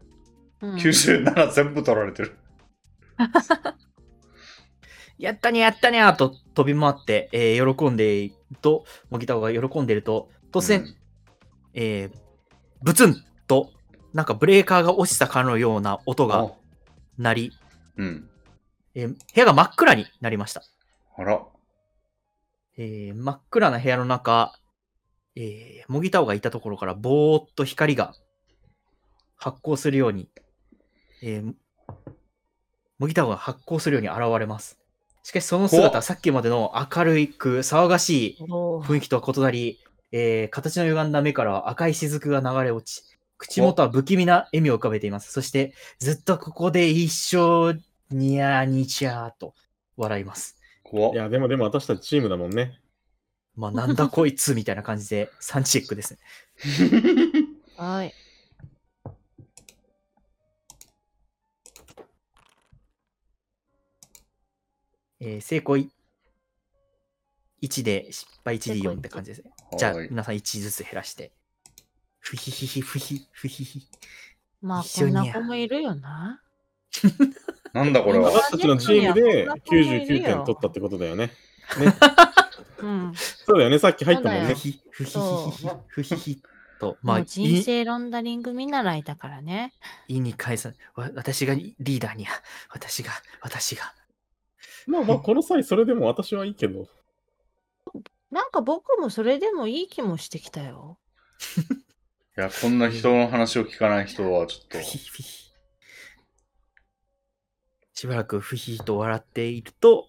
Speaker 2: うん
Speaker 1: 97全部取られてる。
Speaker 3: やったにゃやったにゃと飛び回って、えー喜んでいると、もぎたおが喜んでいると、突然、えーブツンと、なんかブレーカーが落ちたかのような音
Speaker 1: うん
Speaker 3: が
Speaker 1: あ
Speaker 3: 鳴り、
Speaker 1: うん。
Speaker 3: えー部屋が真っ暗になりました。
Speaker 1: あら。
Speaker 3: えー真っ暗な部屋の中、えー、もぎたおがいたところからぼーっと光が発光するように、えーもぎたおが発光するように現れます。しかしその姿
Speaker 1: ほ
Speaker 3: はさっきまでの明るく騒がしい
Speaker 2: おー
Speaker 3: 雰囲気とは異なり、えー形の歪んだ目からは赤い雫が流れ落ち、口元は不気味な笑みを浮かべています。そして、ずっとここで一生、にゃーにちゃーと笑います。
Speaker 1: 怖
Speaker 4: い
Speaker 1: っ。
Speaker 4: や、でもでも私たちチームだもんね。
Speaker 3: まあ、なんだこいつみたいな感じで、サンチェッ クですね。
Speaker 2: はい。
Speaker 3: えー成功い1で失敗 1D4 って感じですね。
Speaker 1: はい
Speaker 3: じゃあ、皆さん1ずつ減らして。ふひひひ、ふひ、ふひひ。
Speaker 2: まあ、こ
Speaker 3: 一緒
Speaker 2: ん
Speaker 3: にや
Speaker 2: な子もいるよな。
Speaker 1: なんだこれは。
Speaker 4: 私たちのチームで99点取ったってことだよね。ね
Speaker 2: うん。
Speaker 4: そうだよね、さっき入ったもん
Speaker 2: そうだ
Speaker 3: ふ
Speaker 4: ね
Speaker 2: よ。
Speaker 3: ひ、ふひひひ
Speaker 2: そ、
Speaker 3: ふひひ。と、ま
Speaker 2: も
Speaker 3: あ、
Speaker 2: う人
Speaker 3: い
Speaker 2: 生ロンダリング見習いだからね。
Speaker 3: いに返さわ私がリーダーにゃ、私が、私が。
Speaker 4: まあまあ、この際それでも私はいいけど。
Speaker 2: なんか僕もそれでもいい気もしてきたよ。
Speaker 1: いや、こんな人の話を聞かない人はちょっと
Speaker 3: ふ。ひふひ。しばらくふひひと笑っていると、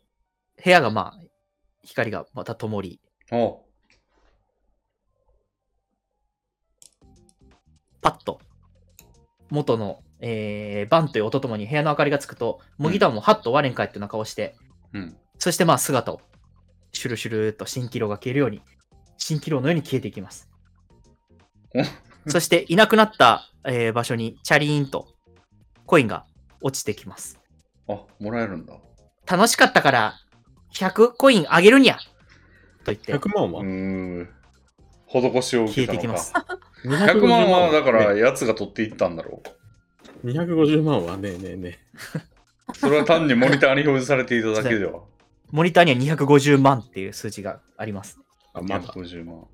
Speaker 3: 部屋がまあ、光がまた灯り、
Speaker 1: お
Speaker 3: パッと、元の、えーバンという音ともに部屋の明かりがつくと、モギダンもハッと我に返ってような顔をして、
Speaker 1: うん。
Speaker 3: そしてまあ姿を、シュルシュルっと蜃気楼が消えるように、蜃気楼のように消えていきます
Speaker 1: お。
Speaker 3: そしていなくなった、えー場所にチャリーンとコインが落ちてきます。
Speaker 1: あ、もらえるんだ。
Speaker 3: 楽しかったから100コインあげるにゃと言って
Speaker 4: 100万
Speaker 1: う
Speaker 4: は
Speaker 1: ーん。施しを受
Speaker 3: 消
Speaker 1: け
Speaker 3: え
Speaker 1: た
Speaker 3: てい
Speaker 1: の
Speaker 3: きま
Speaker 1: か
Speaker 3: す。。
Speaker 1: 100万はだから、
Speaker 4: ね、
Speaker 1: やつが取っていったんだろう。
Speaker 4: 250万はねえねえね
Speaker 1: それは単にモニターに表示されていただけでは。
Speaker 3: モニターには250万っていう数字があります。
Speaker 4: え。あ、まだ。
Speaker 1: 250万。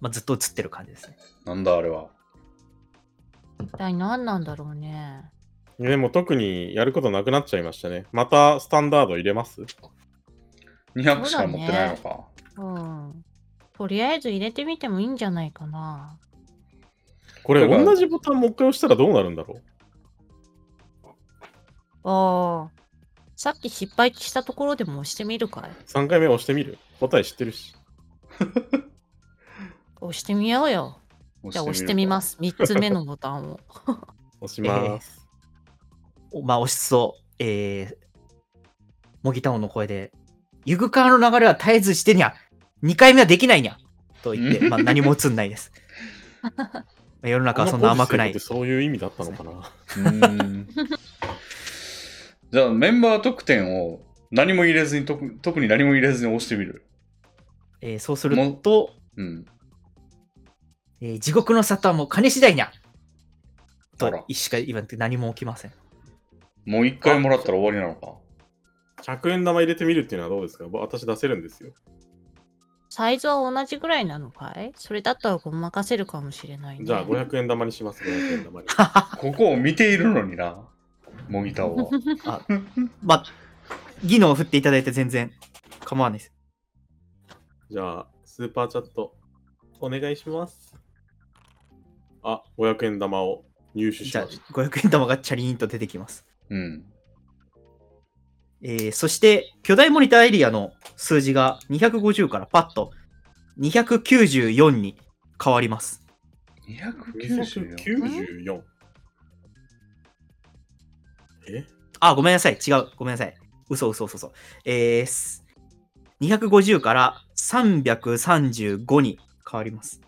Speaker 3: まあ、ずっと映ってる感じですね。
Speaker 1: なんだあれは。
Speaker 2: 一体何なんだろうね。
Speaker 4: でも特にやることなくなっちゃいましたね。またスタンダード入れます
Speaker 1: 200しか持ってないのか。
Speaker 2: うん。とりあえず入れてみてもいいんじゃないかな。
Speaker 4: これ
Speaker 1: だから。
Speaker 4: 同じボタンもう一回押したらどうなるんだろ
Speaker 2: ああ。さっき失敗したところでも押してみるかいう
Speaker 4: ?3 回目押してみる答え知ってるし。
Speaker 2: 押してみようよ。じゃあ押してみますす。3つ目のボタンを。
Speaker 4: 押します。
Speaker 3: おまあ、おしそう、えー、モギタオの声で、ゆぐ川の流れは絶えずしてにゃ、2回目はできないにゃ、と言って、
Speaker 1: うん
Speaker 3: まあ、何も映んないです。まあ世の中はそんな甘くな
Speaker 4: こ
Speaker 3: い
Speaker 4: のポジティブって。そういう意味だったのかな。
Speaker 1: うーんじゃあメンバー特典を何も入れずに特特に何も入れずに押してみる。
Speaker 3: えーそうすると、
Speaker 1: うん。
Speaker 3: えー地獄の沙汰も金次第にゃ、
Speaker 1: あ
Speaker 3: と
Speaker 1: ら、
Speaker 3: 一しか言わなくて何も起きません。
Speaker 1: もう一回もらったら終わりなのか。
Speaker 4: 100円玉入れてみるっていうのはどうですかぼ私出せるんですよ。
Speaker 2: サイズは同じぐらいなのかいそれだったらごまかせるかもしれない、ね。
Speaker 4: じゃあ500円玉にします、500円玉に。
Speaker 1: ここを見ているのにな。モギタオ は。
Speaker 3: まあ、技能を振っていただいて全然構わないです。
Speaker 4: じゃあ、スーパーチャット、お願いします。あ、500円玉を入手し
Speaker 3: じゃあ
Speaker 4: ました。、
Speaker 3: 500円玉がチャリーンと出てきます。
Speaker 1: うん。
Speaker 3: えーそして、巨大モニターエリアの数字が250からパッと294に変わります。
Speaker 1: 294。
Speaker 4: 294。え
Speaker 3: あ、ごめんなさい。違う。ごめんなさい。嘘嘘嘘嘘。えーす、250から335に変わります。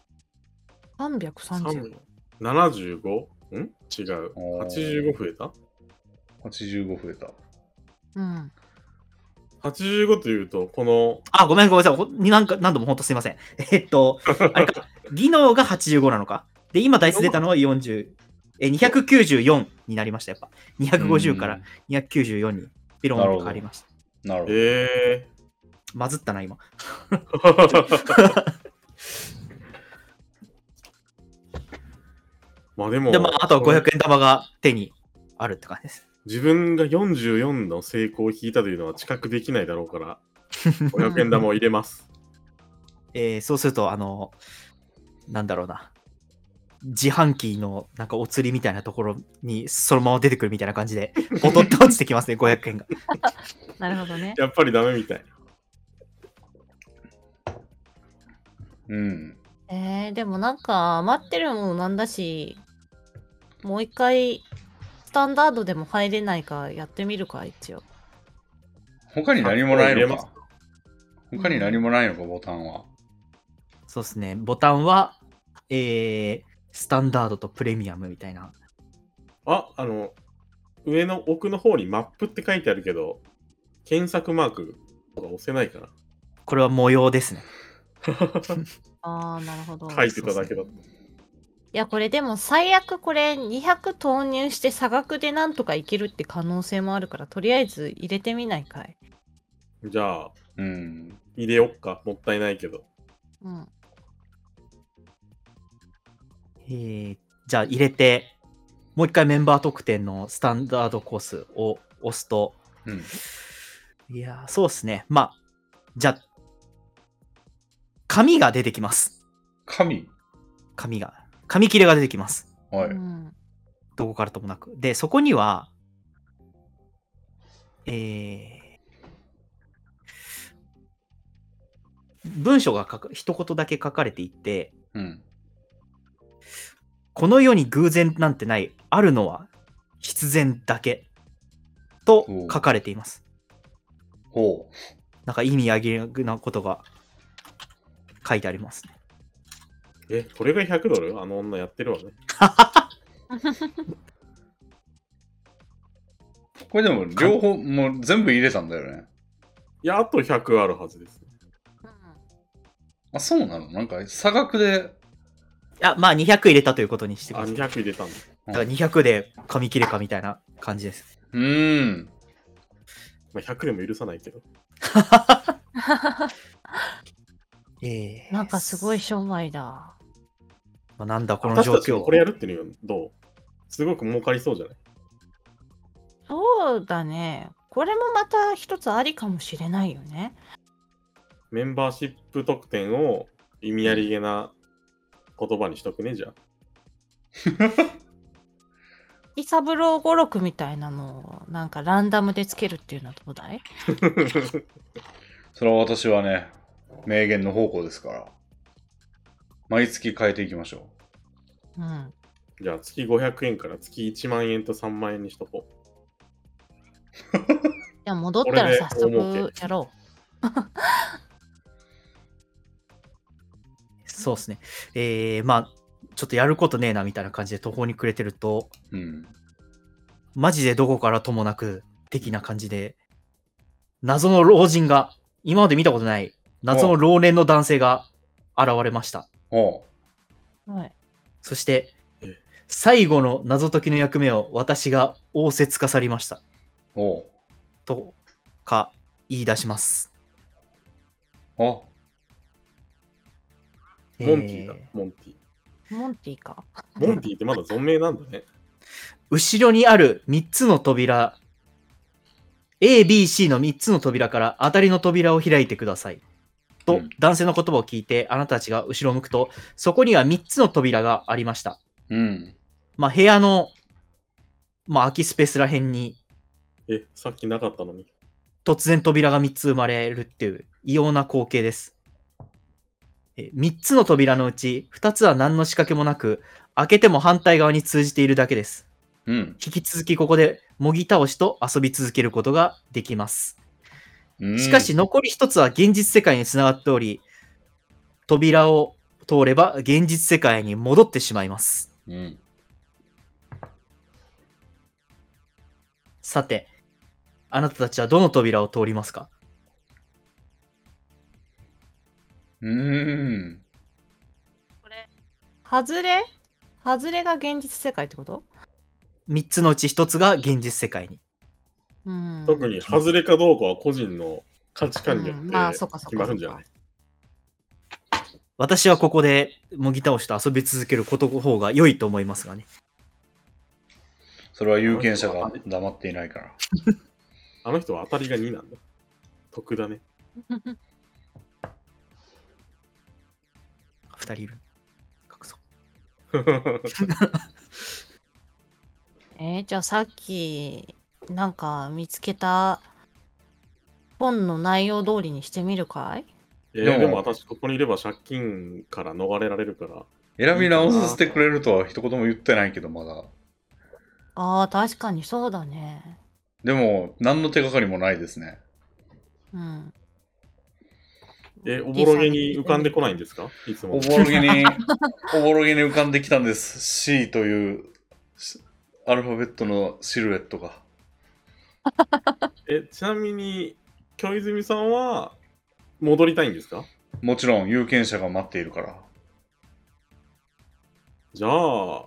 Speaker 2: 330。
Speaker 4: ?75? ん違う。
Speaker 1: おー
Speaker 4: 85増えた
Speaker 1: 85増えた。
Speaker 2: うん。
Speaker 4: ?85 というと、この、
Speaker 3: あ、ごめんごめんなさい。ほんなんか何度も本当すいません。 えっと、あれか、技能が85なのか。で、今ダイス出たのは40、え、294になりました、やっぱ。250から
Speaker 1: うん。
Speaker 3: 294にピロンと変わりました。
Speaker 1: なるほど。
Speaker 4: え
Speaker 3: まずったな、今。
Speaker 4: ー。 まあでも、
Speaker 3: で、まあ、あとは500円玉が手にあるって感じです。
Speaker 4: 自分が44の成功を引いたというのは知覚できないだろう から、500円玉を入れます。
Speaker 3: えーそうすると、あの、なんだろうな。自販機のなんかお釣りみたいなところにそのまま出てくるみたいな感じで、ボトッと落ちてきますね、500円が。
Speaker 2: なるほどね。
Speaker 4: やっぱりダメみたい。
Speaker 1: うん。
Speaker 2: えー、でもなんか余ってるものなんだし、もう一回、スタンダードでも入れないかやってみるか、一応。
Speaker 1: 他に何もない
Speaker 4: 入れ
Speaker 1: の
Speaker 4: ます
Speaker 1: か。他に何もないのか、ボタンは。
Speaker 3: そうですね、ボタンは、えースタンダードとプレミアムみたいな。
Speaker 4: あ、あの、上の奥の方にマップって書いてあるけど、検索マークが押せないから。
Speaker 3: これは模様ですね。
Speaker 2: ああ、なるほど。
Speaker 4: 書いてただけだっ
Speaker 2: いや、これでも最悪これ200投入して差額でなんとかいけるって可能性もあるから、とりあえず入れてみないかい。
Speaker 4: た。じゃあ、
Speaker 1: うん。
Speaker 4: 入れよっか。もったいないけど。
Speaker 2: うん。
Speaker 3: えーじゃあ入れて、もう一回メンバー特典のスタンダードコースを押すと、
Speaker 1: うん。
Speaker 3: いやー、そうですね。まあ、じゃあ、紙が出てきます。
Speaker 1: 神
Speaker 3: 紙が。紙切れが出てきます。
Speaker 1: はい。
Speaker 2: うん
Speaker 3: どこからともなく。で、そこには、えー、文章が書く一言だけ書かれていて、
Speaker 1: うん。
Speaker 3: この世に偶然なんてない、あるのは必然だけと書かれています。
Speaker 1: ほう。
Speaker 3: なんか意味あげなことが書いてありますね。
Speaker 4: え、これが100ドルあの女やってるわね。
Speaker 1: これでも両方、もう全部入れたんだよね。
Speaker 4: いや、あと100あるはずです。
Speaker 1: あ、そうなのなんか差額で。
Speaker 3: あ、まあ200入れたということにしてくだ
Speaker 4: あ、
Speaker 3: さい。
Speaker 4: 200入れたんだ。
Speaker 3: だから200で紙切れかみたいな感じです。
Speaker 1: うーん。
Speaker 4: まあ、100でも許さないけど。
Speaker 3: えー
Speaker 2: なんかすごい商売だ。
Speaker 3: まあなんだこの
Speaker 4: 私
Speaker 3: 状
Speaker 4: たち
Speaker 3: 況。
Speaker 4: もこれやるっていうのはどうすごく儲かりそうじゃない
Speaker 2: そうだね。これもまた一つありかもしれないよね。
Speaker 4: メンバーシップ特典を意味ありげな言葉にしとくね、じゃあ。
Speaker 2: イサブロー語録みたいなのをなんかランダムでつけるっていうのはどうだい
Speaker 1: それは私はね、名言の方向ですから。毎月変えていきましょ
Speaker 2: うん。
Speaker 4: じゃあ月500円から月1万円と3万円にしとこう。
Speaker 2: じゃあ戻ったら早
Speaker 4: これで大儲
Speaker 2: 速やろ
Speaker 3: そうですね。えー、まあ、ちょっとやることねえなみたいな感じで途方に暮れてると、
Speaker 1: う。うん。
Speaker 3: マジでどこからともなく的な感じで、謎の老人が、今まで見たことない謎の老年の男性が現れました。
Speaker 1: ほ
Speaker 2: う。はい、
Speaker 3: そして
Speaker 4: え、
Speaker 3: 最後の謎解きの役目を私が仰せつかさりました。
Speaker 1: う。ほ
Speaker 3: とか言い出します。
Speaker 1: う。あ、
Speaker 4: モンティだ
Speaker 3: えー、
Speaker 4: モンティ。
Speaker 2: モンティか。
Speaker 4: モンティってまだ存命なんだね。
Speaker 3: 後ろにある3つの扉、A、B、C の3つの扉から当たりの扉を開いてください。
Speaker 1: う
Speaker 3: と
Speaker 1: ん、
Speaker 3: 男性の言葉を聞いて、あなたたちが後ろを向くと、そこには3つの扉がありました。
Speaker 1: うん。
Speaker 3: まあ、部屋の、まあ、空きスペースら辺に、
Speaker 4: え、さっきなかったのに。
Speaker 3: 突然扉が3つ生まれるっていう異様な光景です。え3つの扉のうち、2つは何の仕掛けもなく、開けても反対側に通じているだけです。
Speaker 1: うん。
Speaker 3: 引き続きここでもぎ倒しと遊び続けることができます。
Speaker 1: うん
Speaker 3: しかし、残り一つは現実世界につながっており、扉を通れば現実世界に戻ってしまいます。
Speaker 1: うん。
Speaker 3: さて、あなたたちはどの扉を通りますか
Speaker 1: うーん。
Speaker 2: これ。外れ外れが現実世界ってこと
Speaker 3: 三つのうち一つが現実世界に。
Speaker 2: うん。
Speaker 4: 特に外れかどうかは個人の価値観によっ
Speaker 2: うんまあ
Speaker 4: て
Speaker 2: そうかそうか
Speaker 4: 決まるんじゃない
Speaker 3: 私はここでもぎ倒しと遊び続けることの方が良いと思いますがね。
Speaker 1: それは有権者が黙っていないから。
Speaker 4: あの人は当たりが2なんだ。得だ ね。
Speaker 3: 二人いる。隠そう
Speaker 2: えーじゃあさっきなんか見つけた本の内容通りにしてみるかい
Speaker 4: えー
Speaker 1: でも
Speaker 4: でも私ここにいれば借金から逃れられるから。
Speaker 1: 選び直させてくれるとは一言も言ってないけど、まだ。
Speaker 2: ああ確かにそうだね。
Speaker 1: でも、何の手がかりもないですね。
Speaker 2: うん。
Speaker 4: え、おぼろげに浮かんでこないんですかいつも
Speaker 1: お。ぼろげに、おぼろげに浮かんできたんです。C というしアルファベットのシルエットが。
Speaker 4: え、ちなみに、京泉さんは戻りたいんですか
Speaker 1: もちろん有権者が待っているから。
Speaker 4: じゃあ、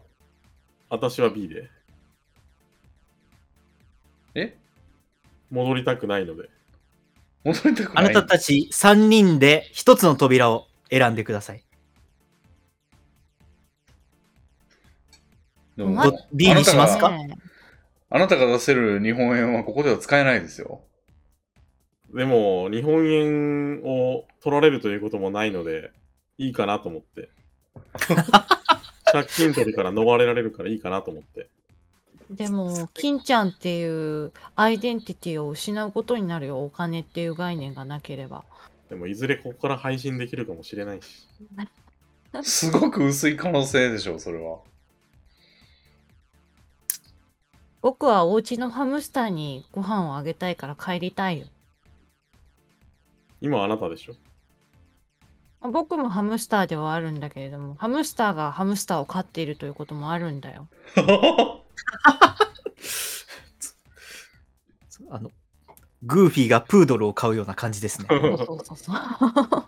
Speaker 4: 私は B で。
Speaker 1: え
Speaker 4: 戻りたくないので。
Speaker 1: 戻りたく
Speaker 3: あ
Speaker 1: ない
Speaker 3: なたたち3人で1つの扉を選んでください。
Speaker 1: でも
Speaker 2: まあ
Speaker 3: ど B にしますか
Speaker 2: ね
Speaker 1: あなたが出せる日本円はここでは使えないですよ。
Speaker 4: でも、日本円を取られるということもないので、いいかなと 思って。借金取りから逃れられるからいいかなと思って。
Speaker 2: でも、金ちゃんっていうアイデンティティを失うことになるよ、お金っていう概念がなければ。
Speaker 4: でも、いずれここから配信できるかもしれないし。
Speaker 1: すごく薄い可能性でしょう、それは。
Speaker 2: 僕はお家のハムスターにご飯をあげたいから帰りたいよ。
Speaker 4: 今あなたでしょ。
Speaker 2: 僕もハムスターではあるんだけれども、ハムスターがハムスターを飼っているということもあるんだよ。
Speaker 3: あの、グーフィーがプードルを買うような感じですね。
Speaker 2: そうそうそうそう。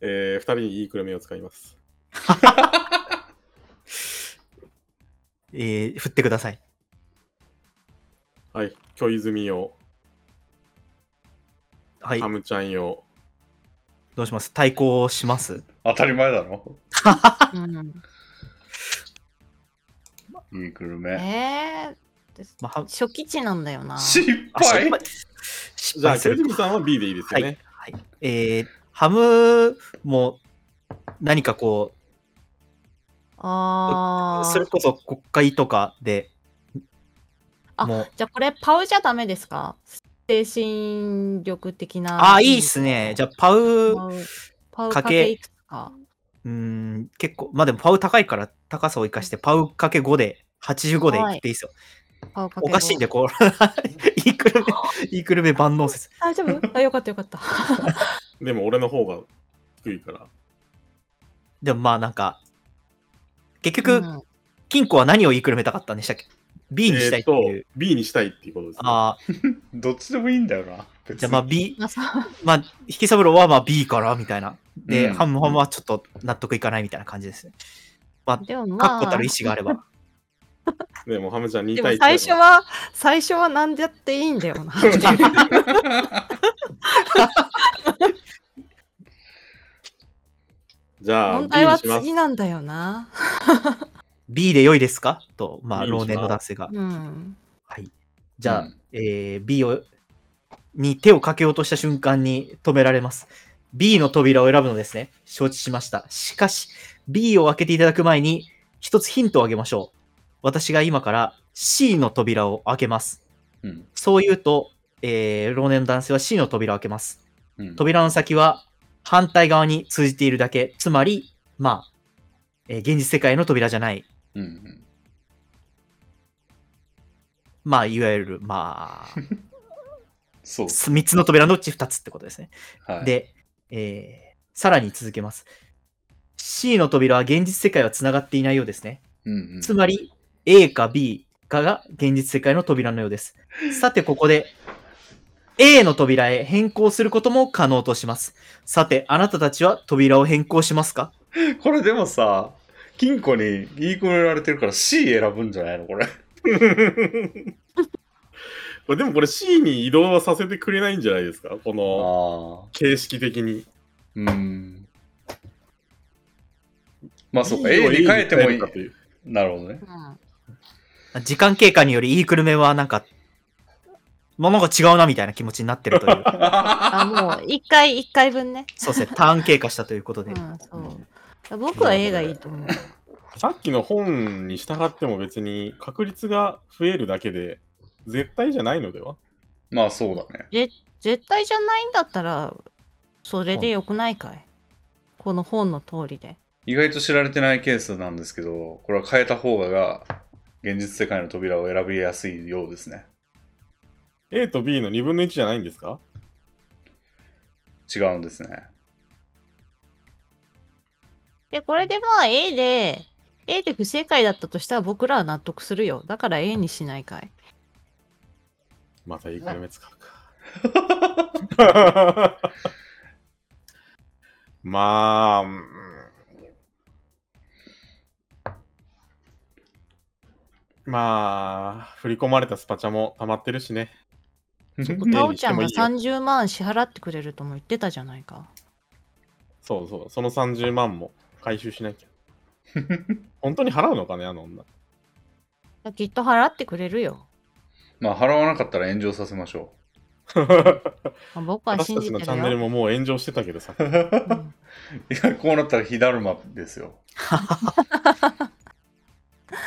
Speaker 4: えー、二人にいいくるみを使います。
Speaker 3: えー、振ってください。
Speaker 4: はい。今日泉用、
Speaker 3: はい
Speaker 4: ハ。ムちゃん用。
Speaker 3: どうします対抗します
Speaker 1: 当たり前だろ。
Speaker 2: うん、
Speaker 1: いいグルメ。
Speaker 2: えー、
Speaker 3: まあ、は
Speaker 2: 初期値なんだよな。
Speaker 1: 失
Speaker 3: あ
Speaker 1: 敗
Speaker 3: 失
Speaker 4: じゃあ、
Speaker 3: 敗す
Speaker 4: 今日
Speaker 3: る
Speaker 4: 泉さんは B でいいですよね。
Speaker 3: はい。えー、ハムも何かこ
Speaker 2: あ
Speaker 3: う、それ
Speaker 2: ー
Speaker 3: こそ国会とかで、
Speaker 2: あ
Speaker 3: もう、
Speaker 2: じゃあこれパウじゃダメですか精神力的な。
Speaker 3: ああ、いいっすね。じゃあ、パウ、
Speaker 2: パウパウ
Speaker 3: かけ
Speaker 2: かけいくつか。
Speaker 3: うーん、結構、まあでもパウ高いから高さを生かして、パウかけ5で、85でいっていいですよ。
Speaker 2: パウかけ
Speaker 3: おかしいんで、
Speaker 2: 五
Speaker 3: こう、 いいくるめ、いいくるめ万能説。
Speaker 2: 大丈夫あ、よかったよかった。
Speaker 4: でも、俺の方が低いから。
Speaker 3: でもまあなんか、結
Speaker 2: う
Speaker 3: 局、
Speaker 2: ん
Speaker 3: 金庫は何を言いくるめたかったんでしたっけ ?B にしたいっていう。
Speaker 4: えーと、B にしたいっていうことです、ね。
Speaker 3: ああ、
Speaker 1: どっちでもいいんだよな。別に
Speaker 3: じゃあまあ B、
Speaker 2: あそう
Speaker 3: まあ、引き三郎はまあ B からみたいな。で、
Speaker 1: うん
Speaker 3: ハムハムはちょっと納得いかないみたいな感じですね。
Speaker 2: でもま
Speaker 3: 確
Speaker 2: あ、
Speaker 3: 固たる意思があれば。
Speaker 4: でも、ハムちゃん
Speaker 2: で
Speaker 4: 2
Speaker 2: も
Speaker 4: 対1
Speaker 2: 最初は、最初は何だっていいんだよな。
Speaker 4: じゃあ、
Speaker 2: 問題は
Speaker 4: B にします
Speaker 2: 次なんだよな。
Speaker 3: B で良いですかと、まあ、
Speaker 4: いい
Speaker 3: 老
Speaker 4: ですか
Speaker 3: 年の男性が。
Speaker 2: うん。
Speaker 3: はい。じゃあ、
Speaker 1: うん
Speaker 3: えー B を、に手をかけようとした瞬間に止められます。B の扉を選ぶのですね。承知しました。しかし、B を開けていただく前に、一つヒントをあげましょう。私が今から C の扉を開けます。
Speaker 1: うん
Speaker 3: そう言うと、えー老年の男性は C の扉を開けます。
Speaker 1: うん
Speaker 3: 扉の先は反対側に通じているだけ。つまり、まあ、えー現実世界の扉じゃない。
Speaker 1: うんうん
Speaker 3: まあ、いわゆる、まあ、
Speaker 1: そう。
Speaker 3: 3つの扉のうち2つってことですね。
Speaker 1: はい、
Speaker 3: で、えーさらに続けます。C の扉は現実世界はつながっていないようですね。
Speaker 1: うんうん
Speaker 3: つまり、A か B かが現実世界の扉のよ うです。さて、ここで、A の扉へ変更することも可能とします。さて、あなたたちは扉を変更しますか
Speaker 1: これでもさ、金庫に言い込められてるから C 選ぶんじゃないのこれ。
Speaker 4: これでもこれ C に移動はさせてくれないんじゃないですかこ
Speaker 1: あ
Speaker 4: の
Speaker 1: あ。
Speaker 4: 形式的に。
Speaker 1: うん。まあそうか、
Speaker 4: B を
Speaker 1: A に変えてもいい
Speaker 4: か。という
Speaker 1: なるほどね。
Speaker 2: うん
Speaker 3: 時間経過により、いいくるめはなんか、ものが違うなみたいな気持ちになってると いう。
Speaker 2: あ、もう、一回、一回分ね。
Speaker 3: そうですね、ターン経過したということ
Speaker 2: う
Speaker 3: で。
Speaker 2: ん、そう。僕は A がいいと思う。
Speaker 4: さっきの本に従っても別に確率が増えるだけで絶対じゃないのでは
Speaker 1: まあそうだね。
Speaker 2: 絶対じゃないんだったら、それでよくないかい。この本の通りで。
Speaker 1: 意外と知られてないケースなんですけど、これは変えた方が現実世界の扉を選びやすいようですね。
Speaker 4: ?A と B の2分の1じゃないんですか
Speaker 1: 違うんですね。
Speaker 2: で、これでまあ A で、A で不正解だったとしたら僕らは納得するよ。だから A にしないかい。
Speaker 4: またいいくるめ使うか。 まあ、うんまあ、振り込まれたスパチャも溜まってるしね。
Speaker 2: なおちゃんが30万支払ってくれるとも言ってたじゃないか。
Speaker 4: そうそう、その30万も回収しなきゃ。本当に払うのかね、あの女。
Speaker 2: きっと払ってくれるよ。
Speaker 1: まあ、払わなかったら炎上させましょ
Speaker 2: まあ僕は
Speaker 4: 私
Speaker 2: 信
Speaker 4: た
Speaker 2: じて
Speaker 4: ちのチ
Speaker 2: る
Speaker 4: ャンネル
Speaker 2: よ。
Speaker 4: ももう炎上してたけどさ。
Speaker 1: う。いや、こうなったら火だるまですよ。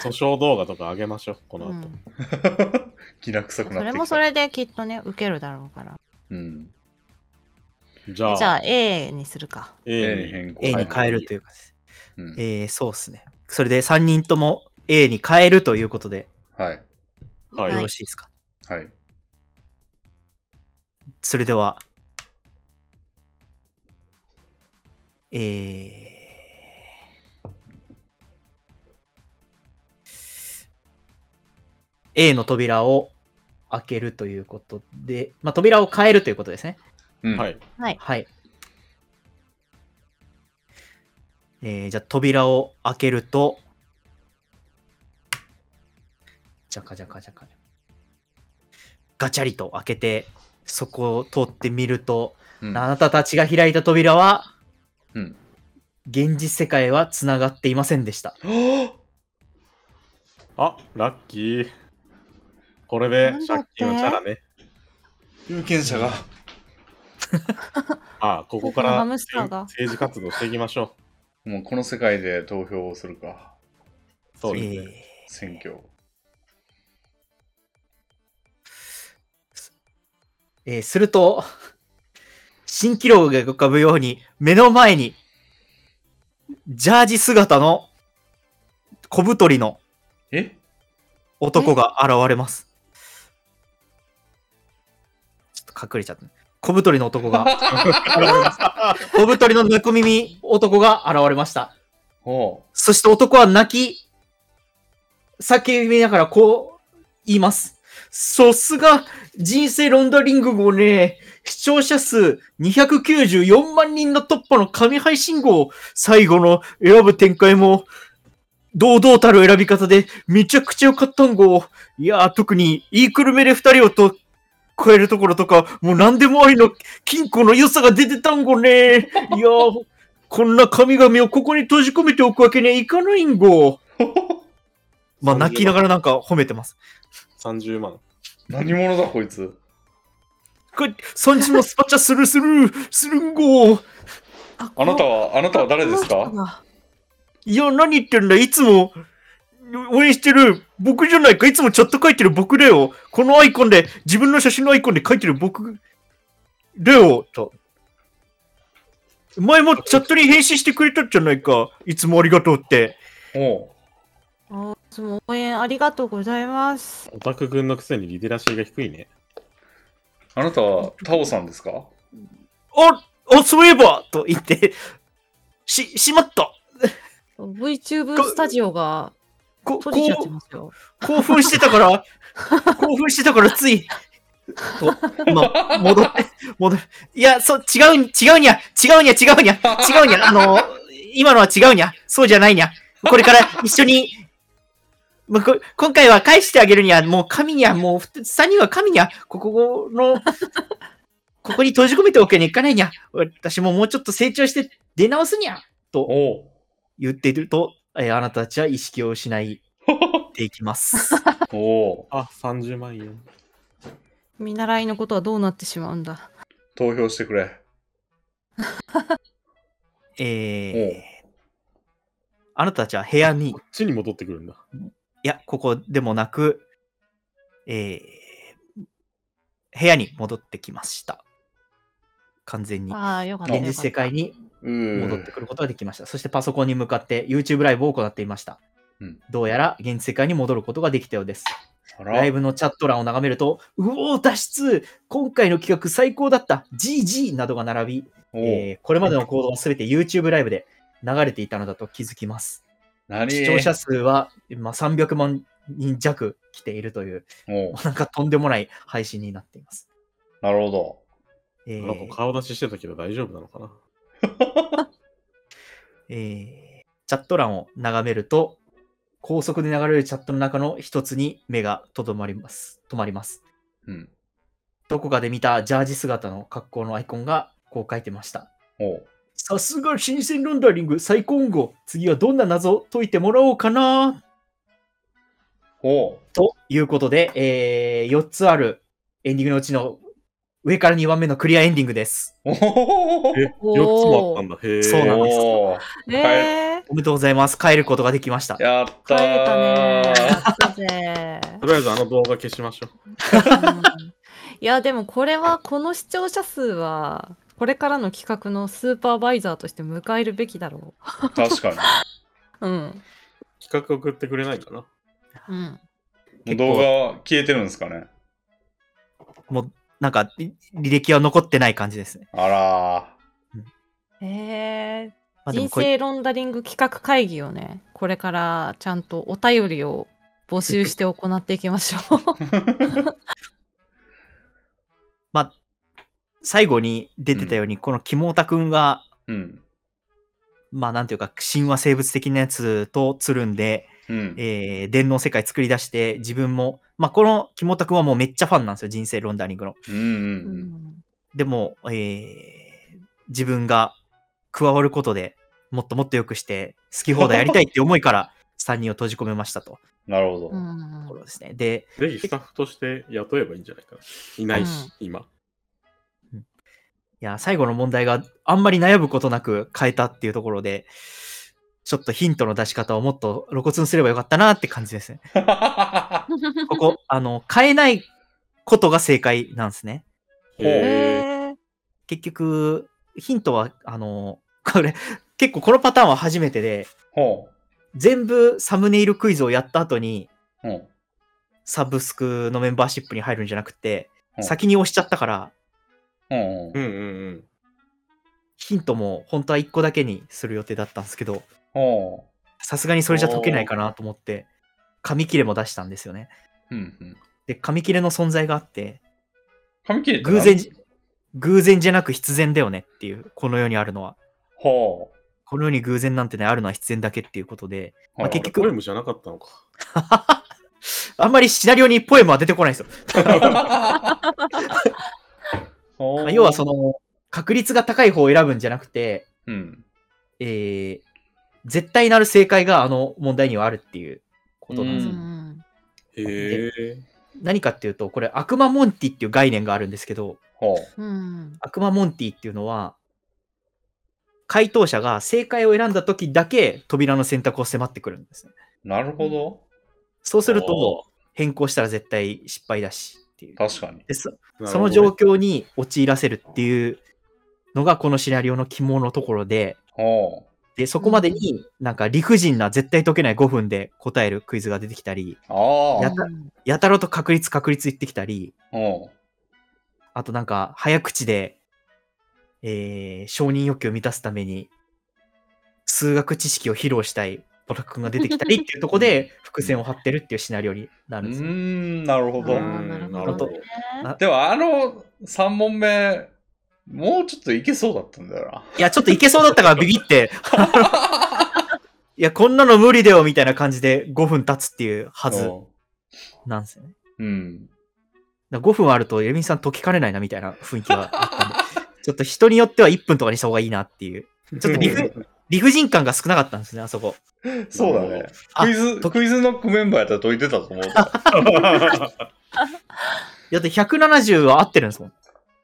Speaker 4: 訴訟動画とか上げましょう、こ
Speaker 2: う
Speaker 4: の
Speaker 2: んう
Speaker 4: 後。
Speaker 2: ん
Speaker 1: 気な臭くなっ
Speaker 2: そ
Speaker 1: てきた。
Speaker 2: れもそれできっとね、受けるだろうから。
Speaker 1: うん。
Speaker 4: じゃあ、
Speaker 2: じゃあ A にするか。
Speaker 1: A に
Speaker 4: A に。
Speaker 1: 変更。
Speaker 3: A に変え
Speaker 1: る。
Speaker 3: るというか、
Speaker 1: うん
Speaker 3: えー、そうですね。それで3人とも A に変えるということで、
Speaker 1: はい。
Speaker 4: はい。
Speaker 3: よ
Speaker 2: は
Speaker 3: ろしいですか。
Speaker 1: はい。
Speaker 3: それでは、えー、A の扉を開けるということで、まあ、扉を変えるということですね。
Speaker 1: うん
Speaker 4: はい。
Speaker 2: はい。
Speaker 3: はい。えー、じゃあ扉を開けると、じゃかじゃかじゃか。ガチャリと開けて、そこを通ってみると、
Speaker 1: うん
Speaker 3: あなたたちが開いた扉は、
Speaker 1: うん
Speaker 3: 現実世界はつながっていませんでした。
Speaker 4: あ、ラッキー。これで
Speaker 2: なんだっ
Speaker 4: 借
Speaker 2: て
Speaker 4: 金をチャラね。
Speaker 1: 有権者が。
Speaker 4: ああ、ここか
Speaker 2: ハ
Speaker 4: ら
Speaker 2: ムスターが
Speaker 4: 政治活動していきましょ
Speaker 1: もうこの世界で投票をするか。
Speaker 4: う。そうです
Speaker 3: え
Speaker 4: ね。
Speaker 1: 選
Speaker 3: ー
Speaker 1: 挙。
Speaker 3: えーすると、蜃気楼が浮かぶように、目の前に、ジャージ姿の小太りの
Speaker 1: え
Speaker 3: 男が現れます。ちょっと隠れちゃった。小太りの男が現れました。小太りの猫耳男が現れました。
Speaker 1: ほ
Speaker 3: そして男は泣き、叫びながらこう言います。さすが、人生ロンダリング後ね、視聴者数294万人の突破の神配信号、最後の選ぶ展開も、堂々たる選び方で、めちゃくちゃ良かったんご。いやー、特に、いいくるめで二人をと、超えるところとか、もう何でもありの金庫の良さが出てたんごね。いやー、こんな神々をここに閉じ込めておくわけにはいかないんご。まあ泣きながらなんか褒めてます。
Speaker 4: 30万。
Speaker 1: う。何者だこいつ。
Speaker 3: これ、三時のスパチャするする、するんご。
Speaker 2: あ
Speaker 1: あなたは、あなたは誰です
Speaker 2: この
Speaker 1: か
Speaker 2: 人が
Speaker 3: いや、何言ってんだ、いつも応援してる僕じゃないか、いつもチャット書いてる僕だよ。このアイコンで、自分の写真のアイコンで書いてる僕だよ、と。前もチャットに返信してくれたじゃないか、いつもありがとうって。
Speaker 1: ほ
Speaker 2: あいつも応援ありがとうございます。
Speaker 4: オタク君のくせにリテラシーが低いね。
Speaker 1: う。あなたはタオさんですか
Speaker 3: あ、あ、そういえばと言って、し、しまった
Speaker 2: VTube スタジオが
Speaker 3: こ
Speaker 2: 閉じちゃって
Speaker 3: こ
Speaker 2: ますよ。
Speaker 3: う興奮してたから、興奮してたからつい、と、今、戻って、戻る。いや、そう、違うに、違うにゃ、違うにゃ、違うにゃ、違うにゃ、あの、今のは違うにゃ、そうじゃないにゃ。これから一緒に、まあ、こ今回は返してあげるには、もう神にゃ、もうふた三人は神にゃ、ここの、ここに閉じ込めておけにいかないにゃ。私ももうちょっと成長して出直すにゃ。
Speaker 1: おう。
Speaker 3: 言っていると、えーあなたたちは意識を失いっていきます。
Speaker 1: おう。
Speaker 4: あ、30万円。
Speaker 2: 見習いのことはどうなってしまうんだ。
Speaker 1: 投票してくれ。
Speaker 3: え
Speaker 1: おう
Speaker 3: ー、。あなたたちは部屋に
Speaker 4: こ、っちに戻ってくるんだ。
Speaker 3: いや、ここでもなく、えー、部屋に戻ってきました。完全に。
Speaker 2: ああ、よかった。
Speaker 3: 現実世界に
Speaker 1: う
Speaker 3: 戻っ
Speaker 1: ー。
Speaker 3: てくることができました。そしてパソコンに向かって YouTube ライブを行っていました。
Speaker 1: うん
Speaker 3: どうやら現実世界に戻ることができたようです。
Speaker 1: あ
Speaker 3: ライ
Speaker 1: ら。
Speaker 3: ブのチャット欄を眺めると、うおー、脱出今回の企画最高だった !GG! などが並び、
Speaker 1: おう。
Speaker 3: えーこれまでの行動はすべて YouTube ライブで流れていたのだと気づきます。
Speaker 1: 何
Speaker 3: 視聴者数は、まあ、300万人弱来ているという、
Speaker 1: おう。
Speaker 3: なんかとんでもない配信になっています。
Speaker 1: なるほど。
Speaker 3: えー
Speaker 4: なんか顔出ししてたけど大丈夫なのかな
Speaker 3: えーチャット欄を眺めると、高速で流れるチャットの中の一つに目がとどまります。止まります。
Speaker 1: うん。
Speaker 3: どこかで見たジャージ姿の格好のアイコンがこう書いてました。
Speaker 1: おう。
Speaker 3: さすが新鮮ロンダリング最高音号。次はどんな謎を解いてもらおうかな
Speaker 1: おう。
Speaker 3: ということで、え4つあるエンディングのうちの上から2番目のクリアエンディングです。
Speaker 1: おお
Speaker 4: え、4つもあったんだ。へえ。
Speaker 3: そうなんです
Speaker 1: おー
Speaker 2: ねえ。
Speaker 3: おめでとうございます。帰ることができました。
Speaker 1: やった
Speaker 2: 帰
Speaker 1: ー
Speaker 2: れたね。やったぜ。
Speaker 4: とりあえずあの動画消しましょ
Speaker 2: うん いや、でもこれは、この視聴者数は、これからの企画のスーパーバイザーとして迎えるべきだろ
Speaker 1: 確 か
Speaker 2: う。うん。
Speaker 4: う。企画送ってくれないかな。
Speaker 2: うん。
Speaker 1: に。もう動画は消えてるんですかね。
Speaker 3: もう、なんか、り履歴は残ってない感じですね。
Speaker 1: あら
Speaker 2: え
Speaker 3: まあ、でも
Speaker 2: 人
Speaker 3: これ、
Speaker 2: 生ロンダリング企画会議をね、これからちゃんとお便りを募集して行っていきましょう。
Speaker 3: まあ、最後に出てたように、このキモータくんが、
Speaker 1: ー。うん。
Speaker 3: まあ、なんていうか、神話生物的なやつとつるんで、
Speaker 1: うん。
Speaker 3: えー、電脳世界作り出して、自分も、まあ、このキモータくんはもうめっちゃファンなんですよ、人生ロンダリングの。
Speaker 1: うんうんう
Speaker 2: う
Speaker 1: ん。
Speaker 2: ん
Speaker 3: でも、えー、自分が加わることでもっともっと良くして、好き放題やりたいって思いから、3人を閉じ込めましたと。
Speaker 1: なるほど
Speaker 2: う。
Speaker 3: とこ
Speaker 2: ん
Speaker 3: ろですね。で、
Speaker 4: ぜひスタッフとして雇えばいいんじゃないかな。いないし、今。
Speaker 3: いや、最後の問題があんまり悩むことなく変えたっていうところで、ちょっとヒントの出し方をもっと露骨にすればよかったなって感じで すね。ここ、あの、変えないことが正解なんですね。
Speaker 1: ほう
Speaker 4: へえ。
Speaker 2: えー
Speaker 3: 結局、ヒントは、あの、これ、結構このパターンは初めてで、
Speaker 1: ほ
Speaker 3: 全部サムネイルクイズをやった後に、
Speaker 1: う。ほ
Speaker 3: サブスクのメンバーシップに入るんじゃなくて、
Speaker 1: うん
Speaker 3: 先に押しちゃったから、
Speaker 1: う。ほ
Speaker 4: う
Speaker 1: う。
Speaker 4: んうん
Speaker 3: ヒントも本当は1個だけにする予定だったんですけど、
Speaker 1: ほ
Speaker 3: さすがにそれじゃ解けないかなと思って、紙切れも出したんですよね。
Speaker 1: う。うんうん。
Speaker 3: で、紙切れの存在があって、
Speaker 1: 髪切れたな
Speaker 3: 偶然じ、偶然じゃなく必然だよねっていう、この世にあるのは。
Speaker 1: ほう。
Speaker 3: この世に偶然なんてね、あるのは必然だけっていうことで、まあ
Speaker 1: はい
Speaker 3: 結
Speaker 4: うん。
Speaker 3: 局
Speaker 4: ポエムじゃなかったのか。
Speaker 3: あんまりシナリオにポエムは出てこないんですよ。
Speaker 1: ほ
Speaker 3: ま
Speaker 1: う
Speaker 3: あ要はその、確率が高い方を選ぶんじゃなくて、
Speaker 1: うん。
Speaker 3: えー、絶対なる正解があの問題にはあるっていうことなんですよ。
Speaker 2: うん
Speaker 4: へえ。
Speaker 3: 何かっていうと、これ悪魔モンティっていう概念があるんですけど、
Speaker 1: ほう。
Speaker 2: うん
Speaker 3: 悪魔モンティっていうのは、回答者が正解を選んだ時だけ扉の選択を迫ってくるんですね。
Speaker 1: なるほど。
Speaker 3: そうする
Speaker 1: お
Speaker 3: と、変更したら絶対失敗だしっていう。
Speaker 1: 確かに。
Speaker 3: でそ
Speaker 4: なる
Speaker 3: そ
Speaker 4: ほ
Speaker 3: の
Speaker 4: ど
Speaker 3: 状
Speaker 4: ね
Speaker 3: 況に陥らせるっていうのがこのシナリオの肝のところで、
Speaker 1: ほう。
Speaker 3: で、そこまでになんか理不尽な絶対解けない5分で答えるクイズが出てきたり、
Speaker 1: あ
Speaker 3: や
Speaker 1: あ
Speaker 3: っ。やたらと確率確率言ってきたり、
Speaker 1: ほ
Speaker 3: あとなんか早口で、えー承認欲求を満たすために数学知識を披露したいボラ君が出てきたりって いうところで伏線を張ってるっていうシナリオにな
Speaker 1: う。う
Speaker 3: るんですよ
Speaker 1: ー。ん、なるほ
Speaker 2: あ
Speaker 1: ど。
Speaker 2: ーなるほど
Speaker 4: なるほど。
Speaker 1: でもあの3問目、もうちょっといけそうだったんだよ
Speaker 3: いや、ちょっといけそうだったからビビって、 いや、こんなの無理だよみたいな感じで5分経つっていうは
Speaker 1: な。
Speaker 3: ず
Speaker 1: う
Speaker 3: なんですよね。
Speaker 1: ん。
Speaker 3: だ5分あると、エミさん解きかねないなみたいな雰囲気はあったんで、 ちょっと人によっては1分とかにした方がいいなっていう。ちょっと理不理不尽感が少なかったんですね、あそこ。
Speaker 1: そうだね。
Speaker 3: あ
Speaker 1: クイズ、
Speaker 3: と
Speaker 1: クイズノックメンバーやったら解いてたと思う。
Speaker 3: だって170は合ってるんですもん。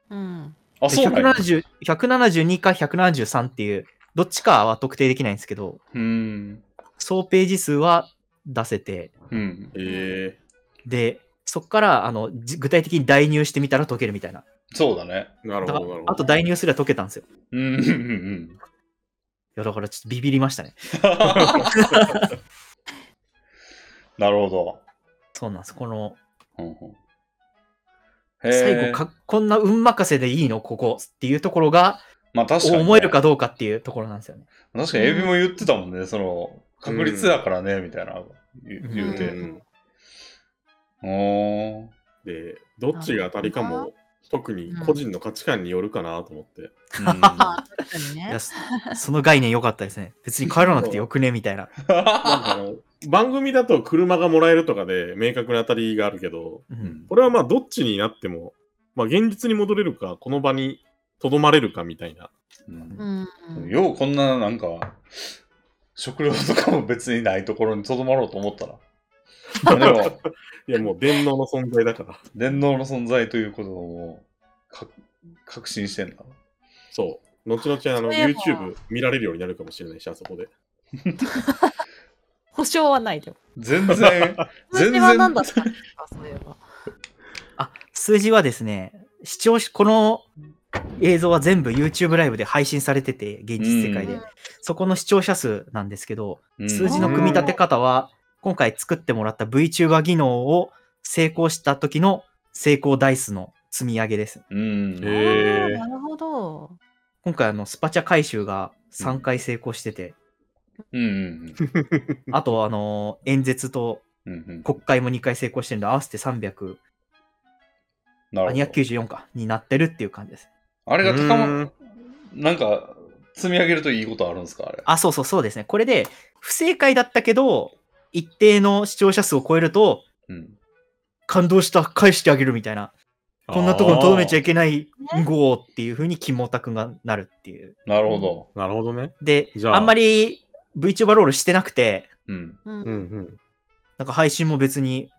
Speaker 2: うん
Speaker 1: あ、そうなんや。
Speaker 3: 170 172か173っていう、どっちかは特定できないんですけど、
Speaker 1: うん。
Speaker 3: 総ページ数は出せて、
Speaker 1: うん。
Speaker 4: へえ。
Speaker 3: で、そこからあのじ具体的に代入してみたら解けるみたいな。
Speaker 1: そうだね。
Speaker 4: なる
Speaker 3: だから
Speaker 4: ほど、なるほど。
Speaker 3: あと代入すれば解けたんですよ。い
Speaker 1: うん。うんうん
Speaker 3: や、だからちょっとビビりましたね。
Speaker 1: なるほど。
Speaker 3: そうなんです。この、
Speaker 1: うんうん
Speaker 3: 最
Speaker 1: へ
Speaker 3: 後
Speaker 1: え。
Speaker 3: か、こんな運任せでいいのここっていうところが、
Speaker 1: まあ確かにね。
Speaker 3: 思えるかどうかっていうところなんですよね。
Speaker 1: 確かにエビも言ってたもんね、その、確率だからね、みたいな、言う言う
Speaker 4: う
Speaker 1: て。
Speaker 4: ん
Speaker 1: おー。
Speaker 4: で、どっちが当たりかも特に個人の価値観によるかなと 思って。
Speaker 1: うん
Speaker 2: あ確かに
Speaker 3: いや
Speaker 2: ね。
Speaker 3: そその概念良かったですね。別に帰らなくてよくねみたいな。
Speaker 4: なんかあの番組だと車がもらえるとかで明確な当たりがあるけど、
Speaker 3: うん
Speaker 4: これはまあどっちになっても、まあ、現実に戻れるか、この場に留まれるかみたいな。
Speaker 1: うん
Speaker 2: うん。
Speaker 1: ようこんななんか食料とかも別にないところにとどまろうと思ったらでも
Speaker 4: いやもう電脳の存在 だから。
Speaker 1: 電脳の存在ということをもうか確信してんだ
Speaker 4: そう。後々あ
Speaker 2: そ
Speaker 4: の
Speaker 2: ういえば
Speaker 4: YouTube 見られるようになるかもしれないし、あそこで。
Speaker 2: 保証はないでも。
Speaker 1: 全然全然
Speaker 2: 数字は何だったんですか、そういえば。
Speaker 3: あ、数字はですね、視聴し、この映像は全部 YouTube ライブで配信されてて、現実世界で。
Speaker 2: うん
Speaker 3: そこの視聴者数なんですけど、
Speaker 1: うん
Speaker 3: 数字の組み立て方は、今回作ってもらった VTuber 技能を成功した時の成功台数の積み上げです。
Speaker 1: うん
Speaker 4: へえー
Speaker 2: あーなるほど。
Speaker 3: 今回、あの、スパチャ回収が3回成功してて、
Speaker 1: うんうん
Speaker 3: あと、あの、演説と
Speaker 1: うんうんうん
Speaker 3: 国会も2回成功してるんで、合わせて300、
Speaker 1: な
Speaker 3: あ
Speaker 1: るほど
Speaker 3: 294か、になってるっていう感じです。
Speaker 1: あれが高
Speaker 4: うー
Speaker 1: ま
Speaker 4: ん
Speaker 1: なんか積み上げるといいことあるんですかあれ
Speaker 3: あ、そうそうそうですね。これで、不正解だったけど、一定の視聴者数を超えると、
Speaker 1: うん
Speaker 3: 感動した、返してあげるみたいな、こんなとこに留めちゃいけないんごーっていう風にキモタクがなるっていう。
Speaker 1: なるほど
Speaker 4: なるほどね。
Speaker 3: で、
Speaker 4: じゃあ
Speaker 3: あんまり VTuber ロールしてなくて、
Speaker 1: うん
Speaker 2: うん
Speaker 4: うんうん。
Speaker 3: なんか配信も別に、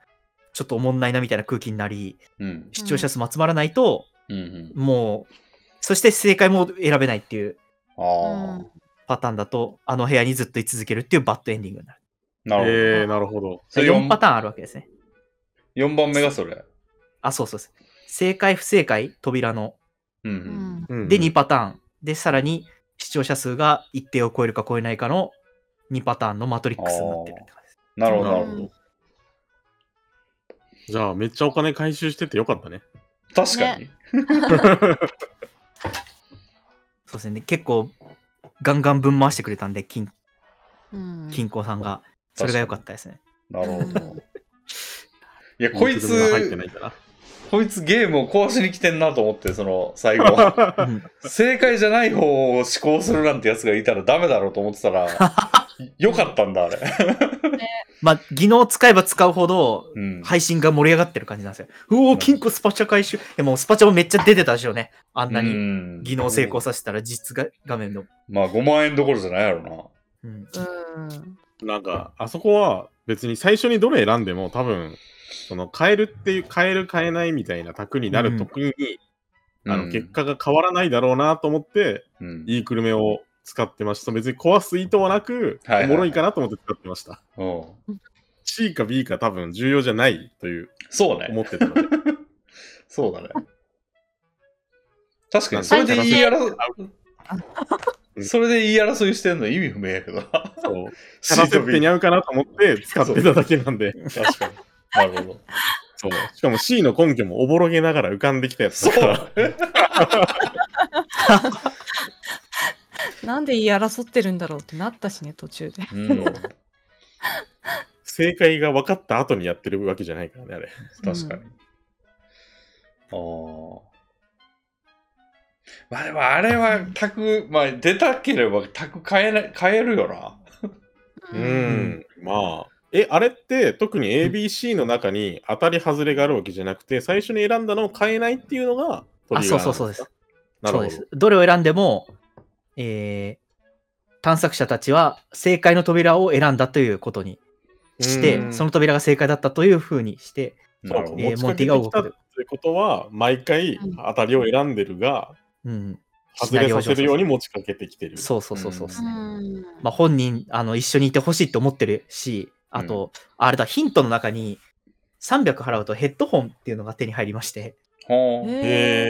Speaker 3: ちょっとおもんないなみたいな空気になり、
Speaker 1: うん
Speaker 3: 視聴者数も集まらないと、
Speaker 1: うんうん
Speaker 3: もう、そして正解も選べないっていう
Speaker 1: ああ
Speaker 2: うん
Speaker 3: パターンだと、あの部屋にずっと居続けるっていうバッドエンディングになる。
Speaker 1: なる
Speaker 4: えー、なるほど。
Speaker 1: ほど
Speaker 3: 4パターンあるわけですね。
Speaker 1: 4番目がそれ
Speaker 3: あ、そうそうです。正解、不正解、扉の。
Speaker 1: うんう
Speaker 2: うんん。
Speaker 4: うん
Speaker 3: で、2パターン。で、さらに、視聴者数が一定を超えるか超えないかの2パターンのマトリックスになってるって感じです。
Speaker 1: なるほどな
Speaker 4: な
Speaker 1: る
Speaker 4: る
Speaker 1: ほ
Speaker 4: ほ
Speaker 1: ど
Speaker 4: ど。じゃあ、めっちゃお金回収しててよかったね。
Speaker 1: 確かに
Speaker 3: そうですね。結構、ガンガン分回してくれたんで、金、
Speaker 2: うん
Speaker 3: 金庫さんが。それが良かったですね。
Speaker 1: なるほど
Speaker 2: う ん
Speaker 1: いやこい
Speaker 4: 元々が入って
Speaker 1: つ
Speaker 4: ないから。
Speaker 1: こいつゲームを壊しに来てんなと思って、その最後。
Speaker 3: うん
Speaker 1: 正解じゃない方を思考するなんてやつがいたらダメだろうと思ってた ら、よかったんだ、あれ。
Speaker 3: まあ、技能を使えば使うほど、
Speaker 1: うん。
Speaker 3: 配信が盛り上がってる感じなんですよ。うおー、金庫スパチャ回収。いや、もうスパチャもめっちゃ出てたでしょうね。あんな
Speaker 1: う
Speaker 3: に。
Speaker 1: ん
Speaker 3: 技能成功させたら実が画面の。
Speaker 1: まあ5万円どころじゃないやろな。
Speaker 3: うん。
Speaker 2: うん
Speaker 4: なんか、あそこは別に最初にどれ選んでも多分、その変えるっていう、変える変えないみたいな卓になるときに、あ
Speaker 1: う
Speaker 4: の
Speaker 1: ん
Speaker 4: 結。果が変わらないだろうなと思って、
Speaker 1: うん。
Speaker 4: いいくるめを使ってました。別に壊す意図はなく、
Speaker 1: はいはい
Speaker 4: おもろいかなと思って使ってました。
Speaker 1: うん、
Speaker 4: C か B か多分重要じゃないという
Speaker 1: そうね
Speaker 4: 思。ってたので。
Speaker 1: そうだね。確かに、それで言い争い、 それで言い争いしてんの意味不明やけ どな。
Speaker 4: そう。キャラ
Speaker 1: C と
Speaker 4: 設
Speaker 1: B
Speaker 4: 定に合うかなと思って使ってただけなんで。
Speaker 1: 確かに。なるほど。
Speaker 4: そう。しかも C の根拠もおぼろげながら浮かんできたやつ
Speaker 1: そ
Speaker 4: だから。
Speaker 1: うね。
Speaker 2: なんで言い争ってるんだろうってなったしね、途中で。
Speaker 1: うん。
Speaker 4: 正解が分かった後にやってるわけじゃないからね、あれ。
Speaker 1: 確かに。ああ。まあでもあれは、卓、まあ出たければ卓変えない、変えるよな。
Speaker 4: う
Speaker 2: うん
Speaker 4: ん、まあ。え、あれって特に ABC の中に当たり外れがあるわけじゃなくて、最初に選んだのを変えないっていうのがト
Speaker 3: あ、
Speaker 4: リ
Speaker 3: そ
Speaker 4: ガー
Speaker 3: うそうそうです。
Speaker 4: な
Speaker 3: そ
Speaker 4: る
Speaker 3: うで
Speaker 4: ほど。
Speaker 3: す。どれを選んでも、えー探索者たちは正解の扉を選んだということにして、
Speaker 4: うん
Speaker 3: その扉が正解だったというふうにして、
Speaker 1: なるほ
Speaker 4: そう
Speaker 1: ど。
Speaker 3: えー
Speaker 4: 持ちかけてきた
Speaker 3: モンティが動
Speaker 4: って
Speaker 3: く
Speaker 4: ことは、毎回
Speaker 2: うん
Speaker 4: 当たりを選んでるが、
Speaker 3: うん。
Speaker 4: 外れさせるように持ちかけてきてる。
Speaker 3: そうそうそうそうですね。
Speaker 2: うん
Speaker 3: まあ、本人あの一緒にいてほしいと思ってるし、あと、あれだ、ヒントの中に300払うとヘッドホンっていうのが手に入りまして、
Speaker 1: ほう。
Speaker 2: へ え。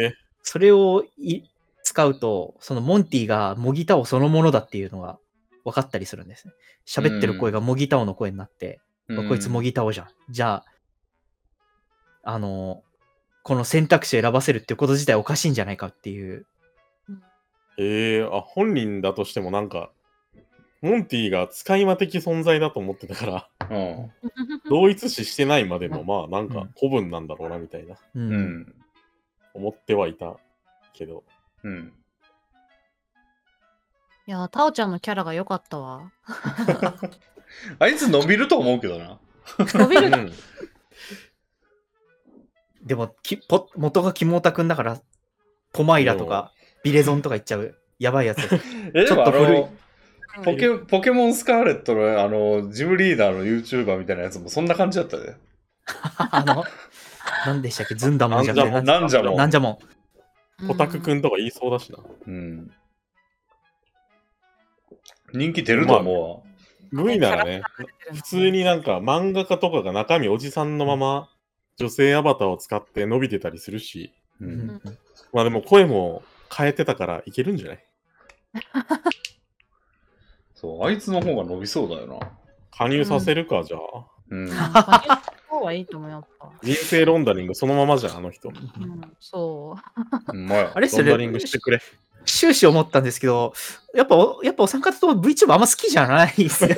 Speaker 4: へえ。
Speaker 3: それをい使うと、そのモンティがモギタオそのものだっていうのが分かったりするんですね。喋ってる声がモギタオの声になって、まあこいつもぎ倒じゃん。じゃあ、あの、この選択肢を選ばせるってこと自体おかしいんじゃないかっていう。
Speaker 4: えー、あ、本人だとしてもなんか、モンティが使い魔的存在だと思ってたから、
Speaker 1: うん。
Speaker 4: 同一視してないまでも、まあな
Speaker 3: う
Speaker 4: んか
Speaker 3: ん
Speaker 4: 古文なんだろうなみたいな。
Speaker 3: う
Speaker 1: うんん。
Speaker 4: 思ってはいたけど。
Speaker 1: うん。
Speaker 2: いやー、タオちゃんのキャラが良かったわ。
Speaker 1: あいつ伸びると思うけどな。
Speaker 2: 伸び
Speaker 4: う
Speaker 2: る。
Speaker 4: ん、
Speaker 3: でもきポ、元がキモータくんだから、ポマイラとか、ビレゾンとか行っちゃう。やば いやつ。
Speaker 1: え、
Speaker 3: ち
Speaker 1: で
Speaker 3: ょっ
Speaker 1: も
Speaker 3: と
Speaker 1: あ
Speaker 3: 古い
Speaker 1: の、ポケポケモンスカーレットのあの、ジムリーダーの YouTuber みたいなやつもそんな感じだったで。
Speaker 3: あの、なんでしたっけズンダモンじゃなくて、
Speaker 1: なんじゃもん
Speaker 3: なんじゃもん。
Speaker 4: オタクく
Speaker 2: ん。
Speaker 4: んとか言いそうだしな。
Speaker 1: うん。人気出ると思うわ。
Speaker 4: V ならね、普通になんか漫画家とかが中身おじさんのまま女性アバターを使って伸びてたりするし、
Speaker 1: う
Speaker 3: うんん
Speaker 4: まあでも声も変えてたからいけるんじゃない
Speaker 1: そう、あいつの方が伸びそうだよな。
Speaker 4: 加入させるか、じゃあ。
Speaker 1: うん。
Speaker 2: 方がいいと思うやっぱ。
Speaker 4: 人生ロンダリングそのままじゃん、あの人。
Speaker 2: うん、そう。
Speaker 1: ほんまや
Speaker 3: あれっす
Speaker 4: ロ
Speaker 3: よ
Speaker 4: ンダリング
Speaker 3: ね
Speaker 4: してくれ。
Speaker 3: 終始思ったんですけど、やっぱお、やっぱお三方とも VTuber あんま好きじゃないですよね。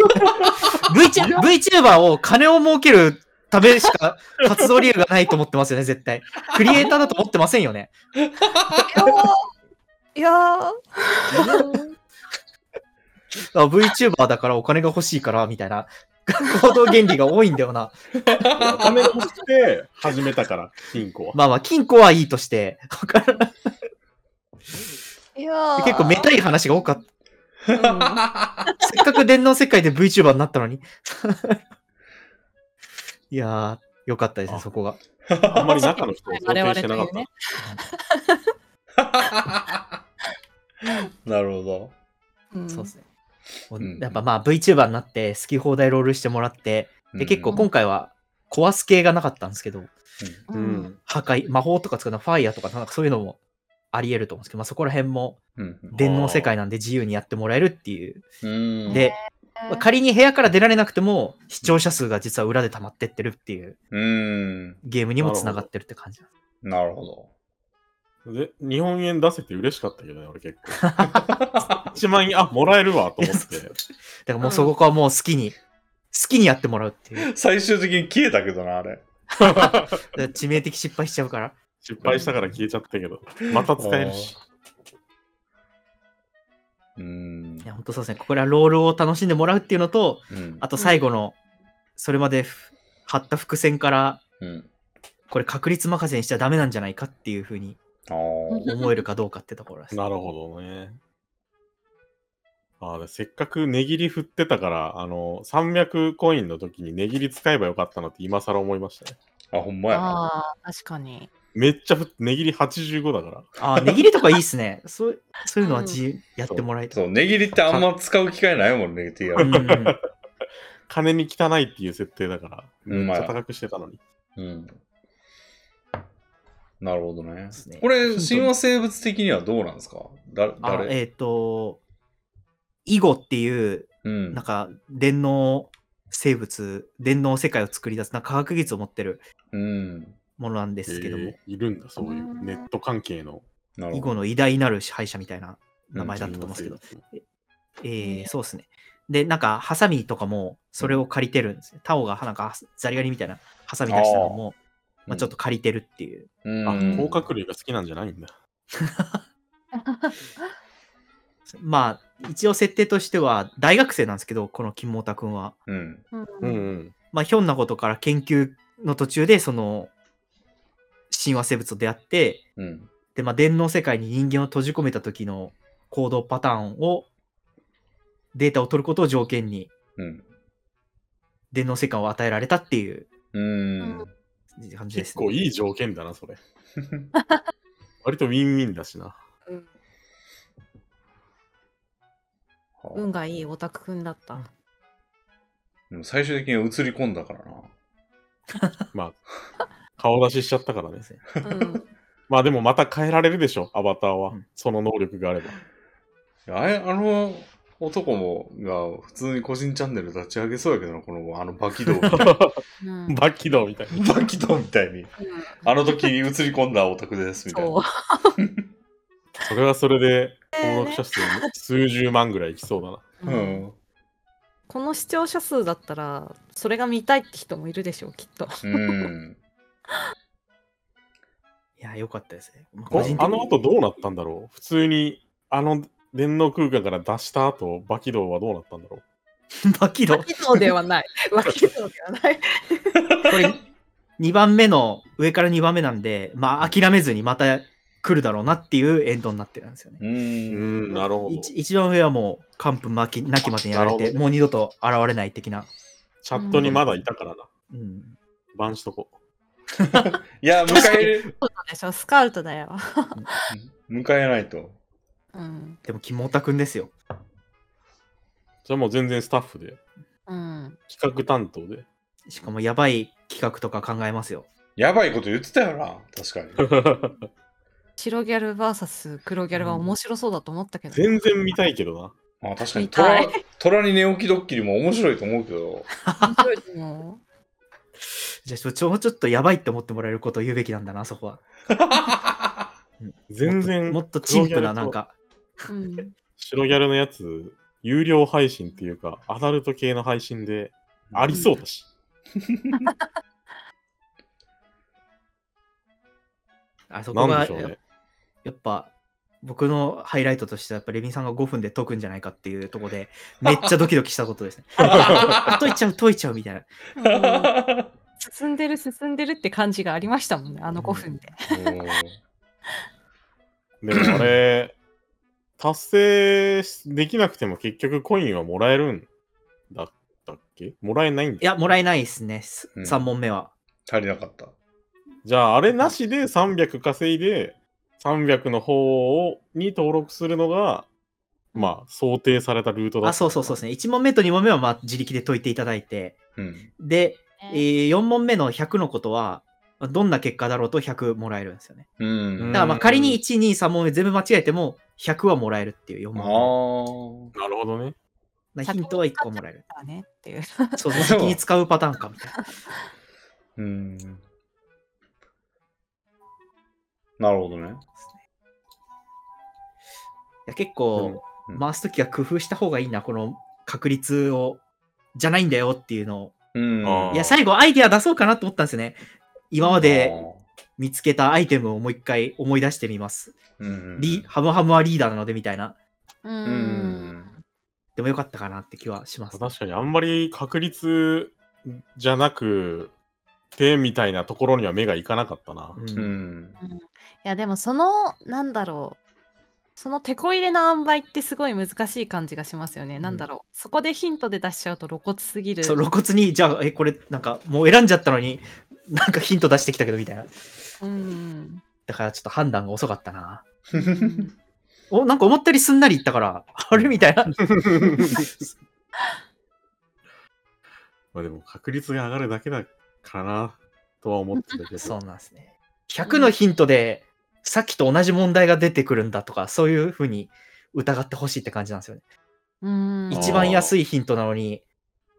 Speaker 3: VTuber VTuber を金を儲けるためしか活動理由がないと思ってますよね、絶対。クリエイターだと思ってませんよね。
Speaker 2: いやー、
Speaker 3: あ VTuber だからお金が欲しいから、みたいな。行動原理が多いんだよな。
Speaker 4: お金をして始めたから、金庫は。
Speaker 3: まあまあ、金庫はいいとして、わからない
Speaker 2: いやー。
Speaker 3: 結構めたい話が多かった。
Speaker 2: うん
Speaker 3: せっかく電脳世界で VTuber になったのに。いやー、よかったですね、そこが。
Speaker 4: あんまり中の人を想
Speaker 2: 我
Speaker 4: 定
Speaker 2: 々
Speaker 4: してなかった。
Speaker 2: というね
Speaker 1: なるほど。
Speaker 2: うん
Speaker 3: そうですね。も
Speaker 1: ん
Speaker 3: うやっぱまあ VTuber になって好き放題ロールしてもらって、
Speaker 1: う
Speaker 3: で
Speaker 1: ん
Speaker 3: 結構今回は壊す系がなかったんですけど、
Speaker 2: う
Speaker 4: うんん。
Speaker 3: 破壊、魔法とか使うの、ファイヤーとかなんかそういうのもあり得ると思うんですけど、まあそこら辺も
Speaker 1: うん。
Speaker 3: 電脳世界なんで自由にやってもらえるっていう。
Speaker 1: うん。
Speaker 3: で、まあ仮に部屋から出られなくても視聴者数が実は裏で溜まってってるっていう
Speaker 1: うん。
Speaker 3: ゲームにも繋がってるって感じ。
Speaker 1: なるほ
Speaker 4: で、日本円出せて嬉しかったけどね、俺結構。1万 円、あ、もらえるわ、と
Speaker 3: い
Speaker 4: 思っ
Speaker 3: や
Speaker 4: て。
Speaker 3: だからもうそこはもう好きに、好きにやってもらうっていう。
Speaker 1: ど。最終的に消えたけどな、あれ。
Speaker 3: だから致命的失敗しちゃうから。
Speaker 4: 失敗したから消えちゃったけど、また使えるし。
Speaker 1: うん
Speaker 3: い。や、本当そうですね。これはロールを楽しんでもらうっていうのと、
Speaker 1: うん
Speaker 3: あと最後の、それまでふ張った伏線から、
Speaker 1: うん。
Speaker 3: これ確率任せにしちゃダメなんじゃないかっていうふうに
Speaker 1: ああ。
Speaker 3: 思えるかどうかってところです。
Speaker 4: なるほどね。あーでせっかく値切り振ってたから、あの、300コインの時に値切り使えばよかったなって今更思いましたね。
Speaker 1: あ、ほんまやな。
Speaker 2: ああ、確かに。
Speaker 4: めっちゃ振っ値切り85だから。
Speaker 3: ああ、値切りとかいいっすね。 そうそういうのは自由、やってもらいたい。
Speaker 1: そう、値切りってあんま使う機会ないもんね、
Speaker 3: う
Speaker 1: TR。
Speaker 3: んうん
Speaker 4: 金に汚いっていう設定だから、
Speaker 1: う
Speaker 4: め
Speaker 1: ん
Speaker 4: っ
Speaker 1: ま
Speaker 4: ち
Speaker 1: い
Speaker 4: ゃ高くしてたのに。
Speaker 1: うん。なるほどね
Speaker 3: すね。
Speaker 1: これ、神話生物的にはどうなんですかだ
Speaker 3: あ
Speaker 1: 誰
Speaker 3: えっ、と、囲碁っていう、
Speaker 1: うん
Speaker 3: なんか、電脳生物、電脳世界を作り出す、なんか科学技術を持ってる
Speaker 1: うん。
Speaker 3: ものなんですけども、
Speaker 4: えーいるんだ、そういうネット関係の
Speaker 1: なる
Speaker 3: 囲
Speaker 1: ほ
Speaker 3: 碁
Speaker 1: ど。
Speaker 3: の偉大なる支配者みたいな名前だ
Speaker 4: 人
Speaker 3: ったと思うん
Speaker 4: 物
Speaker 3: ですけど、
Speaker 4: 生
Speaker 3: え
Speaker 4: 物
Speaker 3: ー、そうですね。で、なんか、ハサミとかも、それを借りてるんですよ。タオが、なんか、ザリガニみたいなハサミ出したのも、まあ、ちょっと借りてるっていう。
Speaker 1: うん、
Speaker 4: あ、甲殻類が好きなんじゃないんだ。
Speaker 3: まあ、一応設定としては、大学生なんですけど、この金毛太くんは。
Speaker 1: うん。
Speaker 4: う
Speaker 2: うん。
Speaker 4: うんん。
Speaker 3: まあ、ひょんなことから研究の途中で、その、神話生物と出会って、
Speaker 1: うん。
Speaker 3: で、まあ、電脳世界に人間を閉じ込めた時の行動パターンを、データを取ることを条件に、
Speaker 1: うん。
Speaker 3: 電脳世界を与えられたっていう
Speaker 1: うん。
Speaker 3: 感じです、ね。
Speaker 4: 結構いい条件だな、それ。 割とウィンウィンだしな。
Speaker 2: 運がいいオタクくんだった。
Speaker 1: でも最終的には映り込んだからな。
Speaker 4: まあ、顔出ししちゃったからね。
Speaker 2: うん。
Speaker 4: まあでもまた変えられるでしょ、アバターは
Speaker 3: うん。
Speaker 4: その能力があれば。
Speaker 1: いやあれあの男もが普通に個人チャンネル立ち上げそうやけどな、このあのバキドウみたいに
Speaker 2: うん
Speaker 4: バキドウみたい な。
Speaker 1: バキドウみたいに。あの時に映り込んだオタクですみたい
Speaker 2: そう
Speaker 1: な。。
Speaker 4: それはそれで、登録者数数十万ぐらいいきそうだな。
Speaker 1: う
Speaker 2: うん
Speaker 1: ん。
Speaker 2: この視聴者数だったら、それが見たいって人もいるでしょう、きっと。
Speaker 1: うん。
Speaker 3: いや、や、よかったですね。まあ
Speaker 4: こ
Speaker 3: 個人的に
Speaker 4: あの後 どうなったんだろう普通にあの電脳空間から出した後、バキドウはどうなったんだろ
Speaker 3: バキド
Speaker 2: 脇道ではない。 脇道ではない。
Speaker 3: これ、2番目の、上から2番目なんで、まあ、諦めずにまた来るだろうなっていうエンドになってるんですよね。
Speaker 1: う
Speaker 4: うう
Speaker 1: ーん。
Speaker 4: ん、なるほど。
Speaker 3: 一
Speaker 4: チ
Speaker 3: 一番上はもう、完膚なきまでにやられ
Speaker 4: なる
Speaker 3: て、
Speaker 4: ほど
Speaker 3: もう二度と現れない的な。
Speaker 4: ャットにまだいたからな。
Speaker 3: うん。
Speaker 4: バンしとこ
Speaker 1: いや、迎える、
Speaker 2: そうなんでしょ。スカウトだよ。
Speaker 1: 迎えないと。
Speaker 2: うん。
Speaker 3: でも、キモタくんですよ。
Speaker 4: う。じゃあもう全然スタッフで、
Speaker 2: うん。
Speaker 4: 企画担当で。
Speaker 3: しかも、やばい企画とか考えますよ。
Speaker 1: やばいこと言ってたよな、確かに。
Speaker 2: 白ギャル VS 黒ギャルは面白そうだと思ったけど。
Speaker 4: 全然見たいけどな。
Speaker 1: まあ確かに
Speaker 2: 見たい
Speaker 1: 虎、虎に寝起きドッキリも面白いと思うけど。
Speaker 2: 面白いと思
Speaker 3: じゃあ、ちょちょちょっとやばいって思ってもらえることを言うべきなんだな、そこは。
Speaker 4: 全然
Speaker 3: もっともっとチンプ
Speaker 4: 黒ギ
Speaker 3: な、
Speaker 4: ャルと
Speaker 3: なんか。
Speaker 2: う。うん。
Speaker 4: 白ギャルのやつ、有料配信っていうか、アダルト系の配信で、 ありそうだし。
Speaker 3: あそこ
Speaker 4: な
Speaker 3: が、
Speaker 4: んでしょ うね。
Speaker 3: やっぱ僕のハイライトとしてはやっぱレビンさんが5分で解くんじゃないかっていうところでめっちゃドキドキしたこと ですね。あ解いちゃう解いちゃうみたいな。
Speaker 2: うん進んでる進んでるって感じがありましたもんねあの5分で、
Speaker 4: でもあれ、達成できなくても結局コインはもらえるんだったっけもらえないんだ
Speaker 3: いやもらえないですね、す
Speaker 1: うん
Speaker 3: 3問目は。
Speaker 1: 足りなかった。
Speaker 4: じゃああれなしで300稼いで、300の方をに登録するのが、まあ、想定されたルートだ。
Speaker 3: あそうそうそうですすね1問目と2問目はまあ自力で解いていただいて
Speaker 1: うん。
Speaker 3: で、えー4問目の100のことはまあどんな結果だろうと100もらえるんですよね。
Speaker 1: う
Speaker 3: だ
Speaker 1: ん。
Speaker 3: からまあ
Speaker 4: うん
Speaker 3: 仮に123問目全部間違えても100はもらえるっていう4
Speaker 1: あ
Speaker 3: 問
Speaker 4: なるほどね。
Speaker 3: 目。ヒントは1個もらえる。
Speaker 2: だねっていう
Speaker 3: そうそう先に使うパターンかみたいな。
Speaker 1: ーうん。なるほどね。
Speaker 3: いや結構、
Speaker 1: うんうん
Speaker 3: 回すときは工夫した方がいいな、この確率を、じゃないんだよっていうのを。
Speaker 1: うん。
Speaker 4: あー
Speaker 3: いや、最後アイデア出そうかなと思ったんですよね。今まで
Speaker 1: あ
Speaker 3: 見つけたアイテムをもう一回思い出してみます。
Speaker 1: ーうん。
Speaker 3: リハムハムはリーダーなのでみたいな。
Speaker 2: うー
Speaker 1: うんん。
Speaker 3: でもよかったかなって気はします。
Speaker 4: 確かにあんまり確率じゃなくてみたいなところには目がいかなかったな。
Speaker 3: うん
Speaker 1: うん。
Speaker 2: いやでもそのなんだろうその手こ入れの塩梅ってすごい難しい感じがしますよね、なんだろうそこでヒントで出しちゃうと露骨すぎる
Speaker 3: そう露骨に、じゃあ、え、これ、なんか、もう選んじゃったのに、 なんかヒント出してきたけどみたいな。
Speaker 2: うん
Speaker 3: だから、ちょっと判断が遅かったな。
Speaker 2: うん
Speaker 3: お、なんか思ったよりすんなりいったから、あれみたいな。
Speaker 4: まあでも確率が上がるだけだからなとは思ってたけど。
Speaker 3: そうなんですね。100のヒントで、さっきと同じ問題が出てくるんだとか、そういうふうに疑ってほしいって感じなんですよね。
Speaker 2: うん
Speaker 3: 一番安いヒントなのに、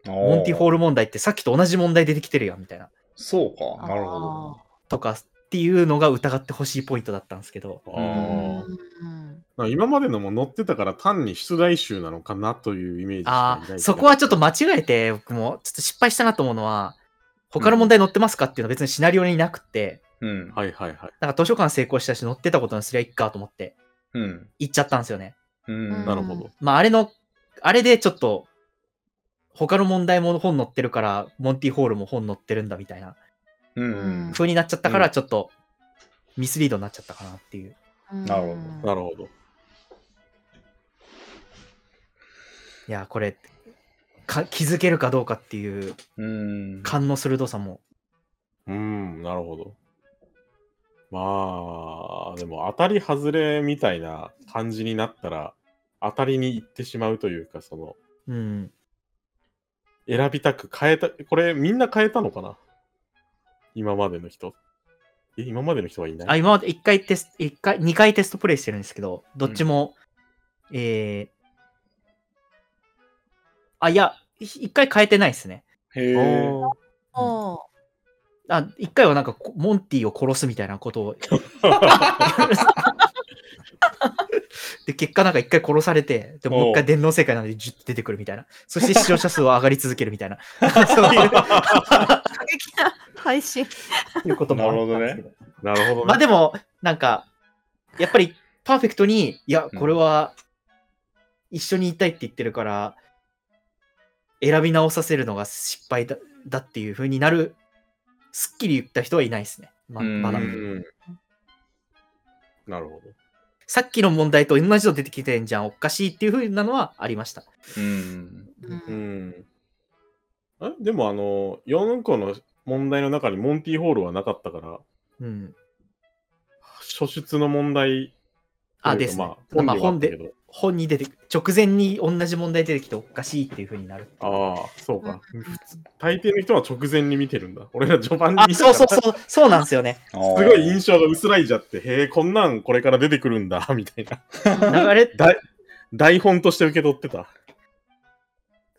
Speaker 3: モンティホー
Speaker 1: ル。
Speaker 3: ル問題ってさっきと同じ問題出てきてるよ、みたいな。
Speaker 1: そうか。なるほど。
Speaker 3: とかっていうのが疑ってほしいポイントだったんですけど。
Speaker 4: あ
Speaker 2: あ
Speaker 4: ー
Speaker 2: ーうん
Speaker 4: なんか今までのも載ってたから単に出題集なのかなというイメージしか
Speaker 3: あ
Speaker 4: 抱いてな
Speaker 3: あ、
Speaker 4: い
Speaker 3: そこはちょっと間違えて、僕もちょっと失敗したなと思うのは、他の問題載ってますかっていうのは別にシナリオになくって、
Speaker 1: うん。
Speaker 4: はいはいはい。
Speaker 3: なんか図書館成功したし載ってたことにすりゃいっかと思って
Speaker 1: うん。
Speaker 3: 行っちゃったんですよね。
Speaker 1: うん。
Speaker 2: うん
Speaker 4: なるほど。
Speaker 3: まあ、あれの、あれでちょっと、他の問題も本載ってるから、モンティホールも本載ってるんだみたいな
Speaker 1: うん。
Speaker 3: 風になっちゃったか
Speaker 4: う
Speaker 3: ら、
Speaker 4: ん
Speaker 3: ちょっとミスリードになっちゃったかなっていう。
Speaker 2: うん
Speaker 1: なるほど
Speaker 4: なるほど。
Speaker 3: いや、これ、か気づけるかどうかっていう
Speaker 1: うん。
Speaker 3: 勘の鋭さも。
Speaker 4: うーん、なるほど。まあ、でも当たり外れみたいな感じになったら、当たりに行ってしまうというか、その、
Speaker 3: うん。
Speaker 4: 選びたく変えた、これみんな変えたのかな今までの人。え、今までの人はいな
Speaker 3: あ、
Speaker 4: い
Speaker 3: 今まで1回テスト、一回、2回テストプレイしてるんですけど、どっちも、えー、あ、いや、1回変えてないですね。
Speaker 1: へえ。
Speaker 4: お
Speaker 2: お
Speaker 3: あ、1回はなんかこ、モンティを殺すみたいなこと を
Speaker 4: ー
Speaker 3: で、結果なんか一回殺されて、でもう一
Speaker 1: お
Speaker 3: 回
Speaker 1: う
Speaker 3: 電脳世界なのでジュッて出てくるみたいな。そして視聴者数は上がり続けるみ たいな。そういう
Speaker 2: ー過激な配信
Speaker 3: いうこともあったんですけ
Speaker 1: なる
Speaker 3: ど。
Speaker 4: なるほどね。
Speaker 3: まあでも、なんか、やっぱりパーフェクトに、いや、これは一緒にいたいって言ってるから、選び直させるのが失敗だだっていう風になる、すっきり言った人はいないですね。ま
Speaker 1: うん
Speaker 3: まだ
Speaker 1: う。
Speaker 4: んなるほど。
Speaker 3: さっきの問題と同じの出てきてんじゃん、おかしいっていう風なのはありました。
Speaker 1: うん。
Speaker 2: う
Speaker 4: うんん。えでもあの、4個の問題の中にモンティーホールはなかったから、
Speaker 3: うん。
Speaker 4: 初出の問題
Speaker 3: あ、
Speaker 4: と
Speaker 3: で
Speaker 4: いうか
Speaker 3: すね。ま
Speaker 4: ま
Speaker 3: あ
Speaker 4: あ、
Speaker 3: 本
Speaker 4: 本では
Speaker 3: で
Speaker 4: あったけ、ど。
Speaker 3: 本に出て、直前に同じ問題出てきておかしいっていう風になる。
Speaker 4: ああ、そうか。大抵の人は直前に見てるんだ。俺ら序盤に
Speaker 3: あ、
Speaker 4: 見て
Speaker 3: そ
Speaker 4: た
Speaker 3: うそう
Speaker 4: から
Speaker 3: そう、 そうなんですよね。
Speaker 1: すご
Speaker 4: すごい印象が薄らいじゃって、へえ、こんなんこれから出てくるんだ、 みたい
Speaker 3: 流
Speaker 4: な。
Speaker 3: れ、
Speaker 4: 台本として受け取ってた。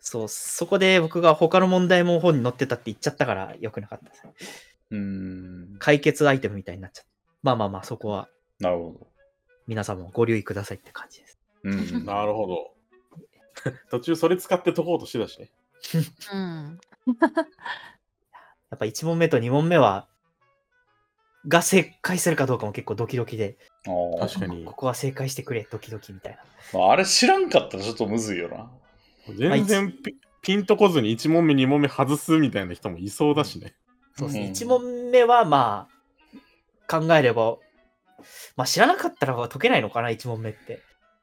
Speaker 3: そう、そこで僕が他の問題も本に載ってたって言っちゃったから良くなかったですね。
Speaker 1: うん。
Speaker 3: 解決アイテムみたいになっちゃった。まあまあまあ、そこは
Speaker 1: なるほど。
Speaker 3: 皆さんもご留意くださいって感じです。
Speaker 1: うん。
Speaker 4: なるほど。途中それ使って解こうとしてたしね。
Speaker 2: うん
Speaker 3: やっぱ1問目と2問目は、が正解するかどうかも結構ドキドキで、
Speaker 1: あ
Speaker 4: 確かに
Speaker 3: こ。こは正解してくれ、ドキドキみたいな。
Speaker 1: ーあれ知らんかったらちょっとむずいよな。
Speaker 4: 全然ピピンとこずに1問目、2問目外すみたいな人もいそうだしね。
Speaker 3: そうですね。
Speaker 1: うん
Speaker 3: 1問目はまあ、考えれば、まあ知らなかったら解けないのかな、1問目って。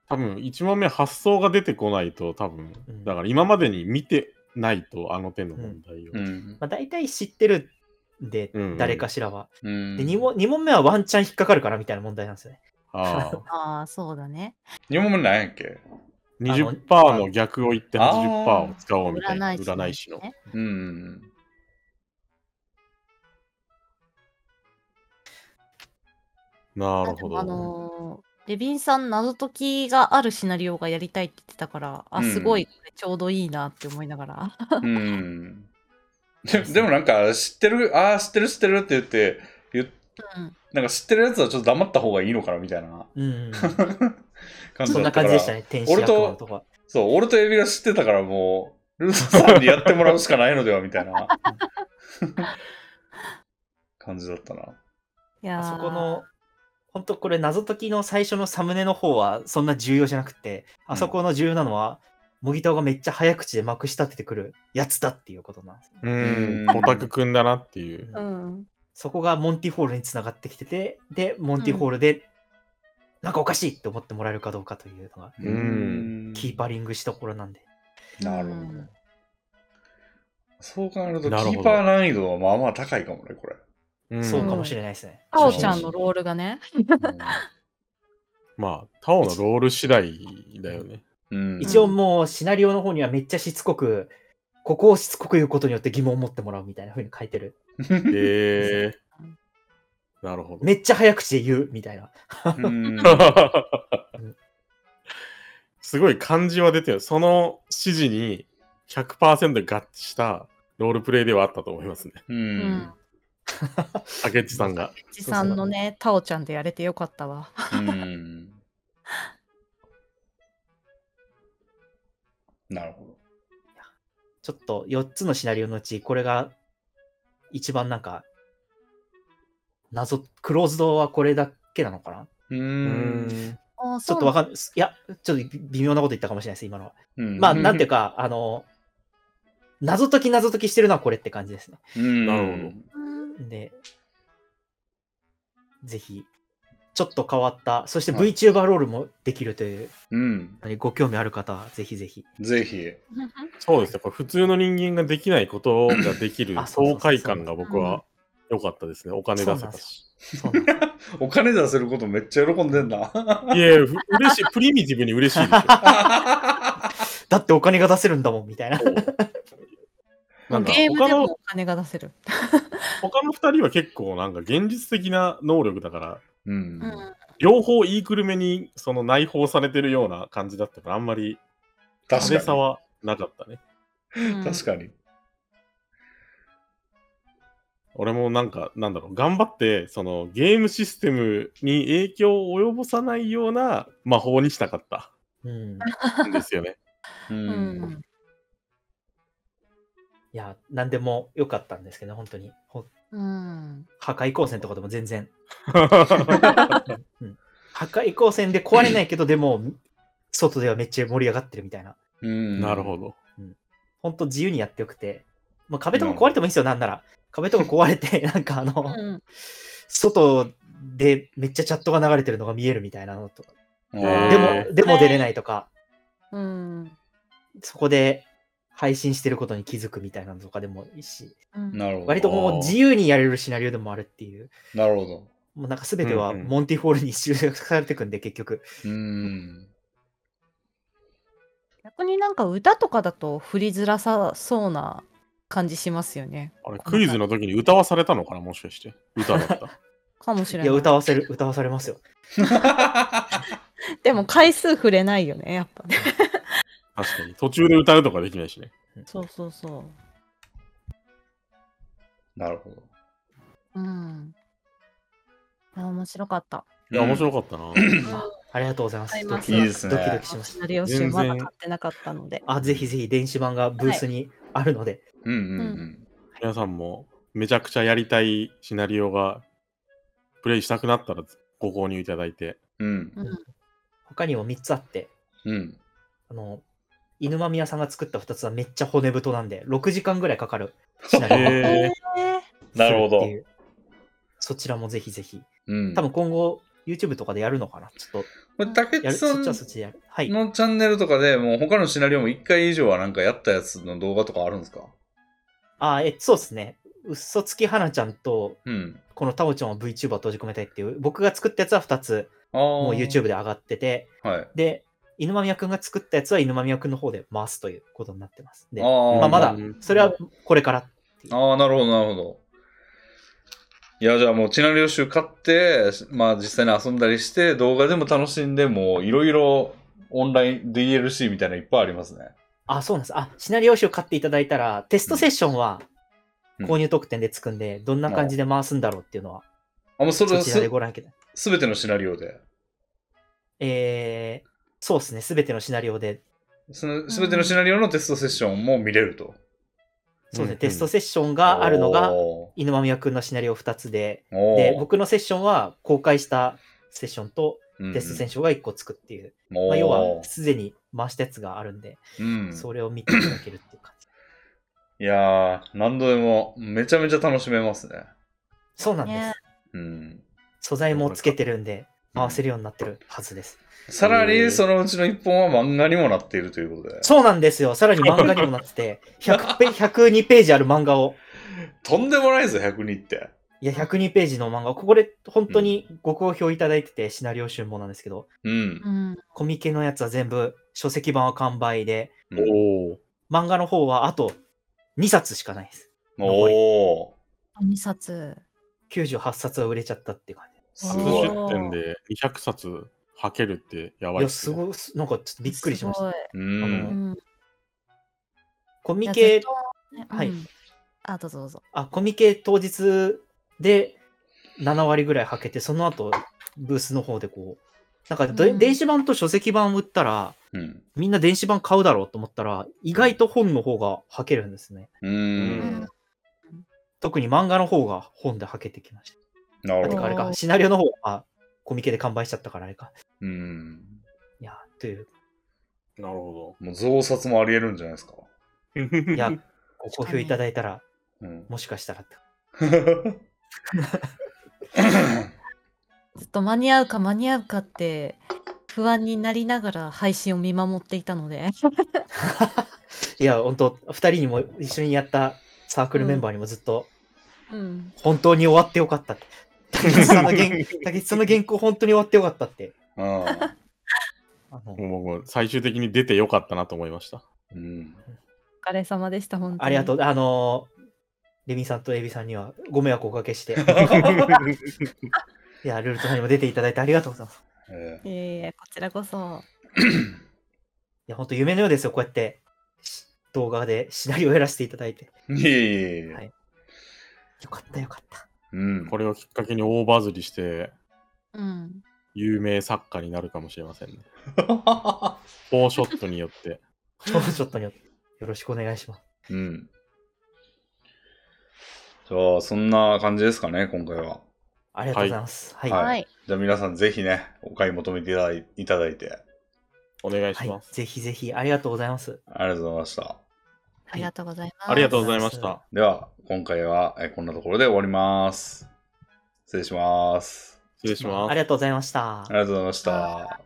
Speaker 4: 多分1問目発想が出てこないと多分
Speaker 3: うん
Speaker 4: だから今までに見てないとあの手の問題を、
Speaker 1: うん。
Speaker 3: まあ大体知ってるんで
Speaker 4: うんう、ん
Speaker 3: 誰かしらは。
Speaker 1: うん
Speaker 3: で2問、二問目はワンチャン引っかかるからみたいな問題なんですよね。
Speaker 4: あ あ
Speaker 2: ああ、そうだね。
Speaker 1: 二問目なんやっけ
Speaker 4: 20%の逆を言って
Speaker 1: あ
Speaker 4: 80%を使おうみたいな
Speaker 2: 占い師の
Speaker 4: 占い師の
Speaker 2: ね
Speaker 1: うん。
Speaker 4: な
Speaker 2: あ
Speaker 4: る
Speaker 2: で
Speaker 4: ほ
Speaker 2: もあ
Speaker 4: ど
Speaker 2: のーレビンさん、謎解きがあるシナリオがやりたいって言ってたから、あ、すごい、これちょうどいいなって思いながら。
Speaker 1: うん。ででもなんか知ってる、ああ、知ってる知ってるって言って、言っ
Speaker 2: うん
Speaker 1: なんか知ってるやつはちょっと黙った方がいいのかなみたいな
Speaker 3: うん。
Speaker 1: 感じ
Speaker 3: そん
Speaker 1: だ
Speaker 3: な
Speaker 1: ったから
Speaker 3: 感じでしたね、天使悪魔とか。
Speaker 1: そう、俺とエビが知ってたからもう、ルースさんにやってもらうしかないのではみたいな感じだったな。
Speaker 2: いや
Speaker 3: あ
Speaker 2: ー
Speaker 3: そこの、本当これ謎解きの最初のサムネの方はそんな重要じゃなくて、あそこの重要なのは、モギタオがめっちゃ早口でまくし立ててくるやつだっていうことなんですね。
Speaker 4: う
Speaker 1: うん
Speaker 4: んオタクくんだなっていう
Speaker 2: うん。
Speaker 3: そこがモンティホールにつながってきてて、で、モンティホールで、なんかおかしいって思ってもらえるかどうかというのが、
Speaker 4: うん
Speaker 3: キーパリングしたところなんで。
Speaker 1: なるほど。そう考えると、キ
Speaker 4: なるほど
Speaker 1: ーパー難易度はまあまあ高いかもね、これ。
Speaker 4: うん
Speaker 3: そうかもしれないですね。
Speaker 2: あおちゃんのロールがね。
Speaker 4: まあタオのロール次第だよね
Speaker 1: うん、
Speaker 3: 一応もうシナリオの方にはめっちゃしつこく、ここをしつこく言うことによって疑問を持ってもらうみたいな風に書いてる。
Speaker 4: へえなるほど
Speaker 3: めっちゃ早口で言うみたいな。
Speaker 1: うん、
Speaker 4: すごい感じは出てるその指示に100%合致したロールプレイではあったと思いますね
Speaker 1: う
Speaker 2: うんん。
Speaker 4: 竹内さんが
Speaker 2: じさんのね、タオちゃんでやれてよかったわ。
Speaker 1: うんなるほ
Speaker 3: ちょっと4つのシナリオのうち、これが一番なんか、謎、クローズドはこれだけなのかな
Speaker 1: ど。う
Speaker 4: う
Speaker 1: ーん。
Speaker 2: あー
Speaker 3: ちょっとわかんない。いや、ちょっと微妙なこと言ったかもしれないです、今のは。
Speaker 1: うん
Speaker 3: まあ、なんていうか、あの、謎解き謎解きしてるのはこれって感じですね。
Speaker 1: うん
Speaker 4: なる
Speaker 2: そうなんだ
Speaker 3: で、ぜひ、ちょっと変わった、そして VTuber ロールもできるという、
Speaker 1: うん。
Speaker 3: ご興味ある方はぜひぜひ。
Speaker 1: ぜひ。
Speaker 4: そうですね、これ普通の人間ができないことができる
Speaker 3: あそうそうそう
Speaker 4: 爽快感が僕は良かったですね、お金出せたし。
Speaker 3: そうなんです
Speaker 1: お金出せることめっちゃ喜んでんな。
Speaker 4: いやいや、ふ嬉しい、プリミティブに嬉しいですよ。
Speaker 3: だってお金が出せるんだもん、み たいな。
Speaker 4: なんか
Speaker 2: ゲーム
Speaker 4: 他
Speaker 2: でも
Speaker 4: の
Speaker 2: お金が出せる。
Speaker 4: 他の2人は結構なんか現実的な能力だから、
Speaker 1: うん
Speaker 2: うん。
Speaker 4: 両方言いくるめにその内包されてるような感じだったから、あんまり
Speaker 1: 確
Speaker 4: 派手さ
Speaker 1: か
Speaker 4: はなかったね。
Speaker 2: うん
Speaker 1: に。確かに。
Speaker 4: 俺もなんか、なんだろう、頑張って、そのゲームシステムに影響を及ぼさないような魔法にしたかった
Speaker 3: うん。
Speaker 4: んです よね。
Speaker 1: う。
Speaker 2: うんん。
Speaker 3: いや、なんでもよかったんですけど、本当に。ほ
Speaker 2: うん。
Speaker 3: 破壊光線とかでも全然。破壊光線で壊れないけど、でも、外ではめっちゃ盛り上がってるみたいな。
Speaker 1: うん。
Speaker 4: なるほど。
Speaker 3: ほんと自由にやってよくて。まあ、壁とか壊れてもいいですよ、なんなら。壁とか壊れて、 なんかあの、
Speaker 2: うん
Speaker 3: 外でめっちゃチャットが流れてるのが見えるみたいなのとか。
Speaker 1: ど
Speaker 4: へ
Speaker 3: で
Speaker 4: ー
Speaker 3: も、でも出れないとか、
Speaker 2: うん。
Speaker 3: そこで配信してることに気づくみたいなのとかでもいいし、
Speaker 2: うん。
Speaker 1: なるほど。
Speaker 3: 割ともう自由にやれるシナリオでもあるっていう。
Speaker 1: なるほど。
Speaker 3: もうなんか全ては
Speaker 4: うんうん
Speaker 3: モンティフォールに集約されてくんで、結局。
Speaker 1: うん。
Speaker 2: 逆になんか歌とかだと振りづらさそうな感じしますよね。
Speaker 4: あれ、クイズの時に歌わされたのかなもしかして。歌だ った。
Speaker 2: かもしれないい。
Speaker 3: や、歌わせる、歌わされますよ。
Speaker 2: でも回数触れないよね、やっぱ。
Speaker 4: 確かに。途中で歌うとかできないしね。
Speaker 2: そうそうそ
Speaker 1: なるほど。
Speaker 2: う。うん。いや、面白かった。
Speaker 4: いや、面白
Speaker 1: か
Speaker 4: かったな。
Speaker 3: ありがとうございま
Speaker 2: あり
Speaker 3: す。
Speaker 2: がとう
Speaker 3: ド
Speaker 2: ご
Speaker 3: キ
Speaker 2: ざ
Speaker 1: い
Speaker 2: い
Speaker 1: いで
Speaker 3: ドキ
Speaker 1: すね
Speaker 3: ド。キドキしまし
Speaker 2: シナリオ集まだ買ってなかったので。
Speaker 3: た。あ、ぜひぜひ電子版がブースにあるので、
Speaker 1: うんうんうん。
Speaker 4: 皆さんもめちゃくちゃやりたいシナリオがプレイしたくなったらご購入いただいて。
Speaker 1: うん。
Speaker 3: 他にも3つあって、
Speaker 1: うん。
Speaker 3: あの、犬間宮さんが作った2つはめっちゃ骨太なんで、6時間ぐらいかかるシナリオを作る
Speaker 4: へえ
Speaker 2: え
Speaker 3: って
Speaker 1: なるほど
Speaker 3: いう。そちらもぜひぜひ。
Speaker 1: うん。
Speaker 3: 多分今後、YouTube とかでやるのかなちょっ
Speaker 1: これ、竹
Speaker 3: と、や
Speaker 1: 内
Speaker 3: る、
Speaker 1: さ
Speaker 3: そっ
Speaker 1: ん
Speaker 3: ちはそっちでやる。はい。
Speaker 1: のチャンネルとかでもう他のシナリオも1回以上はなんかやったやつの動画とかあるんですか
Speaker 3: あ、え、そうですね。嘘つき花ちゃんと、
Speaker 1: うん。
Speaker 3: このタオちゃんを VTuber 閉じ込めたいっていう、僕が作ったやつは2つ、
Speaker 1: ああ。も
Speaker 3: もう YouTube で上がってて、
Speaker 1: はい。
Speaker 3: で、犬間宮くんが作ったやつは犬間宮くんの方で回すということになってます。で、
Speaker 1: あー
Speaker 3: まあ、まだ
Speaker 4: うん、
Speaker 3: それはこれから。
Speaker 1: ああ、なるほど、なるほど。いや、じゃあもう、チナリオ集買って、まあ実際に遊んだりして、動画でも楽しんで、もういろいろオンライン DLC みたいなのいっぱいありますね。
Speaker 3: あ、そうなんです。あ、シナリオ集を買っていただいたら、テストセッションは
Speaker 1: うん
Speaker 3: 購入特典でつくんで、どんな感じで回すんだろうっていうのは、
Speaker 1: あ、もうそれ
Speaker 3: そ
Speaker 1: は
Speaker 3: ちらですご覧いただ
Speaker 1: すべてのシナリオで。
Speaker 3: えー、そうですね。すべてのシナリオで、
Speaker 1: すべてのシナリオのテストセッションも見れると。
Speaker 3: そうですね。
Speaker 4: うん
Speaker 3: テストセッションがあるのが、
Speaker 1: お
Speaker 3: 犬間宮くんのシナリオ2つで、
Speaker 1: ーお
Speaker 3: で、
Speaker 1: ー
Speaker 3: 僕のセッションは公開したセッションと
Speaker 1: うん
Speaker 3: テストセッションが1個つくっていう、
Speaker 1: うんおー
Speaker 3: まあ、要はすでに回したやつがあるんで、
Speaker 1: うん、
Speaker 3: それを見ていただけるっていう感じ。
Speaker 1: いやー、何度でもめちゃめちゃ楽しめますね。
Speaker 3: そうなんです
Speaker 2: ね。
Speaker 1: うん。
Speaker 3: 素材もつけてるんで、
Speaker 1: うん
Speaker 3: 回せるようになってるはずです。
Speaker 1: さら
Speaker 4: へ
Speaker 1: に、
Speaker 4: ー
Speaker 1: そのうちの一本は漫画にもなっているということで。
Speaker 3: そうなんですよ。さらに漫画にもなって て、100ペ102ページある漫画を、
Speaker 1: とんでもないぞ、102って。
Speaker 3: いや、102ページの漫画を、ここで本当にご好評いただいてて、シナリオ集もなんですけど、
Speaker 1: うん
Speaker 2: う。ん。
Speaker 3: コミケのやつは全部、書籍版は完売で、
Speaker 1: うん
Speaker 4: おお。
Speaker 3: 漫画の方はあと2冊しかないです。
Speaker 1: おー。
Speaker 2: 2冊。
Speaker 3: 98冊は売れちゃったっていう感じ。
Speaker 1: すごい。
Speaker 4: 80点で200冊はけるってや
Speaker 3: い
Speaker 4: ばい
Speaker 3: や、
Speaker 4: っす
Speaker 3: す
Speaker 4: ね。
Speaker 3: ごい、すなんかちょっとびっくりしまし
Speaker 2: すご
Speaker 3: た
Speaker 2: い。
Speaker 1: う。
Speaker 2: うんん。
Speaker 3: コミ
Speaker 2: いやず
Speaker 3: ケ
Speaker 2: っ、とね
Speaker 3: はい
Speaker 2: うんあ、どうぞどうぞ。
Speaker 3: あ、コミケ当日で7割ぐらいはけて、その後、ブースの方でこう、なんかで、
Speaker 2: うん
Speaker 3: 電子版と書籍版売ったら、
Speaker 1: うん。
Speaker 3: みんな電子版買うだろうと思ったら、意外と本の方がはけるんですね。
Speaker 1: う。
Speaker 2: うんん
Speaker 3: 特に漫画の方が本ではけてきまし
Speaker 1: な
Speaker 3: た。あ
Speaker 1: る
Speaker 3: て
Speaker 1: ほ
Speaker 3: か
Speaker 1: ど。
Speaker 3: あれ
Speaker 2: お
Speaker 3: か、
Speaker 2: ー
Speaker 3: シナリオの方がコミケで完売しちゃったからあれか。
Speaker 1: うん。
Speaker 3: いや、という、
Speaker 4: なるほ
Speaker 1: もう増刷もあり得るんじゃないですか。
Speaker 4: ど。
Speaker 3: いや、ご好評いただいたら、
Speaker 1: うん。
Speaker 3: もしかしたらって。
Speaker 2: ずっと間に合うか間に合うかって不安になりながら配信を見守っていたので。
Speaker 3: いや、本当二人にも一緒にやったサークルメンバーにもずっと、
Speaker 2: うん。
Speaker 3: 本当に終わってよかったって。竹内さんの 原竹内さんの原稿、本当に終わってよかったって。
Speaker 1: う
Speaker 3: あの
Speaker 4: もうもう最終的に出てよかったなと思いました。
Speaker 1: ん。
Speaker 2: お疲れ様でした、本当に。
Speaker 3: ありがと
Speaker 2: う。
Speaker 3: う。あのーレミさんとエビさんにはご迷惑をおか けして、いや、ルルトさんにも出ていただいてありがとうございます。
Speaker 1: え
Speaker 2: いえいえ、こちらこそ。
Speaker 3: いや、本当夢のようですよ、こうやってし動画でシナリオをやらせていただいて。
Speaker 1: えいえいえいえ
Speaker 3: はいよかった、よかった。
Speaker 1: うん。
Speaker 4: これをきっかけに大バズりして
Speaker 2: うん。
Speaker 4: 有名作家になるかもしれませんね。フォーショットによって。
Speaker 3: ちょっとちょっとによよろしくお願いします。
Speaker 1: うん。じゃあ、そんな感じですかね、今回は。
Speaker 3: ありがとうございます。はい。
Speaker 1: はい
Speaker 3: はい
Speaker 2: はい。
Speaker 1: じゃあ、皆さんぜひね、お買い求めていただいいただいて、
Speaker 4: お願いします。
Speaker 3: ぜひぜひ、ありがとうございます。
Speaker 1: ありがとうございました。
Speaker 2: ありがとうございます。
Speaker 4: ありがとうございました。
Speaker 1: では、今回はえこんなところで終わります。失礼します。
Speaker 4: 失礼します
Speaker 3: あり。がとうございました
Speaker 1: あり。がとうございました。